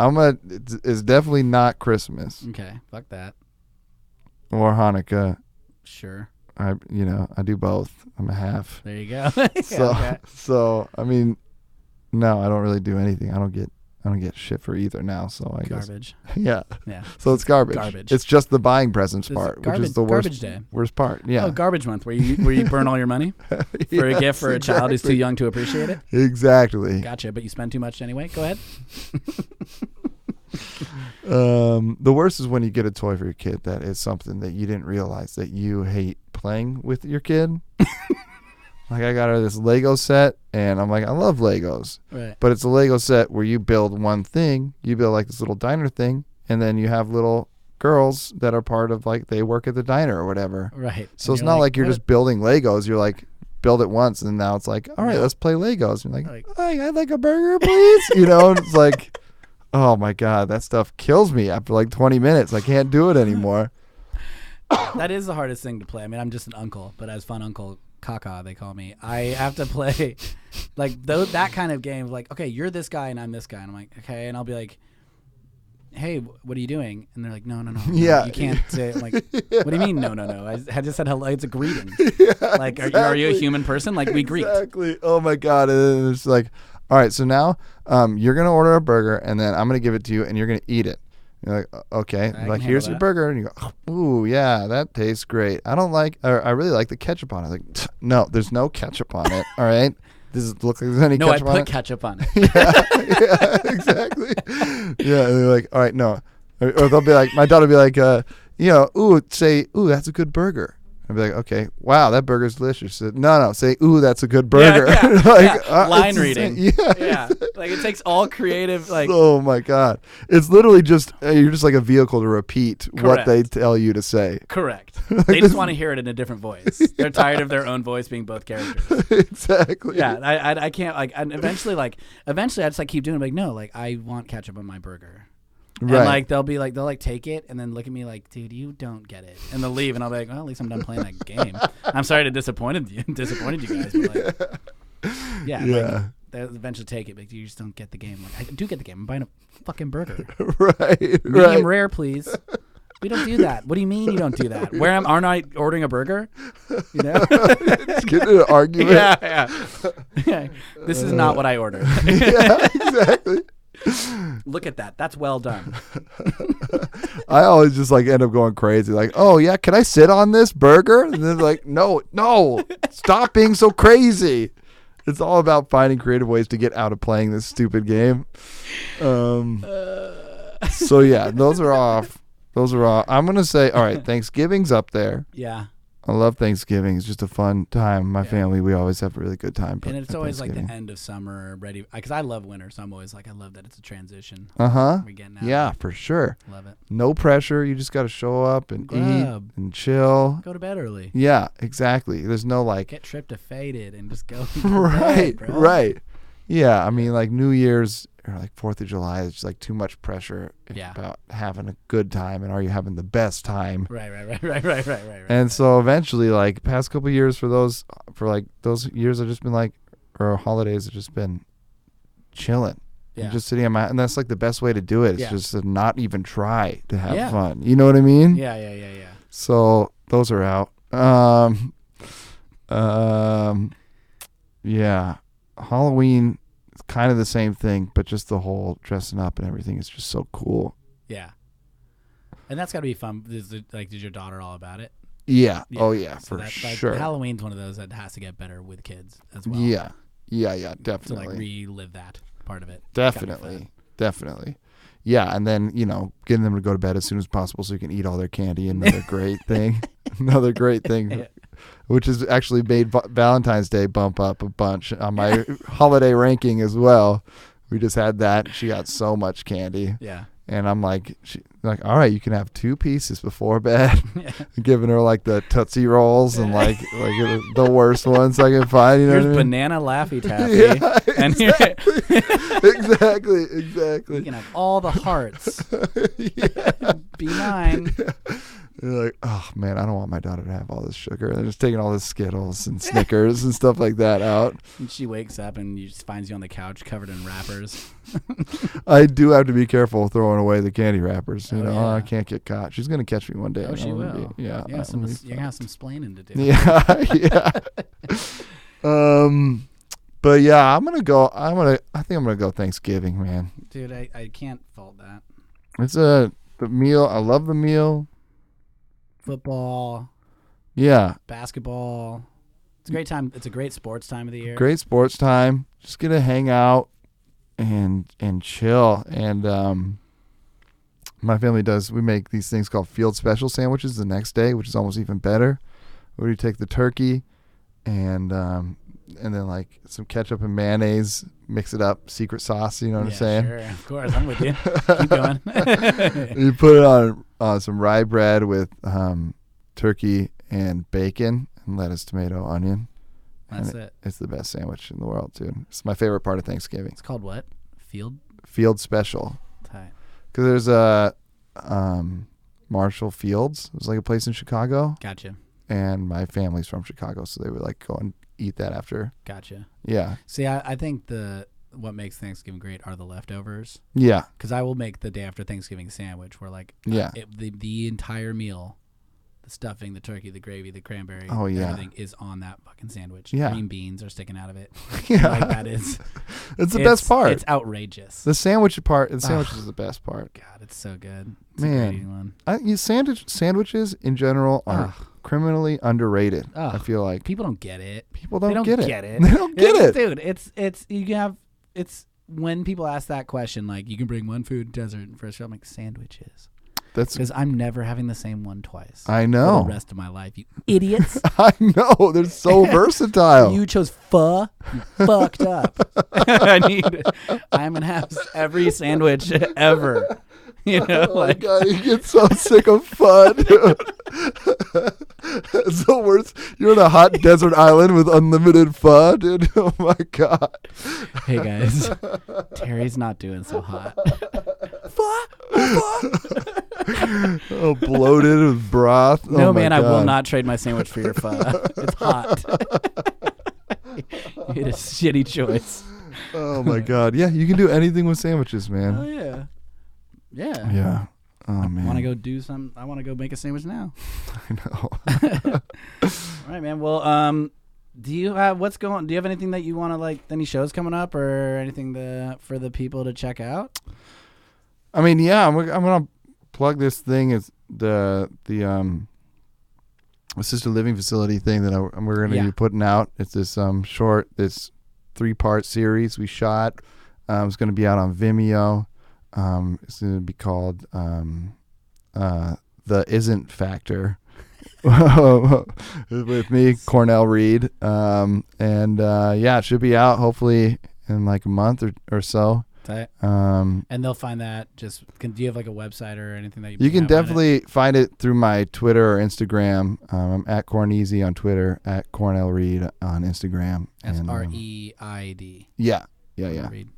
I'm a it's, it's definitely not Christmas Okay. Fuck that. or Hanukkah. Sure. I you know, I do both. I'm a half. There you go. [LAUGHS] so okay. [LAUGHS] so I mean no, I don't really do anything. I don't get I don't get shit for either now, so I guess Garbage. [LAUGHS] yeah. Yeah. So it's garbage. Garbage. It's just the buying presents It's part, which garbage- is the worst garbage day. worst part. Yeah. [LAUGHS] Oh, garbage month, where you where you burn all your money for a gift Yes, for a child who's too exactly. young to appreciate it. Exactly. Gotcha. But you spend too much anyway. Go ahead. Um, the worst is when you get a toy for your kid that is something that you didn't realize that you hate playing with your kid. [LAUGHS] like I got her this Lego set, and I'm like, I love Legos, Right. but it's a Lego set where you build one thing. You build like this little diner thing, and then you have little girls that are part of like they work at the diner or whatever. Right. So And it's not like, you're what just building Legos. You're like build it once, and now it's like, all right, Yeah. let's play Legos. And you're like, Like- hey, I'd like a burger, please. you know, and it's like, [LAUGHS] [LAUGHS] oh my god, that stuff kills me after like 20 minutes. I can't do it anymore. that is the hardest thing to play. I mean, I'm just an uncle, but as fun uncle Kaka, they call me. I have to play [LAUGHS] like those, that kind of game. Like, okay, you're this guy and I'm this guy, and I'm like, okay, and I'll be like, hey, wh- what are you doing? And they're like, no, [LAUGHS] no, no, no, Yeah. you can't say. I'm [LAUGHS] like, what do you mean, no, no, no? I, I just said hello. It's a greeting. Like, are, you are you a exactly. human person? Like, we greet. Exactly. Oh my god. And then it's like, all right. So now, um, you're gonna order a burger, and then I'm gonna give it to you, and you're gonna eat it. You're like, "O- okay. can like handle here's your that. burger, and you go, ooh yeah, that tastes great. I don't like, or I really like the ketchup on it. Like, "Tch, no, there's no ketchup on it. All right. Does it look like there's any No, I ketchup on put it? ketchup on it. yeah, [LAUGHS] yeah, exactly. Yeah, and they're like, all right, no. Or, or they'll be like, my daughter will be like, uh, you know, ooh, say, ooh, that's a good burger. I'd be like, okay, wow, that burger's delicious. Say, no, no, say, ooh, that's a good burger. [LAUGHS] yeah, like, uh, yeah. Line it's the same- reading. Yeah. [LAUGHS] yeah, like it takes all creative. Like, oh my God. It's literally just, uh, you're just like a vehicle to repeat what Correct. they tell you to say. [LAUGHS] correct. They just want to hear it in a different voice. They're tired of their own voice being both characters. [LAUGHS] exactly. yeah, I, I I can't like and eventually like eventually I just like keep doing it, like no like I want ketchup on my burger. Right. And like they'll be like they'll like take it and then look at me like dude you don't get it and they'll leave and I'll be like well at least I'm done playing that game. I'm sorry to disappointed you [LAUGHS] disappointed you guys. But, like, yeah. Like, Yeah. [LAUGHS] they'll eventually take it, but you just don't get the game. Like I do get the game. I'm buying a fucking burger. right. Medium Right. rare, please. We don't do that. What do you mean you don't do [LAUGHS] that? Where am aren't I ordering a burger? You know? [LAUGHS] Just get into an argument. [LAUGHS] yeah, yeah. yeah. [LAUGHS] This is not what I [LAUGHS] ordered. yeah exactly. Look at that. That's well done. I always just like end up going crazy. Like, oh yeah, can I sit on this burger? And then like, no, no, stop being so crazy. It's all about finding creative ways to get out of playing this stupid game. Um, Uh. so yeah, those are off. Those are off. I'm gonna say, all right, Thanksgiving's up there. Yeah. I love Thanksgiving. It's just a fun time. My family, we always have a really good time. And it's always like the end of summer, ready. Because I love winter, so I'm always like, I love that it's a transition. Uh huh. We getting out. Yeah, for sure. Love it. No pressure. You just got to show up and Grub. eat and chill. Go to bed early. Yeah, exactly. There's no [LAUGHS] like Get tripped to faded and just [LAUGHS] go. right, bro. right. Yeah, I mean like New Year's or like Fourth of July is just like too much pressure Yeah. about having a good time and are you having the best time? Right, right, right, right, right, right, right. right. And so eventually, like past couple years for those for like those years, I've just been like or holidays have just been chilling. Yeah. Just sitting on my, and that's like the best way to do it. It's Yeah. just to not even try to have Yeah. fun. You know what I mean? yeah, yeah, yeah, yeah. So those are out. Um, um, yeah, Halloween is kind of the same thing, but just the whole dressing up and everything is just so cool. Yeah. And that's got to be fun. Is it, like, did your daughter all about it? Yeah. Yeah. Oh yeah, So for that's sure. Like, Halloween's one of those that has to get better with kids as well. yeah. Yeah. Yeah. To, like, Definitely. relive that part of it. definitely. Definitely. Yeah, and then you know, getting them to go to bed as soon as possible so you can eat all their [LAUGHS] candy. Another great thing. Another great thing. which has actually made Va- Valentine's Day bump up a bunch [LAUGHS] on my holiday ranking as well. We just had that. She got so much candy, Yeah. and I'm like, she, like, all right, you can have two pieces before bed. [LAUGHS] [LAUGHS] Giving her like the tootsie rolls and like like the- the worst ones I can find. You know Here's what I mean? banana [LAUGHS] laffy taffy. Yeah, [LAUGHS] and here, exactly, you exactly. can have all the hearts. [LAUGHS] Yeah. [LAUGHS] Be [LAUGHS] mine. You're like, oh man, I don't want my daughter to have all this sugar. They're just taking all the Skittles and Snickers and stuff like that out. And she wakes up and you just finds you on the couch covered in wrappers. I do have to be careful throwing away the candy wrappers. You Oh, know, yeah. I can't get caught. She's gonna catch me one day. Oh, she I'm gonna will. be- yeah, You have I'm some, gonna you're be gonna have some splaining to do. fine. yeah, [LAUGHS] yeah. [LAUGHS] um, but yeah, I'm gonna go. I'm gonna. I think I'm gonna go Thanksgiving, man. Dude, I, I can't fault that. It's a the meal. I love the meal. Football, Yeah, basketball. It's a great time. It's a great sports time of the year. great sports time. Just gonna hang out and and chill. And um, my family does. We make these things called field special sandwiches the next day, which is almost even better. Where you take the turkey and um, and then like some ketchup and mayonnaise, mix it up, secret sauce. You know what yeah, I'm saying? Sure, of course. I'm with you. Keep going. [LAUGHS] you put it on uh, some rye bread with um, turkey and bacon and lettuce, tomato, onion. That's it. It's the best sandwich in the world, dude. It's my favorite part of Thanksgiving. It's called what? Field Field special. tie. Because there's a um, Marshall Fields. It was like a place in Chicago, Gotcha. and my family's from Chicago, so they would like go and eat that after. Gotcha. Yeah, See, I, I think the what makes Thanksgiving great are the leftovers. yeah, Because I will make the day after Thanksgiving sandwich where like yeah. it, the the entire meal, the stuffing, the turkey, the gravy, the cranberry, Oh, yeah. everything is on that fucking sandwich. Yeah. Green beans are sticking out of it. [LAUGHS] [LAUGHS] yeah. Like that is it's the best part. It's outrageous. the sandwich part. The sandwich Ugh. is the best part. God, it's so good. It's A Man. great one. I, you sandwich sandwiches in general are criminally underrated. I Ugh. feel like People don't get it. people don't, they don't get it. get it. [LAUGHS] They don't get It's- it. dude. It's it's you can have it's when people ask that question like you can bring one food desert and first I'm like sandwiches That's because I'm never having the same one twice. I For the know. rest of my life, you idiots. [LAUGHS] I know. [LAUGHS] They're so versatile. You chose pho. You fucked [LAUGHS] up. [LAUGHS] I need. I'm gonna have every sandwich ever. You know, [LAUGHS] Oh like my [LAUGHS] god, you get so sick of fun. dude. it's the worst. You're on a hot desert island with unlimited fun, dude. [LAUGHS] Oh my god. hey [LAUGHS] guys, Terry's not doing so hot. Oh, bloated with broth. Oh no my man, I will God. not trade my sandwich for your [LAUGHS] pho. it's hot. you made a shitty choice. Oh my god. Yeah, you can do anything with sandwiches, Oh man. yeah, yeah. Yeah. Oh man. Want to go do some? I want to go make a sandwich now. [LAUGHS] I [LAUGHS] know. All right, man. Well, um, do you have what's going? Do you have anything that you want to like? Any shows coming up or anything the for the people to check out? I mean, yeah, I'm, I'm gonna plug this thing. It's the the um assisted living facility thing that I, am we're gonna Yeah. be putting out. It's this um short, this three part series we shot. Um, it's gonna be out on Vimeo. Um, it's gonna be called um uh the isn't factor. [LAUGHS] with me cornell reed um, and uh, yeah it should be out hopefully in like a month or, or so um, And they'll find that. Just can, do you have like a website or anything that you? You can have on it? definitely find it through my Twitter or Instagram. Um, I'm at Corneasy on Twitter, at Cornell Reed on Instagram. That's and, um, R E I D. Yeah, yeah, Oh, [LAUGHS] yeah, Read.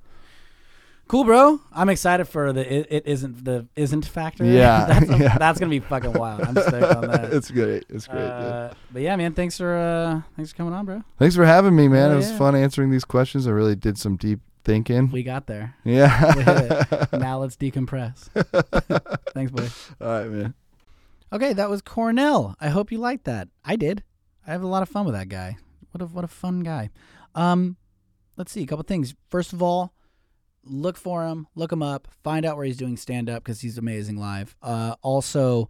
Cool, bro. I'm excited for the it, it isn't the isn't factor. Yeah, [LAUGHS] that's, a- yeah. that's gonna be fucking wild. Uh, I'm stoked on that. [LAUGHS] it's great. It's great. dude. Uh, but yeah, man. Thanks for uh, thanks for coming on, bro. Thanks for having me, man. yeah, it was oh, yeah. fun answering these questions. I really did some deep thinking. We got there. We hit yeah. it. [LAUGHS] now let's decompress. thanks, boy. All right, man. Okay, that was Cornell. I hope you liked that. I did. I have a lot of fun with that guy. What a what a fun guy. Um, let's see a couple things. First of all, look for him, look him up, find out where he's doing stand up because he's amazing live. Uh, also,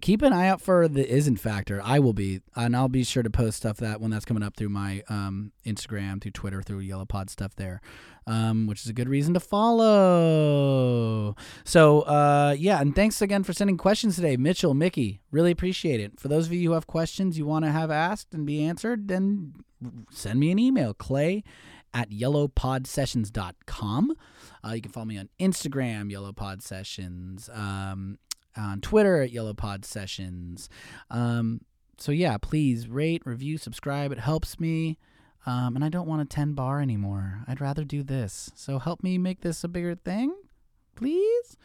keep an eye out for the isn't factor. I will be, and I'll be sure to post stuff that when that's coming up through my um, Instagram, through Twitter, through Yellow Pod stuff there, um, which is a good reason to follow. So uh, yeah, and thanks again for sending questions today, Mitchell, Mickey. Really appreciate it. For those of you who have questions you want to have asked and be answered, then send me an email, Clay at yellowpodsessions.com. Uh, you can follow me on Instagram, yellowpodsessions, um, on Twitter at yellowpodsessions. Um, so yeah, please rate, review, subscribe. It helps me. Um, and I don't want a 10 bar anymore. I'd rather do this. So help me make this a bigger thing, please.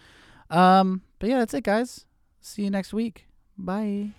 Um, but yeah, that's it, guys. See you next week. Bye.